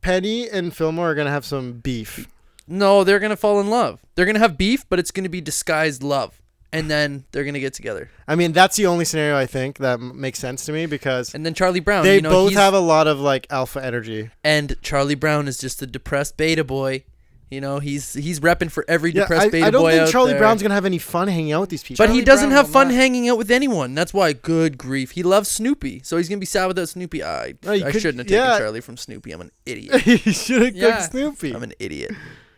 [SPEAKER 1] Penny and Fillmore are gonna have some beef.
[SPEAKER 2] No, they're gonna fall in love. They're gonna have beef, but it's gonna be disguised love, and then they're gonna get together.
[SPEAKER 1] I mean, that's the only scenario I think that m- makes sense to me because
[SPEAKER 2] And then Charlie Brown,
[SPEAKER 1] they
[SPEAKER 2] you know,
[SPEAKER 1] both
[SPEAKER 2] he's-
[SPEAKER 1] have a lot of like alpha energy.
[SPEAKER 2] and Charlie Brown is just a depressed beta boy. You know, he's he's repping for every
[SPEAKER 1] Yeah,
[SPEAKER 2] depressed
[SPEAKER 1] I,
[SPEAKER 2] beta
[SPEAKER 1] I don't
[SPEAKER 2] boy
[SPEAKER 1] think
[SPEAKER 2] out
[SPEAKER 1] Charlie
[SPEAKER 2] there.
[SPEAKER 1] Brown's gonna have any fun hanging out with these people.
[SPEAKER 2] but he
[SPEAKER 3] Charlie
[SPEAKER 2] doesn't
[SPEAKER 3] Brown
[SPEAKER 2] have
[SPEAKER 3] will
[SPEAKER 2] fun
[SPEAKER 3] not.
[SPEAKER 2] hanging out with anyone. That's why, good grief, he loves Snoopy. So he's gonna be sad without Snoopy. I,
[SPEAKER 1] No,
[SPEAKER 2] I
[SPEAKER 1] you could-
[SPEAKER 2] shouldn't have taken
[SPEAKER 1] yeah.
[SPEAKER 2] Charlie from Snoopy. I'm an
[SPEAKER 1] [LAUGHS]
[SPEAKER 2] idiot.
[SPEAKER 1] he should have
[SPEAKER 3] Yeah.
[SPEAKER 1] cooked Snoopy.
[SPEAKER 2] I'm an idiot.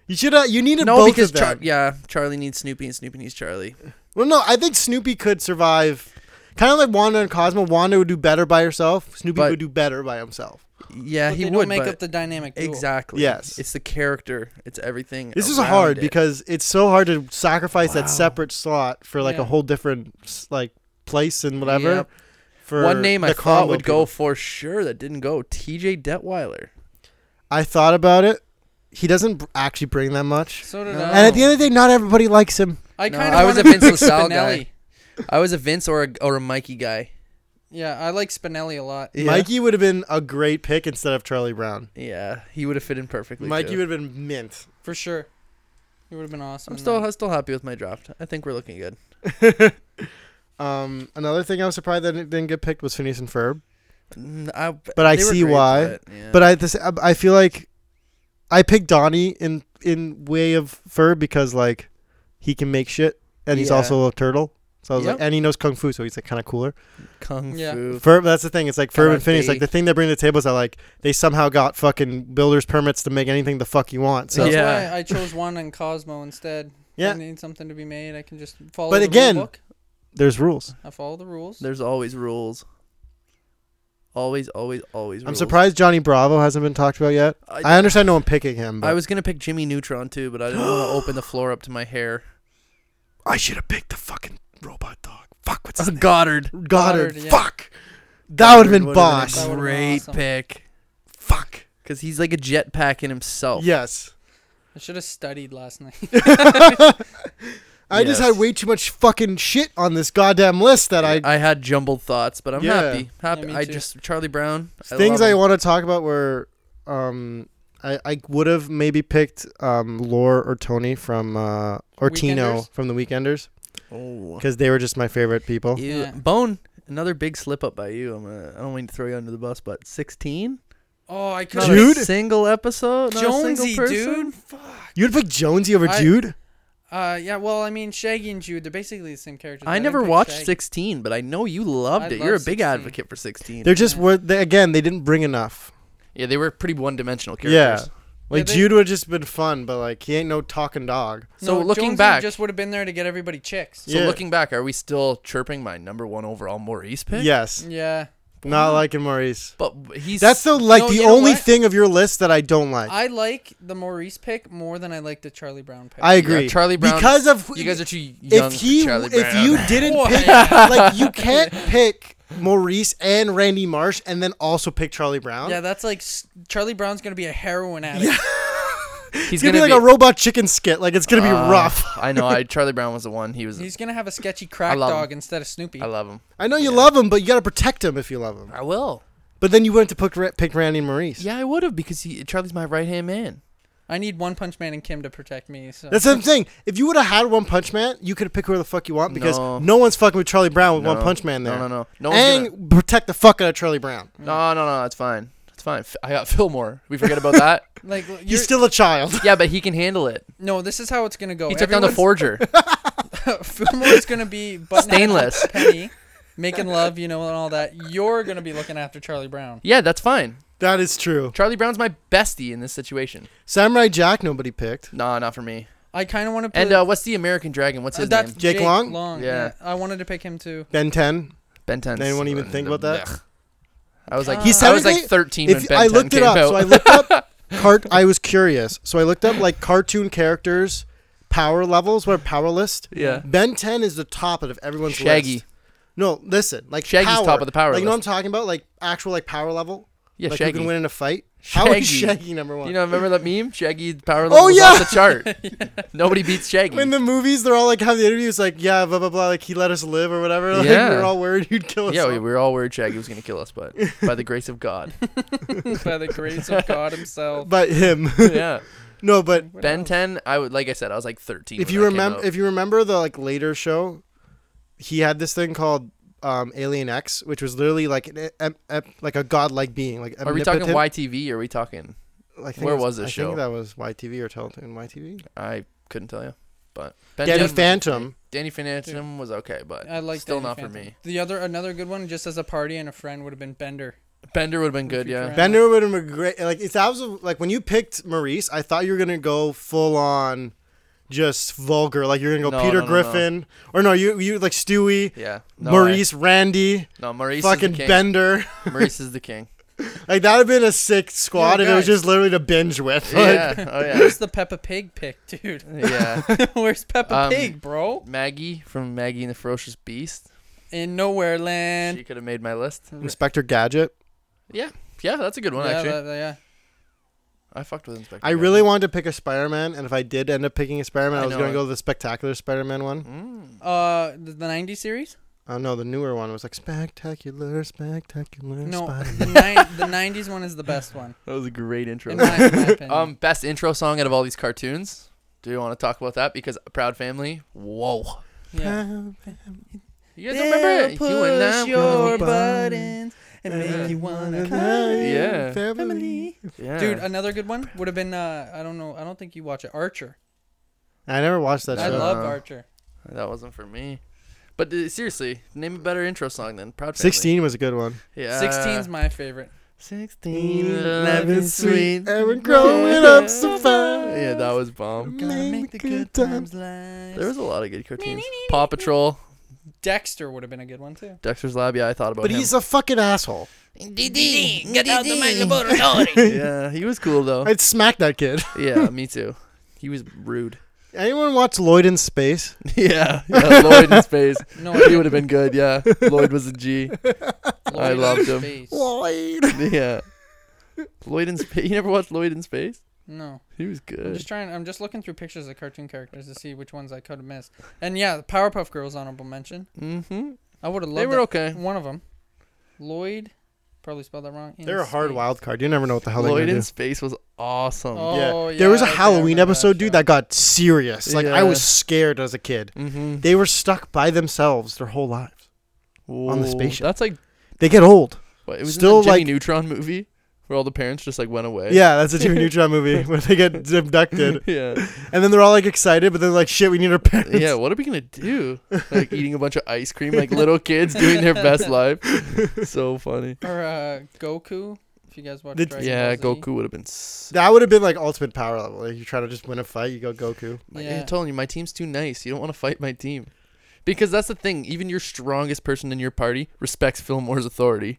[SPEAKER 1] you should have. You needed
[SPEAKER 2] No,
[SPEAKER 1] both
[SPEAKER 2] because
[SPEAKER 1] of them.
[SPEAKER 2] Char- yeah, Charlie needs Snoopy, and Snoopy needs Charlie.
[SPEAKER 1] well, no, I think Snoopy could survive. Kind of like Wanda and Cosmo. Wanda would do better by herself. Snoopy
[SPEAKER 2] But-
[SPEAKER 1] would do better by himself.
[SPEAKER 2] Yeah,
[SPEAKER 3] But
[SPEAKER 2] he
[SPEAKER 3] they
[SPEAKER 2] would
[SPEAKER 3] don't make
[SPEAKER 2] but-
[SPEAKER 3] up the dynamic. duo.
[SPEAKER 2] Exactly.
[SPEAKER 1] Yes.
[SPEAKER 2] It's the character. It's everything.
[SPEAKER 1] This is
[SPEAKER 2] around
[SPEAKER 1] hard
[SPEAKER 2] it.
[SPEAKER 1] because it's so hard to sacrifice that
[SPEAKER 2] Wow.
[SPEAKER 1] separate slot for like a
[SPEAKER 3] Yeah.
[SPEAKER 1] whole different s- like place and whatever.
[SPEAKER 2] Yep.
[SPEAKER 1] For
[SPEAKER 2] one name I
[SPEAKER 1] the
[SPEAKER 2] thought
[SPEAKER 1] combo
[SPEAKER 2] would
[SPEAKER 1] people.
[SPEAKER 2] go for sure that didn't go. T.J. Detweiler.
[SPEAKER 1] I thought about it. He doesn't br- actually bring that much.
[SPEAKER 3] So did
[SPEAKER 2] No.
[SPEAKER 3] I.
[SPEAKER 1] And at the end of the day, not everybody likes him.
[SPEAKER 3] I
[SPEAKER 2] No,
[SPEAKER 3] kind of
[SPEAKER 2] I was a Vince LaSalle guy.
[SPEAKER 3] Spinelli.
[SPEAKER 2] I was a Vince or a, or a Mikey guy.
[SPEAKER 3] Yeah, I like Spinelli a lot.
[SPEAKER 2] Yeah.
[SPEAKER 1] Mikey would have been a great pick instead of Charlie Brown.
[SPEAKER 2] Yeah, he would have fit in perfectly.
[SPEAKER 1] Mikey
[SPEAKER 2] too.
[SPEAKER 1] would have been mint. [LAUGHS]
[SPEAKER 3] For sure. He would have been awesome.
[SPEAKER 2] I'm
[SPEAKER 3] in
[SPEAKER 2] still
[SPEAKER 3] that.
[SPEAKER 2] I'm still happy with my draft. I think we're looking good.
[SPEAKER 1] Um, another thing I was surprised that it didn't get picked was Phineas and Ferb.
[SPEAKER 2] Mm, I,
[SPEAKER 1] But I
[SPEAKER 2] they were
[SPEAKER 1] see
[SPEAKER 2] great,
[SPEAKER 1] why.
[SPEAKER 2] But, yeah.
[SPEAKER 1] But I this I I feel like I picked Donnie in in way of Ferb because like he can make shit and he's
[SPEAKER 2] Yeah.
[SPEAKER 1] also a turtle. So I was
[SPEAKER 2] Yep.
[SPEAKER 1] like, and he knows kung fu, so he's like kind of cooler.
[SPEAKER 2] kung
[SPEAKER 3] Yeah.
[SPEAKER 2] fu.
[SPEAKER 1] Ferb, that's the thing. It's like Ferb and Phineas. Like
[SPEAKER 2] Karate.
[SPEAKER 1] the thing they bring to the table is that like they somehow got fucking builders permits to make anything the fuck you want. So
[SPEAKER 3] That's
[SPEAKER 2] Yeah.
[SPEAKER 3] why I chose Wanda and Cosmo instead.
[SPEAKER 1] Yeah.
[SPEAKER 3] If I need something to be made. I can just follow
[SPEAKER 1] But
[SPEAKER 3] the
[SPEAKER 1] again-
[SPEAKER 3] rule book.
[SPEAKER 1] there's rules.
[SPEAKER 3] I follow the rules.
[SPEAKER 2] There's always rules. Always, always, always.
[SPEAKER 1] I'm
[SPEAKER 2] rules.
[SPEAKER 1] surprised Johnny Bravo hasn't been talked about yet. I understand no one picking him, but
[SPEAKER 2] I was gonna pick Jimmy Neutron too, but I didn't want to open the floor up to my hair. [LAUGHS]
[SPEAKER 1] I should have picked the fucking robot dog. Fuck
[SPEAKER 2] [LAUGHS]
[SPEAKER 1] what's
[SPEAKER 2] Uh, Goddard.
[SPEAKER 1] Goddard.
[SPEAKER 3] Goddard, yeah.
[SPEAKER 1] Fuck. That would have been
[SPEAKER 2] Goddard would've
[SPEAKER 1] boss.
[SPEAKER 3] That
[SPEAKER 2] a
[SPEAKER 3] would've been
[SPEAKER 2] great
[SPEAKER 3] awesome.
[SPEAKER 2] pick.
[SPEAKER 1] Fuck.
[SPEAKER 2] Because he's like a jetpack in himself.
[SPEAKER 1] Yes.
[SPEAKER 3] I should have studied last night. [LAUGHS]
[SPEAKER 1] [LAUGHS] I just
[SPEAKER 2] Yes.
[SPEAKER 1] had way too much fucking shit on this goddamn list that I
[SPEAKER 2] I had jumbled thoughts, but I'm
[SPEAKER 1] Yeah.
[SPEAKER 2] happy. Happy.
[SPEAKER 3] me
[SPEAKER 2] I
[SPEAKER 3] too.
[SPEAKER 2] just Charlie Brown. I
[SPEAKER 1] things
[SPEAKER 2] love
[SPEAKER 1] I
[SPEAKER 2] him.
[SPEAKER 1] want to talk about were um I, I would have maybe picked um Lore or Tony from uh or Tino
[SPEAKER 3] Weekenders?
[SPEAKER 1] from the Weekenders
[SPEAKER 2] Oh.
[SPEAKER 1] because they were just my favorite people.
[SPEAKER 2] Ew.
[SPEAKER 3] Yeah.
[SPEAKER 2] Bone. Another big slip up by you. I'm gonna, I don't mean to throw you under the bus, but 16.
[SPEAKER 3] Oh, I could
[SPEAKER 2] Not
[SPEAKER 3] have.
[SPEAKER 1] Dude.
[SPEAKER 2] a single episode. Not a
[SPEAKER 3] Jonesy,
[SPEAKER 2] single person.
[SPEAKER 3] dude. Fuck.
[SPEAKER 1] You'd pick Jonesy over
[SPEAKER 3] I-
[SPEAKER 1] Jude?
[SPEAKER 3] Uh, yeah. Well, I mean, Shaggy and Jude—they're basically the same characters.
[SPEAKER 2] I
[SPEAKER 3] didn't
[SPEAKER 2] never
[SPEAKER 3] pick
[SPEAKER 2] watched
[SPEAKER 3] Shaggy.
[SPEAKER 2] 16, but I know you loved
[SPEAKER 3] I
[SPEAKER 2] it.
[SPEAKER 3] love
[SPEAKER 2] You're a big
[SPEAKER 3] 16.
[SPEAKER 2] advocate for 16.
[SPEAKER 1] They're just
[SPEAKER 3] Yeah.
[SPEAKER 1] were they, again they didn't bring enough.
[SPEAKER 2] yeah, they were pretty one dimensional
[SPEAKER 1] Yeah.
[SPEAKER 2] characters.
[SPEAKER 1] Like
[SPEAKER 3] they-
[SPEAKER 1] Jude would have just been fun, but like he ain't no talking dog.
[SPEAKER 2] So
[SPEAKER 3] No,
[SPEAKER 2] looking
[SPEAKER 3] Jonesy
[SPEAKER 2] back,
[SPEAKER 3] just would have been there to get everybody chicks.
[SPEAKER 2] so
[SPEAKER 1] Yeah.
[SPEAKER 2] looking back, are we still chirping my number one overall Maurice pick?
[SPEAKER 1] Yes,
[SPEAKER 3] Yeah,
[SPEAKER 1] not liking Maurice.
[SPEAKER 2] but he's
[SPEAKER 1] That's the like
[SPEAKER 3] No,
[SPEAKER 1] the
[SPEAKER 3] you know
[SPEAKER 1] only
[SPEAKER 3] what?
[SPEAKER 1] thing of your list that I don't like. I,
[SPEAKER 3] I like the Maurice pick more than I like the Charlie Brown pick.
[SPEAKER 1] agree.
[SPEAKER 2] Yeah, Charlie Brown-
[SPEAKER 1] because of
[SPEAKER 2] you guys are too young.
[SPEAKER 1] if he
[SPEAKER 2] for Charlie
[SPEAKER 1] if
[SPEAKER 2] Brown.
[SPEAKER 1] you didn't
[SPEAKER 2] [LAUGHS]
[SPEAKER 3] Boy.
[SPEAKER 1] pick like you can't pick Maurice and Randy Marsh and then also pick Charlie Brown.
[SPEAKER 3] Yeah, that's like s- Charlie Brown's gonna be a heroin addict.
[SPEAKER 2] he's
[SPEAKER 1] it's gonna, be like a robot chicken skit. Like it's gonna be
[SPEAKER 2] Uh,
[SPEAKER 1] rough.
[SPEAKER 2] I
[SPEAKER 1] [LAUGHS]
[SPEAKER 2] know. I Charlie Brown was the one. He was.
[SPEAKER 3] He's gonna have a sketchy crack
[SPEAKER 2] love
[SPEAKER 3] dog
[SPEAKER 2] him.
[SPEAKER 3] instead of Snoopy.
[SPEAKER 2] I love him.
[SPEAKER 1] I know you love him, but you gotta protect him if you love him.
[SPEAKER 2] I will.
[SPEAKER 1] But then you wouldn't have pick, Ra- pick Randy and Maurice.
[SPEAKER 2] Yeah, I would have because he Charlie's my right hand man.
[SPEAKER 3] I need One Punch Man and Kim to protect me. So
[SPEAKER 1] That's the thing. If you would have had One Punch Man, you could have picked whoever the fuck you want because
[SPEAKER 2] No.
[SPEAKER 1] no, one's fucking with Charlie Brown with
[SPEAKER 2] No.
[SPEAKER 1] One Punch Man there.
[SPEAKER 2] No, no, no. No one's
[SPEAKER 1] and protect the fuck out of Charlie Brown.
[SPEAKER 2] No, no, no. It's fine. It's fine. F- I got Fillmore. We forget
[SPEAKER 1] [LAUGHS]
[SPEAKER 2] about that.
[SPEAKER 3] like you're,
[SPEAKER 1] He's still a child. [LAUGHS]
[SPEAKER 2] yeah, but he can handle it.
[SPEAKER 3] no. This is how it's gonna go.
[SPEAKER 2] He took down the [LAUGHS]
[SPEAKER 3] [LAUGHS]
[SPEAKER 2] forger.
[SPEAKER 3] Fillmore is gonna be buttonhead
[SPEAKER 2] Stainless.
[SPEAKER 3] [LAUGHS] Penny, making love, you know, and all that. You're gonna be looking after Charlie Brown.
[SPEAKER 2] Yeah, that's fine.
[SPEAKER 1] that is true.
[SPEAKER 2] Charlie Brown's my bestie in this situation.
[SPEAKER 1] Samurai Jack, nobody picked.
[SPEAKER 2] Nah, not for me.
[SPEAKER 3] I kind of want to.
[SPEAKER 2] And uh, what's the American Dragon? What's his
[SPEAKER 3] that's
[SPEAKER 2] name?
[SPEAKER 1] Jake Long?
[SPEAKER 3] Yeah.
[SPEAKER 2] Yeah.
[SPEAKER 3] I wanted to pick him too.
[SPEAKER 1] Ben 10.
[SPEAKER 2] Ben 10.
[SPEAKER 1] Anyone even think about that?
[SPEAKER 2] Ugh. I was like,
[SPEAKER 3] He
[SPEAKER 2] I was like
[SPEAKER 1] technically-
[SPEAKER 2] 13 when
[SPEAKER 1] If
[SPEAKER 2] Ben
[SPEAKER 1] I
[SPEAKER 2] 10
[SPEAKER 1] looked
[SPEAKER 2] came
[SPEAKER 1] it up,
[SPEAKER 2] out.
[SPEAKER 1] so I looked up
[SPEAKER 2] [LAUGHS]
[SPEAKER 1] cart. I was curious, so I looked up like cartoon characters power levels. What a power list?
[SPEAKER 2] Yeah.
[SPEAKER 1] Ben 10 is the top out of everyone's
[SPEAKER 2] Shaggy.
[SPEAKER 1] list. No, listen, like
[SPEAKER 2] Shaggy's
[SPEAKER 1] power.
[SPEAKER 2] top of the power
[SPEAKER 1] Like you know what I'm
[SPEAKER 2] list.
[SPEAKER 1] talking about? Like actual like power level.
[SPEAKER 2] Yeah,
[SPEAKER 1] like
[SPEAKER 2] Shaggy.
[SPEAKER 1] who can win in a fight? How is
[SPEAKER 2] Shaggy.
[SPEAKER 1] Shaggy number one?
[SPEAKER 2] You know, remember that meme? Shaggy's power level was
[SPEAKER 1] Oh, yeah.
[SPEAKER 2] off
[SPEAKER 1] [LAUGHS]
[SPEAKER 2] the chart. Nobody beats Shaggy.
[SPEAKER 1] in the movies, they're all like have the interviews like yeah blah blah blah like he let us live or whatever. [LAUGHS] Like,
[SPEAKER 2] Yeah.
[SPEAKER 1] we are all worried you'd kill us.
[SPEAKER 2] yeah,
[SPEAKER 1] all.
[SPEAKER 2] we, we were all worried Shaggy was going to kill
[SPEAKER 1] [LAUGHS]
[SPEAKER 2] us, but by the grace of God.
[SPEAKER 3] By the
[SPEAKER 2] [LAUGHS]
[SPEAKER 3] grace of God himself.
[SPEAKER 1] but him.
[SPEAKER 2] yeah.
[SPEAKER 1] [LAUGHS] no, but
[SPEAKER 3] What
[SPEAKER 2] Ben
[SPEAKER 3] else?
[SPEAKER 2] 10, I would like I said, I was like 13.
[SPEAKER 1] if
[SPEAKER 2] when
[SPEAKER 1] you
[SPEAKER 2] that came
[SPEAKER 1] remember
[SPEAKER 2] out.
[SPEAKER 1] if you remember the like later show he had this thing called um, Alien X which was literally like an, e-, em- em- like a godlike being like
[SPEAKER 2] are we talking YTV or are we talking?
[SPEAKER 1] I think
[SPEAKER 2] where
[SPEAKER 1] it's-
[SPEAKER 2] was this
[SPEAKER 1] I
[SPEAKER 2] show?
[SPEAKER 1] think that was YTV or Teletoon YTV
[SPEAKER 2] I couldn't tell you. But Ben
[SPEAKER 1] Danny
[SPEAKER 2] 10
[SPEAKER 1] Phantom
[SPEAKER 2] Danny Phantom was okay, but
[SPEAKER 3] I like
[SPEAKER 2] still
[SPEAKER 3] Danny
[SPEAKER 2] not for
[SPEAKER 3] Phantom.
[SPEAKER 2] me.
[SPEAKER 3] The other another good one, just as a party and a friend, would have been Bender.
[SPEAKER 2] Bender would have been good,
[SPEAKER 3] Future
[SPEAKER 2] yeah.
[SPEAKER 3] Ass.
[SPEAKER 1] Bender would have been great like if that was a, like when you picked Maurice I thought you were gonna go full on just vulgar like you're gonna go
[SPEAKER 2] No,
[SPEAKER 1] Peter
[SPEAKER 2] no, no, no.
[SPEAKER 1] Griffin or no you you like Stewie
[SPEAKER 2] Yeah.
[SPEAKER 1] Maurice Randy
[SPEAKER 2] I- no, Maurice
[SPEAKER 1] fucking
[SPEAKER 2] is the king.
[SPEAKER 1] Bender [LAUGHS]
[SPEAKER 2] Maurice is the king.
[SPEAKER 1] like that would have been a sick squad if it was
[SPEAKER 3] guys.
[SPEAKER 1] just literally to binge with like,
[SPEAKER 2] yeah. Oh
[SPEAKER 1] [LAUGHS]
[SPEAKER 2] yeah.
[SPEAKER 3] Where's the Peppa Pig pick,
[SPEAKER 2] [LAUGHS]
[SPEAKER 3] [LAUGHS] dude?
[SPEAKER 2] Yeah.
[SPEAKER 3] Where's Peppa
[SPEAKER 2] Um,
[SPEAKER 3] Pig, bro?
[SPEAKER 2] Maggie from Maggie and the Ferocious Beast.
[SPEAKER 3] In nowhere land.
[SPEAKER 2] She could have made my list.
[SPEAKER 1] Inspector Gadget
[SPEAKER 2] Yeah. Yeah, that's a good one
[SPEAKER 3] yeah,
[SPEAKER 2] actually.
[SPEAKER 3] that- yeah.
[SPEAKER 2] I fucked with Inspector.
[SPEAKER 1] I
[SPEAKER 2] Gadget.
[SPEAKER 1] really wanted to pick a Spider Man, and if I did end up picking a Spider Man,
[SPEAKER 2] I
[SPEAKER 1] I, was
[SPEAKER 2] know
[SPEAKER 1] going
[SPEAKER 2] it.
[SPEAKER 1] to go to the Spectacular Spider Man one.
[SPEAKER 2] Mm.
[SPEAKER 3] Uh, the, the '90s series?
[SPEAKER 1] Oh, no, the newer one was like Spectacular, Spectacular
[SPEAKER 3] No,
[SPEAKER 1] Spider
[SPEAKER 3] the, ni- the '90s one is the
[SPEAKER 2] [LAUGHS]
[SPEAKER 3] best one.
[SPEAKER 2] That was a great intro. [LAUGHS]
[SPEAKER 3] In my, in my opinion.
[SPEAKER 2] Um, best intro song out of all these cartoons. Do you want to talk about that? Because Proud Family. Whoa.
[SPEAKER 3] yeah.
[SPEAKER 1] Man.
[SPEAKER 2] You guys don't remember it? You and I.
[SPEAKER 1] your buttons
[SPEAKER 3] buttons and make you wanna
[SPEAKER 2] Yeah.
[SPEAKER 1] Family.
[SPEAKER 2] Yeah.
[SPEAKER 3] Dude, another good one would have been uh, I don't know, I don't think you watch it. Archer.
[SPEAKER 1] I never watched that
[SPEAKER 3] I
[SPEAKER 1] show.
[SPEAKER 2] Uh,
[SPEAKER 3] love Archer.
[SPEAKER 2] that wasn't for me. But uh, seriously, name a better intro song than Proud Family.
[SPEAKER 1] 16 was a good one.
[SPEAKER 2] Yeah.
[SPEAKER 3] 16's my favorite.
[SPEAKER 2] 16.
[SPEAKER 1] Life
[SPEAKER 2] Eleven
[SPEAKER 1] is
[SPEAKER 2] sweet.
[SPEAKER 1] and we're growing up so fast.
[SPEAKER 2] Yeah, that was bomb.
[SPEAKER 1] Gotta make the good times
[SPEAKER 2] There was a lot of good cartoons. Paw Patrol,
[SPEAKER 3] Dexter would have been a good one too.
[SPEAKER 2] Dexter's Lab. Yeah, I thought about
[SPEAKER 1] But
[SPEAKER 2] him.
[SPEAKER 1] he's a fucking asshole.
[SPEAKER 4] get out the my
[SPEAKER 2] [LAUGHS] [LAUGHS]
[SPEAKER 4] laboratory.
[SPEAKER 2] yeah, he was cool though.
[SPEAKER 1] I'd smack that
[SPEAKER 2] [LAUGHS]
[SPEAKER 1] kid.
[SPEAKER 2] yeah, me too. He was rude. [LAUGHS]
[SPEAKER 1] Anyone watch Lloyd in Space?
[SPEAKER 2] Yeah, [LAUGHS]
[SPEAKER 1] [LAUGHS]
[SPEAKER 2] yeah Lloyd in space.
[SPEAKER 3] No,
[SPEAKER 2] He would have been good. Yeah, Lloyd was a G. I loved him.
[SPEAKER 1] Lloyd.
[SPEAKER 2] Yeah, Lloyd in space. You never watched Lloyd in space?
[SPEAKER 3] No,
[SPEAKER 2] He was
[SPEAKER 3] I'm
[SPEAKER 2] good.
[SPEAKER 3] just trying. I'm just looking through pictures of cartoon characters to see which ones I could have missed. And yeah, the Powerpuff Girls honorable mention.
[SPEAKER 2] Mm-hmm.
[SPEAKER 3] I would have loved.
[SPEAKER 2] They were
[SPEAKER 3] that.
[SPEAKER 2] okay.
[SPEAKER 3] One of them, Lloyd, probably spelled that wrong. in
[SPEAKER 1] They're a hard
[SPEAKER 3] space.
[SPEAKER 1] wild card. You never know what the hell they're
[SPEAKER 2] Lloyd
[SPEAKER 1] gonna
[SPEAKER 2] in
[SPEAKER 1] do.
[SPEAKER 2] space was awesome.
[SPEAKER 3] Oh, yeah.
[SPEAKER 1] there was a
[SPEAKER 3] okay, I
[SPEAKER 1] Halloween
[SPEAKER 3] remember
[SPEAKER 1] episode, dude,
[SPEAKER 3] show.
[SPEAKER 1] that got serious. Like I was
[SPEAKER 2] Yeah.
[SPEAKER 1] scared as a kid.
[SPEAKER 2] Mm-hmm.
[SPEAKER 1] They were stuck by themselves their whole lives. on the
[SPEAKER 2] Whoa,
[SPEAKER 1] spaceship.
[SPEAKER 2] That's like
[SPEAKER 1] They get old.
[SPEAKER 2] what, it was
[SPEAKER 1] Still,
[SPEAKER 2] still in the Jimmy
[SPEAKER 1] like-
[SPEAKER 2] Neutron movie where all the parents just like went away.
[SPEAKER 1] Yeah, that's a
[SPEAKER 2] [LAUGHS]
[SPEAKER 1] Jimmy Neutron movie [LAUGHS] where they get abducted,
[SPEAKER 2] yeah,
[SPEAKER 1] and then they're all like excited, but then like shit, we need our parents.
[SPEAKER 2] yeah. What are we gonna do? Like eating a bunch of ice cream, like little kids doing their best
[SPEAKER 1] [LAUGHS]
[SPEAKER 2] life. So funny.
[SPEAKER 3] Or uh, Goku, if you guys watch.
[SPEAKER 1] Did-
[SPEAKER 3] Dragon
[SPEAKER 2] Yeah,
[SPEAKER 3] Ball Z.
[SPEAKER 2] Goku would have been. S-
[SPEAKER 1] That would have been like ultimate power level. Like, you try to just win a fight, you go Goku.
[SPEAKER 2] My-
[SPEAKER 3] Yeah.
[SPEAKER 2] I'm telling you, my team's too nice. You don't want to fight my team. Because that's the thing. Even your strongest person in your party respects Fillmore's
[SPEAKER 3] [LAUGHS]
[SPEAKER 2] authority.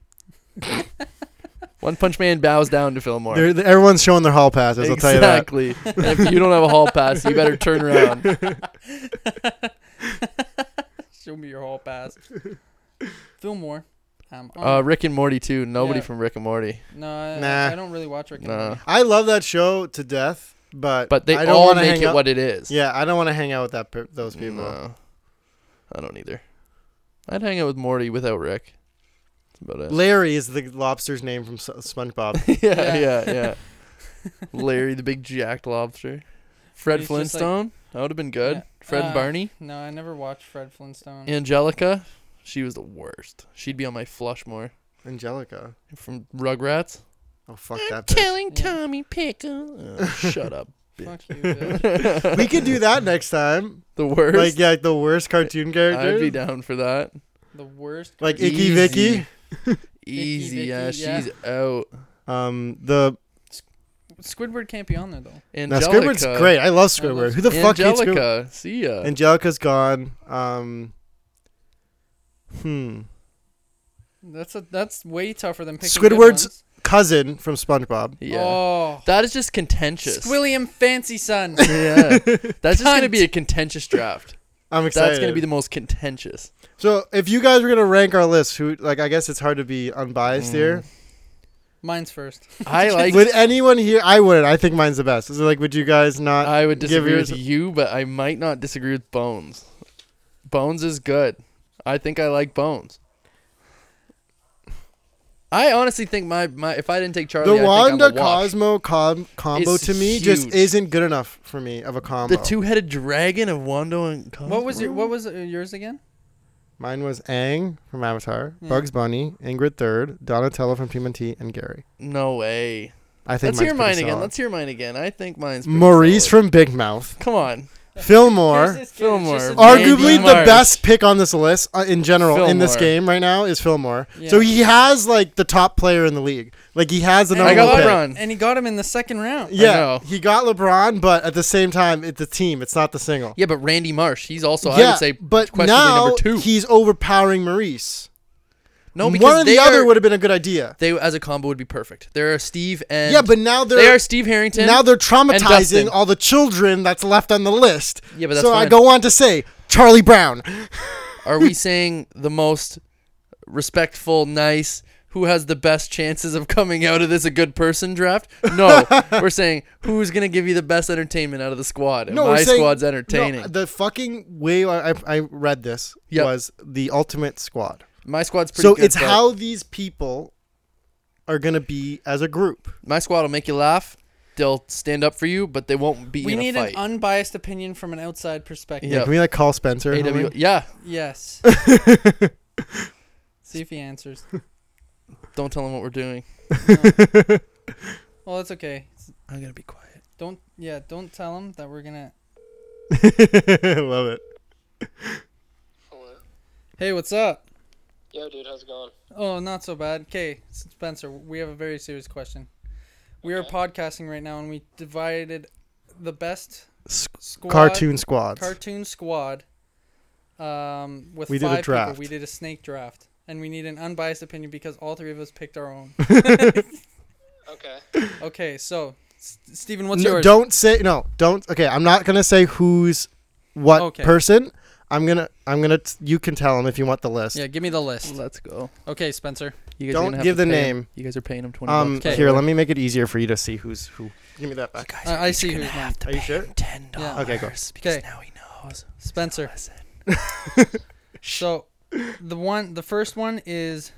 [SPEAKER 2] One Punch Man bows down to Fillmore.
[SPEAKER 1] They're, they're- everyone's showing their hall passes. I'll tell you that.
[SPEAKER 2] exactly. And if you don't have a hall pass, you better turn
[SPEAKER 3] [LAUGHS]
[SPEAKER 2] around.
[SPEAKER 3] Show me your hall
[SPEAKER 1] [LAUGHS]
[SPEAKER 3] pass. Fillmore. Um,
[SPEAKER 2] Uh, Rick and Morty too. Nobody
[SPEAKER 3] Yeah.
[SPEAKER 2] from Rick and Morty.
[SPEAKER 3] no, I,
[SPEAKER 1] nah.
[SPEAKER 3] I don't really watch Rick and
[SPEAKER 2] Nah.
[SPEAKER 3] Morty.
[SPEAKER 1] I love that show to death, but
[SPEAKER 2] But they
[SPEAKER 1] I don't
[SPEAKER 2] all
[SPEAKER 1] wanna
[SPEAKER 2] make
[SPEAKER 1] hang
[SPEAKER 2] it
[SPEAKER 1] out-
[SPEAKER 2] what it is.
[SPEAKER 1] Yeah, I don't want to hang out with that per- those people.
[SPEAKER 2] No, I don't either. I'd hang out with Morty without Rick. That's about it.
[SPEAKER 1] Larry is the lobster's name from S-
[SPEAKER 2] [LAUGHS]
[SPEAKER 1] SpongeBob.
[SPEAKER 2] yeah, yeah, yeah. Larry the big jacked lobster. Fred
[SPEAKER 3] He's just like-
[SPEAKER 2] Flintstone. that would have been good.
[SPEAKER 3] Yeah.
[SPEAKER 2] Fred
[SPEAKER 3] Uh,
[SPEAKER 2] and Barney.
[SPEAKER 3] No, I never watched Fred Flintstone.
[SPEAKER 2] Angelica. She was the worst. She'd be on my flush more.
[SPEAKER 1] Angelica.
[SPEAKER 2] From Rugrats.
[SPEAKER 1] Oh fuck that. bitch.
[SPEAKER 2] Telling
[SPEAKER 3] Yeah.
[SPEAKER 2] Tommy Pickle. Oh, shut up.
[SPEAKER 3] Fuck you, bitch.
[SPEAKER 2] the
[SPEAKER 1] [LAUGHS] we could do that next time.
[SPEAKER 2] worst.
[SPEAKER 1] Like yeah, like the worst cartoon character.
[SPEAKER 2] I'd be down for that.
[SPEAKER 3] the worst.
[SPEAKER 1] Like
[SPEAKER 2] Easy. [LAUGHS]
[SPEAKER 1] Icky Vicky.
[SPEAKER 2] Easy.
[SPEAKER 3] Vicky,
[SPEAKER 2] yeah,
[SPEAKER 3] yeah.
[SPEAKER 2] she's out.
[SPEAKER 1] Um, the
[SPEAKER 3] Squidward can't be on there though.
[SPEAKER 1] now
[SPEAKER 2] Angelica.
[SPEAKER 1] Squidward's great. I love
[SPEAKER 3] I love
[SPEAKER 1] Squidward. Who the fuck hates Squidward?
[SPEAKER 2] Angelica. See ya.
[SPEAKER 1] Angelica's gone. Um, hmm.
[SPEAKER 3] That's a that's way tougher than picking
[SPEAKER 1] Squidward's-
[SPEAKER 3] Squidward's.
[SPEAKER 1] Cousin from SpongeBob.
[SPEAKER 2] yeah.
[SPEAKER 3] Oh,
[SPEAKER 2] That is just contentious.
[SPEAKER 3] Squilliam
[SPEAKER 2] [LAUGHS]
[SPEAKER 3] Fancy Son.
[SPEAKER 2] yeah. That's just gonna
[SPEAKER 3] Cunt.
[SPEAKER 2] be a contentious draft.
[SPEAKER 1] I'm excited.
[SPEAKER 2] That's gonna be the most contentious.
[SPEAKER 1] so if you guys were gonna rank our list, who like I guess it's hard to be unbiased here.
[SPEAKER 3] Mine's first.
[SPEAKER 1] [LAUGHS]
[SPEAKER 2] Mm. I like.
[SPEAKER 1] would anyone here? I would. I think mine's the best. So like, would you guys not?
[SPEAKER 2] I would
[SPEAKER 1] give
[SPEAKER 2] disagree
[SPEAKER 1] yours-
[SPEAKER 2] with you, but I might not disagree with Bones. Bones is good. I think I like Bones. I honestly think my, my if I didn't take Charlie,
[SPEAKER 1] the Wanda
[SPEAKER 2] I think I'm a wash.
[SPEAKER 1] Cosmo com- combo
[SPEAKER 2] It's
[SPEAKER 1] to me just
[SPEAKER 2] huge.
[SPEAKER 1] isn't good enough for me of a combo.
[SPEAKER 2] the two-headed dragon of Wando and Cosmo.
[SPEAKER 3] What was your What was uh, yours again?
[SPEAKER 1] Mine was Aang from Avatar,
[SPEAKER 2] Hmm.
[SPEAKER 3] Yeah.
[SPEAKER 1] Bugs Bunny, Ingrid Third, Donatello from TMNT, and Gary.
[SPEAKER 2] No way.
[SPEAKER 1] I think
[SPEAKER 2] Let's hear
[SPEAKER 1] mine's pretty
[SPEAKER 2] mine again.
[SPEAKER 1] solid.
[SPEAKER 2] Let's hear mine again. I think mine's pretty
[SPEAKER 1] Maurice
[SPEAKER 2] solid.
[SPEAKER 1] from Big Mouth,
[SPEAKER 2] Come on,
[SPEAKER 3] Here's
[SPEAKER 1] Fillmore.
[SPEAKER 3] this kid, it's
[SPEAKER 2] Fillmore.
[SPEAKER 3] just a
[SPEAKER 2] Argu-
[SPEAKER 1] Arguably
[SPEAKER 2] Mandy
[SPEAKER 1] the
[SPEAKER 2] Marsh.
[SPEAKER 1] best pick on this list uh, in general in this
[SPEAKER 2] Fillmore.
[SPEAKER 1] game right now is Fillmore.
[SPEAKER 3] Yeah.
[SPEAKER 1] So he has like the top player in the league. Like he has the
[SPEAKER 3] And
[SPEAKER 1] number
[SPEAKER 2] I got
[SPEAKER 1] one pick.
[SPEAKER 2] LeBron.
[SPEAKER 3] and he got him in the second round.
[SPEAKER 1] Yeah,
[SPEAKER 2] know.
[SPEAKER 1] he got LeBron, but at the same time, it's a team. It's not the single.
[SPEAKER 2] Yeah, but Randy Marsh, he's also I
[SPEAKER 1] yeah,
[SPEAKER 2] would say
[SPEAKER 1] but
[SPEAKER 2] questionably
[SPEAKER 1] now
[SPEAKER 2] number two.
[SPEAKER 1] he's overpowering Maurice.
[SPEAKER 2] no, because
[SPEAKER 1] one or the
[SPEAKER 2] they
[SPEAKER 1] other
[SPEAKER 2] are-
[SPEAKER 1] would have been a good idea.
[SPEAKER 2] they as a combo would be perfect. There are Steve and
[SPEAKER 1] yeah, but now
[SPEAKER 2] they
[SPEAKER 1] they're
[SPEAKER 2] are Steve Harrington.
[SPEAKER 1] now they're
[SPEAKER 2] Dustin.
[SPEAKER 1] traumatizing all the children that's left on the list.
[SPEAKER 2] Yeah, but that's
[SPEAKER 1] so I
[SPEAKER 2] fine.
[SPEAKER 1] go on to say Charlie Brown.
[SPEAKER 2] are we saying the most respectful, nice, who has the best chances of coming out of this a good person draft?
[SPEAKER 1] [LAUGHS]
[SPEAKER 2] No, we're saying who's gonna give you the best entertainment out of the squad. And
[SPEAKER 1] No,
[SPEAKER 2] my
[SPEAKER 1] we're saying-
[SPEAKER 2] squad's
[SPEAKER 1] No,
[SPEAKER 2] entertaining.
[SPEAKER 1] the fucking way I, I, I read this
[SPEAKER 2] Yep.
[SPEAKER 1] was the ultimate squad.
[SPEAKER 2] my squad's pretty
[SPEAKER 1] So
[SPEAKER 2] good.
[SPEAKER 1] it's
[SPEAKER 2] but
[SPEAKER 1] how these people are gonna be as a group.
[SPEAKER 2] my squad will make you laugh. They'll stand up for you, but they won't beat you
[SPEAKER 3] We
[SPEAKER 2] in
[SPEAKER 3] need
[SPEAKER 2] a fight.
[SPEAKER 3] an unbiased opinion from an outside perspective.
[SPEAKER 1] Yeah,
[SPEAKER 2] Yep.
[SPEAKER 1] can we like call Spencer?
[SPEAKER 2] AW
[SPEAKER 1] homie?
[SPEAKER 2] yeah, [LAUGHS]
[SPEAKER 3] Yes. See if he answers.
[SPEAKER 2] don't tell them what we're doing.
[SPEAKER 3] Well, that's okay.
[SPEAKER 2] I'm gonna be quiet.
[SPEAKER 3] Don't yeah. Don't tell him that we're gonna.
[SPEAKER 1] [LAUGHS] Love it.
[SPEAKER 5] Hello.
[SPEAKER 3] Hey, what's up?
[SPEAKER 5] Yo, dude, how's it going?
[SPEAKER 3] Oh, not so bad. Okay, Spencer, we have a very serious question. We are
[SPEAKER 5] Okay.
[SPEAKER 3] podcasting right now, and we divided the best
[SPEAKER 1] S-
[SPEAKER 3] squad,
[SPEAKER 1] Cartoon squads.
[SPEAKER 3] cartoon squad um, with
[SPEAKER 1] We did a
[SPEAKER 3] five
[SPEAKER 1] draft.
[SPEAKER 3] people. We did a snake draft, and we need an unbiased opinion because all three of us picked
[SPEAKER 1] [LAUGHS]
[SPEAKER 3] our own.
[SPEAKER 5] Okay.
[SPEAKER 3] okay, so S- Stephen, what's
[SPEAKER 1] No,
[SPEAKER 3] yours?
[SPEAKER 1] Don't say no. Don't. Okay, I'm not gonna say who's what
[SPEAKER 3] Okay.
[SPEAKER 1] person. I'm gonna. I'm gonna. You can tell him if you want the list.
[SPEAKER 3] Yeah, give me the list.
[SPEAKER 2] Let's go.
[SPEAKER 3] Okay, Spencer.
[SPEAKER 2] You guys
[SPEAKER 1] Don't
[SPEAKER 2] gonna have
[SPEAKER 1] give
[SPEAKER 2] to
[SPEAKER 1] the
[SPEAKER 2] pay
[SPEAKER 1] name.
[SPEAKER 2] Him. You guys are paying him twenty
[SPEAKER 1] um.
[SPEAKER 2] bucks.
[SPEAKER 3] Okay.
[SPEAKER 1] Here, let me make it easier for you to see who's who. Give me that back.
[SPEAKER 2] guys
[SPEAKER 3] Uh, I see who's name.
[SPEAKER 1] Are you sure?
[SPEAKER 2] ten
[SPEAKER 3] Yeah.
[SPEAKER 1] Okay, go.
[SPEAKER 3] Okay.
[SPEAKER 2] now he knows.
[SPEAKER 3] Spencer.
[SPEAKER 2] Listen.
[SPEAKER 1] [LAUGHS]
[SPEAKER 3] So the one, the first one is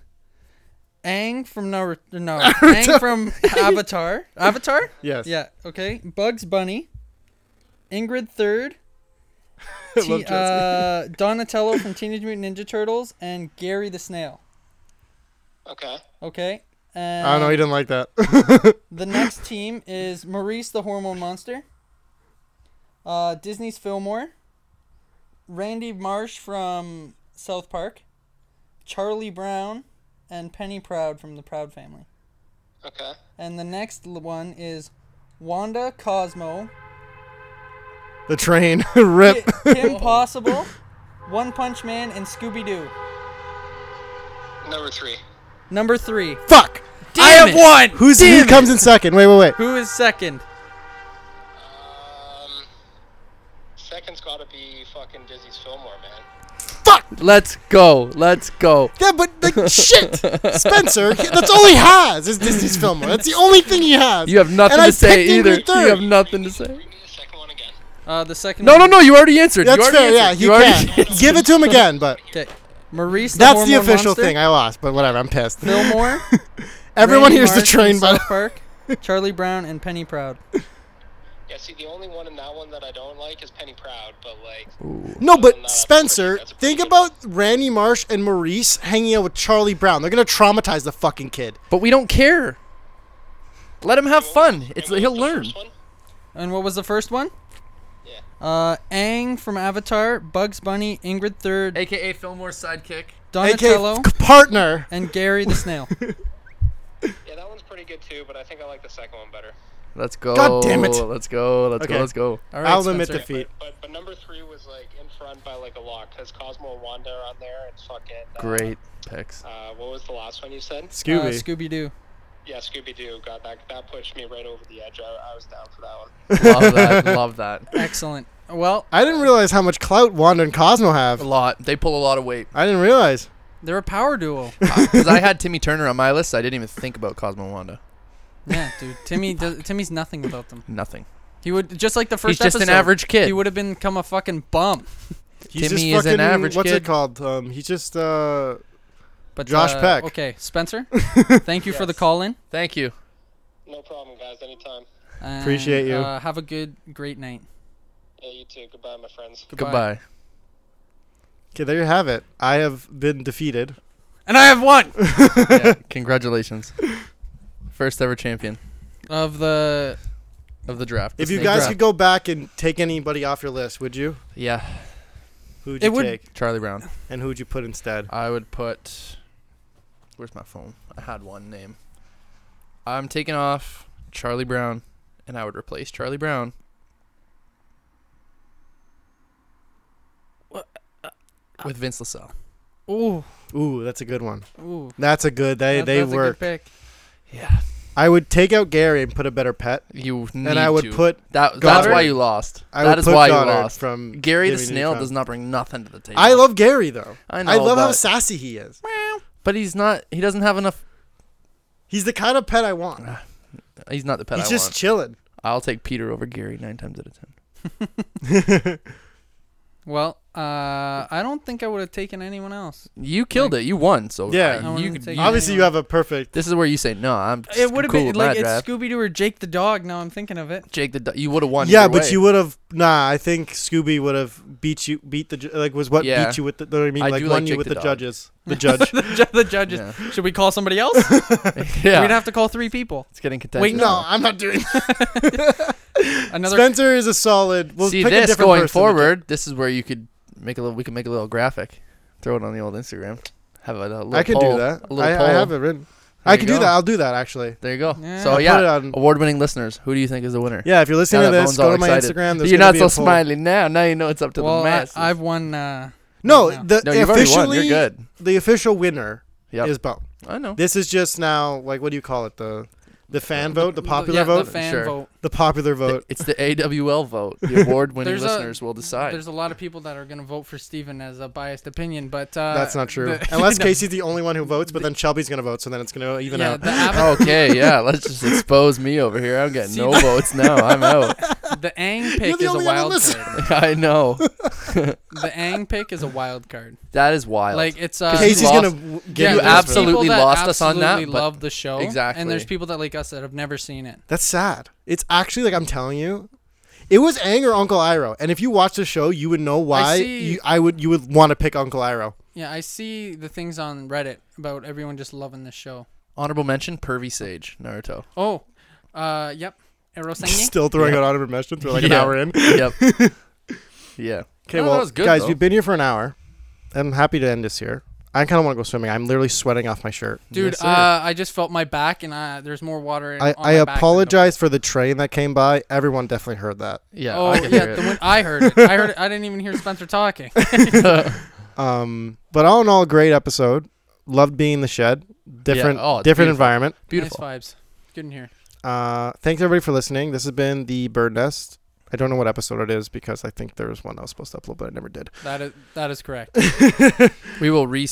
[SPEAKER 3] Ang from Naruto.
[SPEAKER 1] [LAUGHS]
[SPEAKER 3] No, Aang from Avatar. Avatar.
[SPEAKER 1] Yes.
[SPEAKER 3] Yeah. Okay. Bugs Bunny.
[SPEAKER 1] [LAUGHS]
[SPEAKER 3] Ingrid Third. T-
[SPEAKER 1] Love Jesse.
[SPEAKER 3] uh, Donatello from Teenage Mutant Ninja Turtles and Gary the Snail.
[SPEAKER 5] Okay.
[SPEAKER 3] Okay.
[SPEAKER 1] I know you
[SPEAKER 3] And
[SPEAKER 1] didn't like that. [LAUGHS]
[SPEAKER 3] the next team is Maurice the Hormone Monster. Uh, Disney's Fillmore. Randy Marsh from South Park. Charlie Brown and Penny Proud from the Proud Family.
[SPEAKER 5] Okay.
[SPEAKER 3] And the next l- one is Wanda Cosmo,
[SPEAKER 1] the train. [LAUGHS] Rip.
[SPEAKER 3] Ki- Kim Possible, One Punch Man, and Scooby Doo.
[SPEAKER 5] Number three.
[SPEAKER 3] Number three.
[SPEAKER 1] Fuck.
[SPEAKER 2] I have one.
[SPEAKER 1] Who's who comes in second? Wait,
[SPEAKER 2] [LAUGHS]
[SPEAKER 1] wait, wait.
[SPEAKER 3] Who is second?
[SPEAKER 5] Um, second's gotta be fucking Disney's Fillmore, man.
[SPEAKER 2] Let's go. Let's go.
[SPEAKER 1] Yeah, but
[SPEAKER 2] [LAUGHS]
[SPEAKER 1] like shit, Spencer. he- that's all he has is Disney's Fillmore. That's the only thing he has.
[SPEAKER 2] You have nothing
[SPEAKER 1] And I
[SPEAKER 2] to say
[SPEAKER 1] picked Ingrid
[SPEAKER 2] either.
[SPEAKER 1] third.
[SPEAKER 2] You have nothing to say.
[SPEAKER 5] Read me the second one again.
[SPEAKER 3] Uh, the second.
[SPEAKER 2] No, no,
[SPEAKER 3] one-
[SPEAKER 2] no. You already answered. you
[SPEAKER 1] That's
[SPEAKER 2] already
[SPEAKER 1] fair. Yeah,
[SPEAKER 2] [LAUGHS] answered.
[SPEAKER 1] you,
[SPEAKER 2] you already
[SPEAKER 1] can. Give it to him again, but
[SPEAKER 3] Okay. Maurice. The
[SPEAKER 1] that's the
[SPEAKER 3] Hormone
[SPEAKER 1] official
[SPEAKER 3] Monster,
[SPEAKER 1] thing. I lost, but whatever. I'm pissed.
[SPEAKER 3] Fillmore.
[SPEAKER 1] [LAUGHS] Everyone
[SPEAKER 3] Randy
[SPEAKER 1] hears the
[SPEAKER 3] Marsh from
[SPEAKER 1] train, but
[SPEAKER 3] South Park. Charlie Brown and Penny Proud.
[SPEAKER 5] Yeah, see, the only one in that one that I don't like is Penny Proud, but like,
[SPEAKER 1] [LAUGHS] no.
[SPEAKER 5] Nah,
[SPEAKER 1] But
[SPEAKER 5] that's
[SPEAKER 1] Spencer,
[SPEAKER 5] pretty- that's pretty
[SPEAKER 1] think
[SPEAKER 5] good.
[SPEAKER 1] about Randy Marsh and Maurice hanging out with Charlie Brown. They're gonna traumatize the fucking kid.
[SPEAKER 2] But we don't care. Let him have fun. It's
[SPEAKER 5] Wait,
[SPEAKER 2] he'll
[SPEAKER 5] what's the
[SPEAKER 2] learn.
[SPEAKER 5] first one?
[SPEAKER 3] And what was the first one?
[SPEAKER 5] Yeah.
[SPEAKER 3] Uh, Aang from Avatar, Bugs Bunny, Ingrid Third,
[SPEAKER 2] AKA Fillmore's sidekick.
[SPEAKER 1] [LAUGHS]
[SPEAKER 3] Donatello,
[SPEAKER 1] AKA partner.
[SPEAKER 3] and Gary
[SPEAKER 1] [LAUGHS]
[SPEAKER 3] the Snail.
[SPEAKER 5] Yeah, that one's pretty good too, but I think I like the second one better.
[SPEAKER 2] Let's go.
[SPEAKER 1] God damn it.
[SPEAKER 2] Let's go. Let's
[SPEAKER 1] Okay.
[SPEAKER 2] go. Let's go.
[SPEAKER 3] All right,
[SPEAKER 1] I'll admit
[SPEAKER 3] Spencer.
[SPEAKER 1] defeat.
[SPEAKER 5] But but number three was like in front by like a lot because Cosmo and Wanda are on there and fucking. Uh,
[SPEAKER 2] Great picks.
[SPEAKER 5] Uh, what was the last one you said?
[SPEAKER 3] Uh, Scooby Doo.
[SPEAKER 5] Yeah, Scooby Doo. God, that that pushed me right over the edge. I, I was down
[SPEAKER 2] [LAUGHS]
[SPEAKER 5] for that one.
[SPEAKER 2] Love that. Love
[SPEAKER 1] [LAUGHS]
[SPEAKER 2] that.
[SPEAKER 3] Excellent. Well,
[SPEAKER 1] I didn't realize how much clout Wanda and Cosmo
[SPEAKER 2] A
[SPEAKER 1] have.
[SPEAKER 2] lot. They pull a lot of weight.
[SPEAKER 1] I didn't realize.
[SPEAKER 3] they're a power
[SPEAKER 1] [LAUGHS]
[SPEAKER 3] duo.
[SPEAKER 2] Because I [LAUGHS] had Timmy Turner on my list. I didn't even think about Cosmo and Wanda.
[SPEAKER 3] Yeah, dude. Timmy, does, Timmy's nothing without them.
[SPEAKER 2] Nothing.
[SPEAKER 3] He would just like the
[SPEAKER 2] He's
[SPEAKER 3] first.
[SPEAKER 2] just
[SPEAKER 3] episode,
[SPEAKER 2] an average kid.
[SPEAKER 3] He would have become a fucking bum.
[SPEAKER 1] He's
[SPEAKER 2] Timmy
[SPEAKER 1] just
[SPEAKER 2] is an
[SPEAKER 1] fucking,
[SPEAKER 2] average
[SPEAKER 1] What's it
[SPEAKER 2] kid.
[SPEAKER 1] called? Um, he's just uh.
[SPEAKER 3] But
[SPEAKER 1] Josh
[SPEAKER 3] uh,
[SPEAKER 1] Peck.
[SPEAKER 3] Okay,
[SPEAKER 1] [LAUGHS]
[SPEAKER 3] Spencer. Thank you for the
[SPEAKER 5] Yes.
[SPEAKER 3] call in.
[SPEAKER 2] Thank you.
[SPEAKER 5] No problem, guys. Anytime.
[SPEAKER 3] and,
[SPEAKER 1] Appreciate you.
[SPEAKER 3] Uh, have a good, great night.
[SPEAKER 5] Yeah, you too. Goodbye, my friends.
[SPEAKER 2] Goodbye.
[SPEAKER 1] Okay, there you have it. I have been defeated.
[SPEAKER 3] And I
[SPEAKER 1] [LAUGHS]
[SPEAKER 3] have one
[SPEAKER 2] [LAUGHS] Yeah, congratulations. First ever champion
[SPEAKER 3] of the.
[SPEAKER 2] of the draft.
[SPEAKER 1] If
[SPEAKER 2] The
[SPEAKER 1] you
[SPEAKER 2] snake
[SPEAKER 1] guys
[SPEAKER 2] draft.
[SPEAKER 1] could go back and take anybody off your list, would you?
[SPEAKER 2] yeah,
[SPEAKER 1] Who would
[SPEAKER 3] It
[SPEAKER 1] you
[SPEAKER 3] would-
[SPEAKER 1] take?
[SPEAKER 2] Charlie Brown.
[SPEAKER 1] And who would you put instead?
[SPEAKER 2] I would put. Where's my phone? I had one name. I'm taking off Charlie Brown, and I would replace Charlie Brown. Uh, With Vince LaSalle.
[SPEAKER 3] Ooh,
[SPEAKER 1] Ooh, that's a good one.
[SPEAKER 3] ooh.
[SPEAKER 1] That's a good. They
[SPEAKER 3] That-
[SPEAKER 1] they
[SPEAKER 3] that's
[SPEAKER 1] work.
[SPEAKER 3] A good pick.
[SPEAKER 2] Yeah,
[SPEAKER 1] I would take out Gary and put a better pet,
[SPEAKER 2] you need
[SPEAKER 1] and I would
[SPEAKER 2] to.
[SPEAKER 1] put
[SPEAKER 2] that. That's
[SPEAKER 1] Goddard-
[SPEAKER 2] why you lost.
[SPEAKER 1] I
[SPEAKER 2] That
[SPEAKER 1] would
[SPEAKER 2] is
[SPEAKER 1] put
[SPEAKER 2] why
[SPEAKER 1] Goddard
[SPEAKER 2] you lost.
[SPEAKER 1] from
[SPEAKER 2] Gary the
[SPEAKER 1] Jimmy
[SPEAKER 2] Snail
[SPEAKER 1] Neutron.
[SPEAKER 2] does not bring nothing to the table.
[SPEAKER 1] I love Gary though.
[SPEAKER 2] I
[SPEAKER 1] I,
[SPEAKER 2] know,
[SPEAKER 1] love how
[SPEAKER 2] but-
[SPEAKER 1] sassy he is.
[SPEAKER 2] but he's not. He doesn't have enough.
[SPEAKER 1] He's the kind of pet I want.
[SPEAKER 2] He's not the pet
[SPEAKER 1] He's
[SPEAKER 2] I
[SPEAKER 1] just
[SPEAKER 2] want.
[SPEAKER 1] chilling.
[SPEAKER 2] I'll take Peter over Gary nine times out of ten.
[SPEAKER 3] Well, uh, I don't think I would have taken anyone else.
[SPEAKER 2] You killed it. You won. So
[SPEAKER 1] Yeah.
[SPEAKER 2] uh,
[SPEAKER 1] I
[SPEAKER 3] wanted
[SPEAKER 2] you,
[SPEAKER 3] to
[SPEAKER 2] could-
[SPEAKER 3] take
[SPEAKER 2] you-
[SPEAKER 3] it.
[SPEAKER 1] Obviously, you have a perfect.
[SPEAKER 2] this is where you say no. I'm.
[SPEAKER 3] It would have
[SPEAKER 2] cool
[SPEAKER 3] been
[SPEAKER 2] with
[SPEAKER 3] like
[SPEAKER 2] my
[SPEAKER 3] it's
[SPEAKER 2] draft.
[SPEAKER 3] Scooby Doo or Jake the dog. Now I'm thinking of it. [LAUGHS]
[SPEAKER 2] Jake the. Do- You would have won.
[SPEAKER 1] Yeah,
[SPEAKER 2] either
[SPEAKER 1] but
[SPEAKER 2] way.
[SPEAKER 1] you would have. Nah, I think Scooby would have beat you. Beat the ju- like was what
[SPEAKER 2] Yeah.
[SPEAKER 1] beat you with the. know what I mean,
[SPEAKER 2] I
[SPEAKER 1] like
[SPEAKER 2] do
[SPEAKER 1] won
[SPEAKER 2] like
[SPEAKER 1] you
[SPEAKER 2] Jake
[SPEAKER 1] with the,
[SPEAKER 2] the dog. [LAUGHS]
[SPEAKER 1] judges. The judge.
[SPEAKER 3] the, ju-
[SPEAKER 1] [LAUGHS]
[SPEAKER 3] the
[SPEAKER 2] [LAUGHS]
[SPEAKER 3] judges.
[SPEAKER 2] Yeah.
[SPEAKER 3] Should we call somebody else?
[SPEAKER 2] yeah.
[SPEAKER 3] We'd have to call three people.
[SPEAKER 2] it's getting contentious.
[SPEAKER 3] Wait,
[SPEAKER 1] no, I'm not doing.
[SPEAKER 3] Another.
[SPEAKER 1] Spencer is a solid. We'll
[SPEAKER 2] See
[SPEAKER 1] pick a
[SPEAKER 2] this
[SPEAKER 1] different
[SPEAKER 2] going
[SPEAKER 1] person to
[SPEAKER 2] forward. This is where you could make a little. We could make a little graphic. Throw it on the old Instagram. Have a, a little.
[SPEAKER 1] I can
[SPEAKER 2] poll,
[SPEAKER 1] do that.
[SPEAKER 2] A little
[SPEAKER 1] I,
[SPEAKER 2] poll.
[SPEAKER 1] I have it written.
[SPEAKER 2] There
[SPEAKER 1] I
[SPEAKER 2] you
[SPEAKER 1] can
[SPEAKER 2] go.
[SPEAKER 1] do that. I'll do that actually.
[SPEAKER 2] There you go.
[SPEAKER 3] Yeah.
[SPEAKER 2] So
[SPEAKER 1] I'll put it
[SPEAKER 2] yeah,
[SPEAKER 1] on-
[SPEAKER 2] award-winning listeners, who do you think is the winner?
[SPEAKER 1] Yeah, if you're listening
[SPEAKER 2] Now
[SPEAKER 1] to
[SPEAKER 2] that
[SPEAKER 1] this,
[SPEAKER 2] Bone's all
[SPEAKER 1] go to my
[SPEAKER 2] excited.
[SPEAKER 1] Instagram. There's
[SPEAKER 2] You're
[SPEAKER 1] gonna
[SPEAKER 2] not
[SPEAKER 1] be
[SPEAKER 2] so
[SPEAKER 1] a poll.
[SPEAKER 2] smiley now. Now you know it's up to
[SPEAKER 3] well,
[SPEAKER 2] the masses.
[SPEAKER 3] I, have won. Uh,
[SPEAKER 1] No,
[SPEAKER 3] now.
[SPEAKER 1] the
[SPEAKER 2] No, you've already won.
[SPEAKER 1] officially
[SPEAKER 2] You're good.
[SPEAKER 1] the official winner
[SPEAKER 2] Yep.
[SPEAKER 1] is Bone.
[SPEAKER 2] I know.
[SPEAKER 1] This is just now like what do you call it the the fan vote, the popular
[SPEAKER 3] yeah,
[SPEAKER 1] vote,
[SPEAKER 3] the
[SPEAKER 1] the,
[SPEAKER 3] fan
[SPEAKER 2] Sure.
[SPEAKER 3] vote.
[SPEAKER 1] popular vote.
[SPEAKER 2] It's the AWL vote. The award-winning
[SPEAKER 3] There's a-
[SPEAKER 2] listeners will [LAUGHS] decide.
[SPEAKER 3] There's a lot of people that are going to vote for Steven as a biased opinion, but uh,
[SPEAKER 1] That's not true.
[SPEAKER 3] the- [LAUGHS]
[SPEAKER 1] Unless
[SPEAKER 3] No.
[SPEAKER 1] Casey's the only one who votes, but then Shelby's gonna vote, so then it's gonna even uh, oh,
[SPEAKER 3] yeah,
[SPEAKER 1] out.
[SPEAKER 3] the, av-
[SPEAKER 2] okay, yeah. Let's just expose me over here. I'm getting
[SPEAKER 3] See,
[SPEAKER 2] no
[SPEAKER 3] the-
[SPEAKER 2] votes now. I'm
[SPEAKER 3] [LAUGHS]
[SPEAKER 2] out. [LAUGHS]
[SPEAKER 3] the Ang pick
[SPEAKER 1] the
[SPEAKER 3] is a
[SPEAKER 1] only one on
[SPEAKER 3] wild
[SPEAKER 1] this-
[SPEAKER 3] card.
[SPEAKER 2] I know.
[SPEAKER 3] The Ang pick is a
[SPEAKER 1] [LAUGHS]
[SPEAKER 3] wild card.
[SPEAKER 2] That is wild.
[SPEAKER 3] Like it's uh,
[SPEAKER 1] Casey's
[SPEAKER 2] lost-
[SPEAKER 1] gonna w- get
[SPEAKER 2] you
[SPEAKER 1] you
[SPEAKER 2] absolute-
[SPEAKER 3] there's
[SPEAKER 1] absolutely.
[SPEAKER 2] absolutely
[SPEAKER 3] people that
[SPEAKER 2] lost us on that,
[SPEAKER 3] absolutely
[SPEAKER 2] but-
[SPEAKER 3] love the show, And
[SPEAKER 2] Exactly.
[SPEAKER 3] there's people that like us that have never seen it.
[SPEAKER 1] That's sad. It's actually like I'm telling you. It was anger Uncle Iro, and if you watch the show, you would know why
[SPEAKER 3] see-
[SPEAKER 1] you, I would you would want to pick Uncle Iro.
[SPEAKER 3] Yeah, I see the things on Reddit about everyone just loving this show.
[SPEAKER 2] honorable mention: Pervy Sage Naruto.
[SPEAKER 3] Oh, uh, yep, Erosenge.
[SPEAKER 1] Still throwing out honorable mentions. We're like an
[SPEAKER 2] Yeah.
[SPEAKER 1] hour in. [LAUGHS]
[SPEAKER 2] Yep. yeah.
[SPEAKER 1] Okay,
[SPEAKER 2] No, that
[SPEAKER 1] well,
[SPEAKER 2] was good,
[SPEAKER 1] guys,
[SPEAKER 2] though.
[SPEAKER 1] we've been here for an hour. I'm happy to end this here. I kind of want to go swimming. I'm literally sweating off my shirt.
[SPEAKER 3] Dude,
[SPEAKER 2] Yes, sir.
[SPEAKER 3] uh, I just felt my back, and uh, there's more water. in-
[SPEAKER 1] I,
[SPEAKER 3] on
[SPEAKER 1] I
[SPEAKER 3] my back than the-
[SPEAKER 1] apologize for the train that came by. Everyone definitely heard that.
[SPEAKER 2] yeah.
[SPEAKER 3] Oh
[SPEAKER 2] I can hear
[SPEAKER 3] yeah,
[SPEAKER 2] it.
[SPEAKER 3] the win- I heard it. I heard it. I didn't even hear Spencer talking.
[SPEAKER 1] Um, but all in all, great episode. Loved being in the shed. Different,
[SPEAKER 2] Yeah, oh, it's
[SPEAKER 1] different
[SPEAKER 2] beautiful.
[SPEAKER 1] environment.
[SPEAKER 2] [LAUGHS] Beautiful.
[SPEAKER 3] Nice vibes. Good in here.
[SPEAKER 1] Uh, thanks everybody for listening. This has been the Bird Nest. I don't know what episode it is because I think there was one I was supposed to upload, but I never did. [LAUGHS]
[SPEAKER 3] That is that is correct.
[SPEAKER 2] We will re.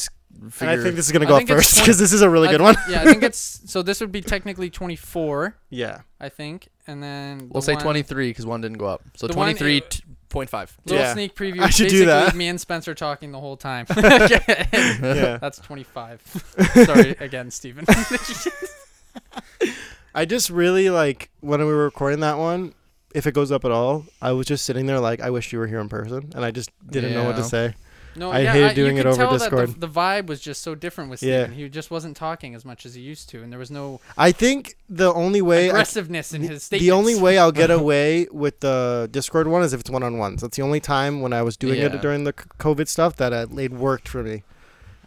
[SPEAKER 2] Figure.
[SPEAKER 1] And I think this is gonna
[SPEAKER 3] I
[SPEAKER 1] go up
[SPEAKER 3] think it's
[SPEAKER 1] first [LAUGHS]
[SPEAKER 3] twen-
[SPEAKER 1] because this is a really
[SPEAKER 3] I
[SPEAKER 1] good
[SPEAKER 3] thi-
[SPEAKER 2] [LAUGHS]
[SPEAKER 1] one.
[SPEAKER 3] yeah, I think it's so. This would be technically 24,
[SPEAKER 1] Yeah.
[SPEAKER 3] I think, and then the
[SPEAKER 2] we'll say
[SPEAKER 3] one-
[SPEAKER 2] 23 because one didn't go up. So
[SPEAKER 3] The one-
[SPEAKER 2] 23.5.
[SPEAKER 3] Little
[SPEAKER 1] Yeah.
[SPEAKER 3] sneak preview.
[SPEAKER 1] I should do
[SPEAKER 3] basically
[SPEAKER 1] that.
[SPEAKER 3] Me and Spencer talking the whole
[SPEAKER 1] [LAUGHS]
[SPEAKER 3] time. [LAUGHS]
[SPEAKER 1] Yeah.
[SPEAKER 3] That's 25.
[SPEAKER 1] [LAUGHS]
[SPEAKER 3] Sorry again, Steven. [LAUGHS]
[SPEAKER 1] I just really like when we were recording that one. If it goes up at all, I was just sitting there like, I wish you were here in person, and I just didn't know what to
[SPEAKER 2] Yeah.
[SPEAKER 1] say.
[SPEAKER 3] No,
[SPEAKER 1] I
[SPEAKER 3] yeah,
[SPEAKER 1] hated
[SPEAKER 3] I,
[SPEAKER 1] doing
[SPEAKER 3] you
[SPEAKER 1] it
[SPEAKER 3] could
[SPEAKER 1] over
[SPEAKER 3] tell That
[SPEAKER 1] Discord.
[SPEAKER 3] the, the vibe was just so different with
[SPEAKER 1] Yeah.
[SPEAKER 3] Steven. He just wasn't talking as much as he used to, and there was no
[SPEAKER 1] I think the only way I,
[SPEAKER 3] aggressiveness in his statements.
[SPEAKER 1] the only way I'll
[SPEAKER 3] [LAUGHS]
[SPEAKER 1] get away with the Discord one is if it's one on ones. That's the only time when I was doing
[SPEAKER 2] Yeah.
[SPEAKER 1] it during the c- COVID stuff that it, it worked for me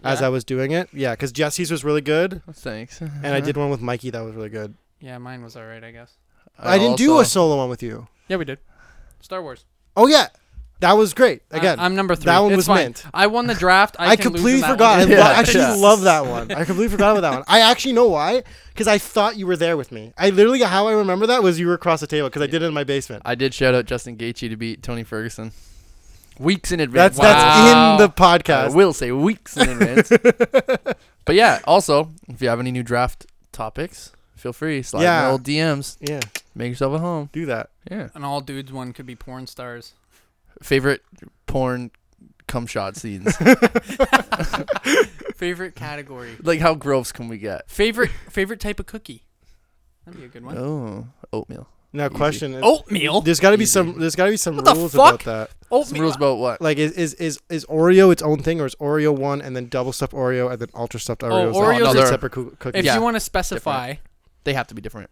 [SPEAKER 1] as
[SPEAKER 3] Yeah?
[SPEAKER 1] I was doing it. Yeah, because Jesse's was really good,
[SPEAKER 2] Thanks. Uh-huh.
[SPEAKER 1] and I did one with Mikey that was really good.
[SPEAKER 3] Yeah, mine was alright, I guess.
[SPEAKER 1] I, didn't do a
[SPEAKER 2] also-
[SPEAKER 1] solo one with you.
[SPEAKER 3] Yeah, we did. Star Wars.
[SPEAKER 1] Oh yeah, that was great.
[SPEAKER 3] I-
[SPEAKER 1] Again,
[SPEAKER 3] I'm number three.
[SPEAKER 1] that one
[SPEAKER 3] It's
[SPEAKER 1] was
[SPEAKER 3] fine.
[SPEAKER 1] meant.
[SPEAKER 3] I won the draft. I,
[SPEAKER 1] I,
[SPEAKER 3] can lose
[SPEAKER 1] completely
[SPEAKER 3] in that one.
[SPEAKER 1] forgot. I lo-
[SPEAKER 2] Yeah.
[SPEAKER 1] actually
[SPEAKER 2] Yeah.
[SPEAKER 1] love that one. I completely forgot about that one. I actually know why, because I thought you were there with me. I literally how I remember that was you were across the table because I did it in my basement.
[SPEAKER 2] I did shout out Justin Gaethje to beat Tony Ferguson. Weeks in advance.
[SPEAKER 1] That's that's in the
[SPEAKER 2] I
[SPEAKER 1] podcast.
[SPEAKER 2] will say weeks in advance. but yeah, also, if you have any new draft topics, feel free. Slide in
[SPEAKER 1] Yeah.
[SPEAKER 2] the old DMs.
[SPEAKER 1] yeah,
[SPEAKER 2] Make yourself at home.
[SPEAKER 1] do that.
[SPEAKER 2] Yeah.
[SPEAKER 3] An all dudes one could be
[SPEAKER 1] [LAUGHS]
[SPEAKER 3] porn stars. [LAUGHS]
[SPEAKER 2] Favorite porn cum shot scenes.
[SPEAKER 3] Favorite category.
[SPEAKER 2] like how gross can we get?
[SPEAKER 3] Favorite favorite type of cookie. That'd be a good one.
[SPEAKER 2] Oh, oatmeal.
[SPEAKER 1] Now,
[SPEAKER 2] Easy.
[SPEAKER 1] question: is-
[SPEAKER 3] Oatmeal.
[SPEAKER 1] There's got to be
[SPEAKER 2] Easy.
[SPEAKER 1] some. There's got to be some
[SPEAKER 3] Oh, What the
[SPEAKER 1] rules
[SPEAKER 3] fuck?
[SPEAKER 1] about that.
[SPEAKER 2] Some
[SPEAKER 3] Oatmeal.
[SPEAKER 2] rules about what?
[SPEAKER 1] Like, is, is is is Oreo its own thing, or is Oreo one and then double stuffed Oreo and then ultra stuffed Oreo?
[SPEAKER 3] Oreos
[SPEAKER 1] is
[SPEAKER 2] are-
[SPEAKER 1] separate coo- cookies.
[SPEAKER 3] If
[SPEAKER 2] Yeah.
[SPEAKER 3] you want to specify,
[SPEAKER 2] They have to be different.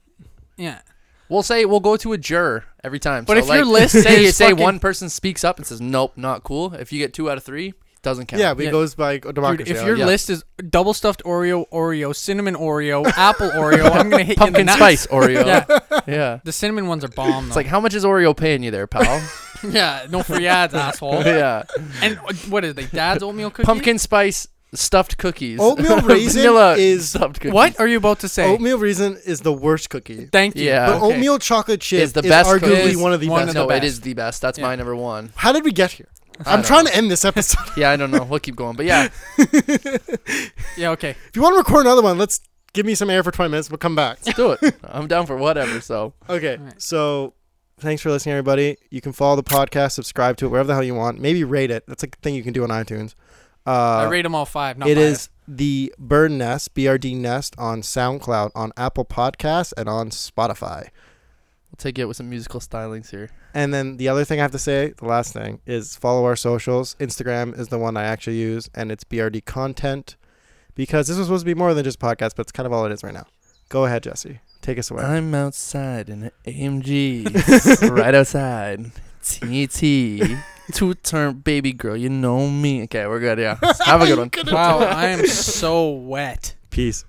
[SPEAKER 3] yeah.
[SPEAKER 2] We'll say we'll go to a juror every time.
[SPEAKER 3] But
[SPEAKER 2] So,
[SPEAKER 3] if your
[SPEAKER 2] like, [LAUGHS]
[SPEAKER 3] list
[SPEAKER 2] say
[SPEAKER 3] is
[SPEAKER 2] say
[SPEAKER 3] fucking-
[SPEAKER 2] one person speaks up and says nope, not cool. If you get two out of three, doesn't count.
[SPEAKER 1] yeah, but it
[SPEAKER 3] Yeah.
[SPEAKER 1] goes by
[SPEAKER 3] Dude,
[SPEAKER 1] democracy.
[SPEAKER 3] if
[SPEAKER 1] I
[SPEAKER 3] your
[SPEAKER 1] like
[SPEAKER 2] yeah.
[SPEAKER 3] list is double stuffed Oreo, Oreo, cinnamon Oreo, [LAUGHS] apple Oreo, I'm [LAUGHS] gonna hit you in
[SPEAKER 2] pumpkin
[SPEAKER 3] the nuts.
[SPEAKER 2] spice Oreo.
[SPEAKER 3] Yeah,
[SPEAKER 2] yeah.
[SPEAKER 3] the cinnamon ones are bomb though.
[SPEAKER 2] It's like how much is Oreo paying you there, pal?
[SPEAKER 3] [LAUGHS] yeah, no
[SPEAKER 2] [LAUGHS]
[SPEAKER 3] free ads, asshole.
[SPEAKER 2] yeah.
[SPEAKER 3] And uh, what is they? Dad's oatmeal cookie.
[SPEAKER 2] Pumpkin spice stuffed cookies. [LAUGHS]
[SPEAKER 1] Oatmeal raisin
[SPEAKER 2] Vanilla
[SPEAKER 1] is-
[SPEAKER 2] stuffed cookies.
[SPEAKER 3] What are you about to say?
[SPEAKER 1] Oatmeal raisin is the worst cookie.
[SPEAKER 3] Thank you.
[SPEAKER 2] Yeah.
[SPEAKER 1] But
[SPEAKER 3] Okay.
[SPEAKER 1] oatmeal chocolate chip
[SPEAKER 2] Is the best cookie.
[SPEAKER 1] arguably
[SPEAKER 2] Is
[SPEAKER 1] one of the
[SPEAKER 3] one
[SPEAKER 1] best.
[SPEAKER 3] of the
[SPEAKER 2] No,
[SPEAKER 3] best.
[SPEAKER 2] it is the best. That's
[SPEAKER 3] Yeah.
[SPEAKER 2] my number one.
[SPEAKER 1] How did we get here?
[SPEAKER 2] I
[SPEAKER 1] I'm
[SPEAKER 2] don't
[SPEAKER 1] trying
[SPEAKER 2] know.
[SPEAKER 1] to end this episode. [LAUGHS]
[SPEAKER 2] Yeah, I don't know. We'll keep going, but yeah,
[SPEAKER 3] Yeah. Okay.
[SPEAKER 1] if you want to record another one, let's give me some air for 20 minutes. We'll come back.
[SPEAKER 2] let's do
[SPEAKER 3] [LAUGHS]
[SPEAKER 2] it. I'm down for whatever. So
[SPEAKER 1] Okay.
[SPEAKER 3] Alright.
[SPEAKER 1] So thanks for listening, everybody. You can follow the podcast, subscribe to it, wherever the hell you want. Maybe rate it. That's a thing you can do on iTunes.
[SPEAKER 3] I
[SPEAKER 1] Uh,
[SPEAKER 3] rate them all five. Not
[SPEAKER 1] it
[SPEAKER 3] biased.
[SPEAKER 1] is the Bird Nest, BRD Nest, on SoundCloud, on Apple Podcasts, and on Spotify.
[SPEAKER 2] we'll take it with some musical stylings here.
[SPEAKER 1] And then the other thing I have to say, the last thing, is follow our socials. Instagram is the one I actually use, and it's BRD content because this was supposed to be more than just podcast, but it's kind of all it is right now. Go ahead, Jesse. Take us away.
[SPEAKER 2] I'm outside in an
[SPEAKER 3] [LAUGHS]
[SPEAKER 2] AMG, right [LAUGHS] outside. TT, two term baby girl, you know me. Okay, we're good. Yeah, have a good one.
[SPEAKER 3] Wow, I am so wet.
[SPEAKER 1] Peace.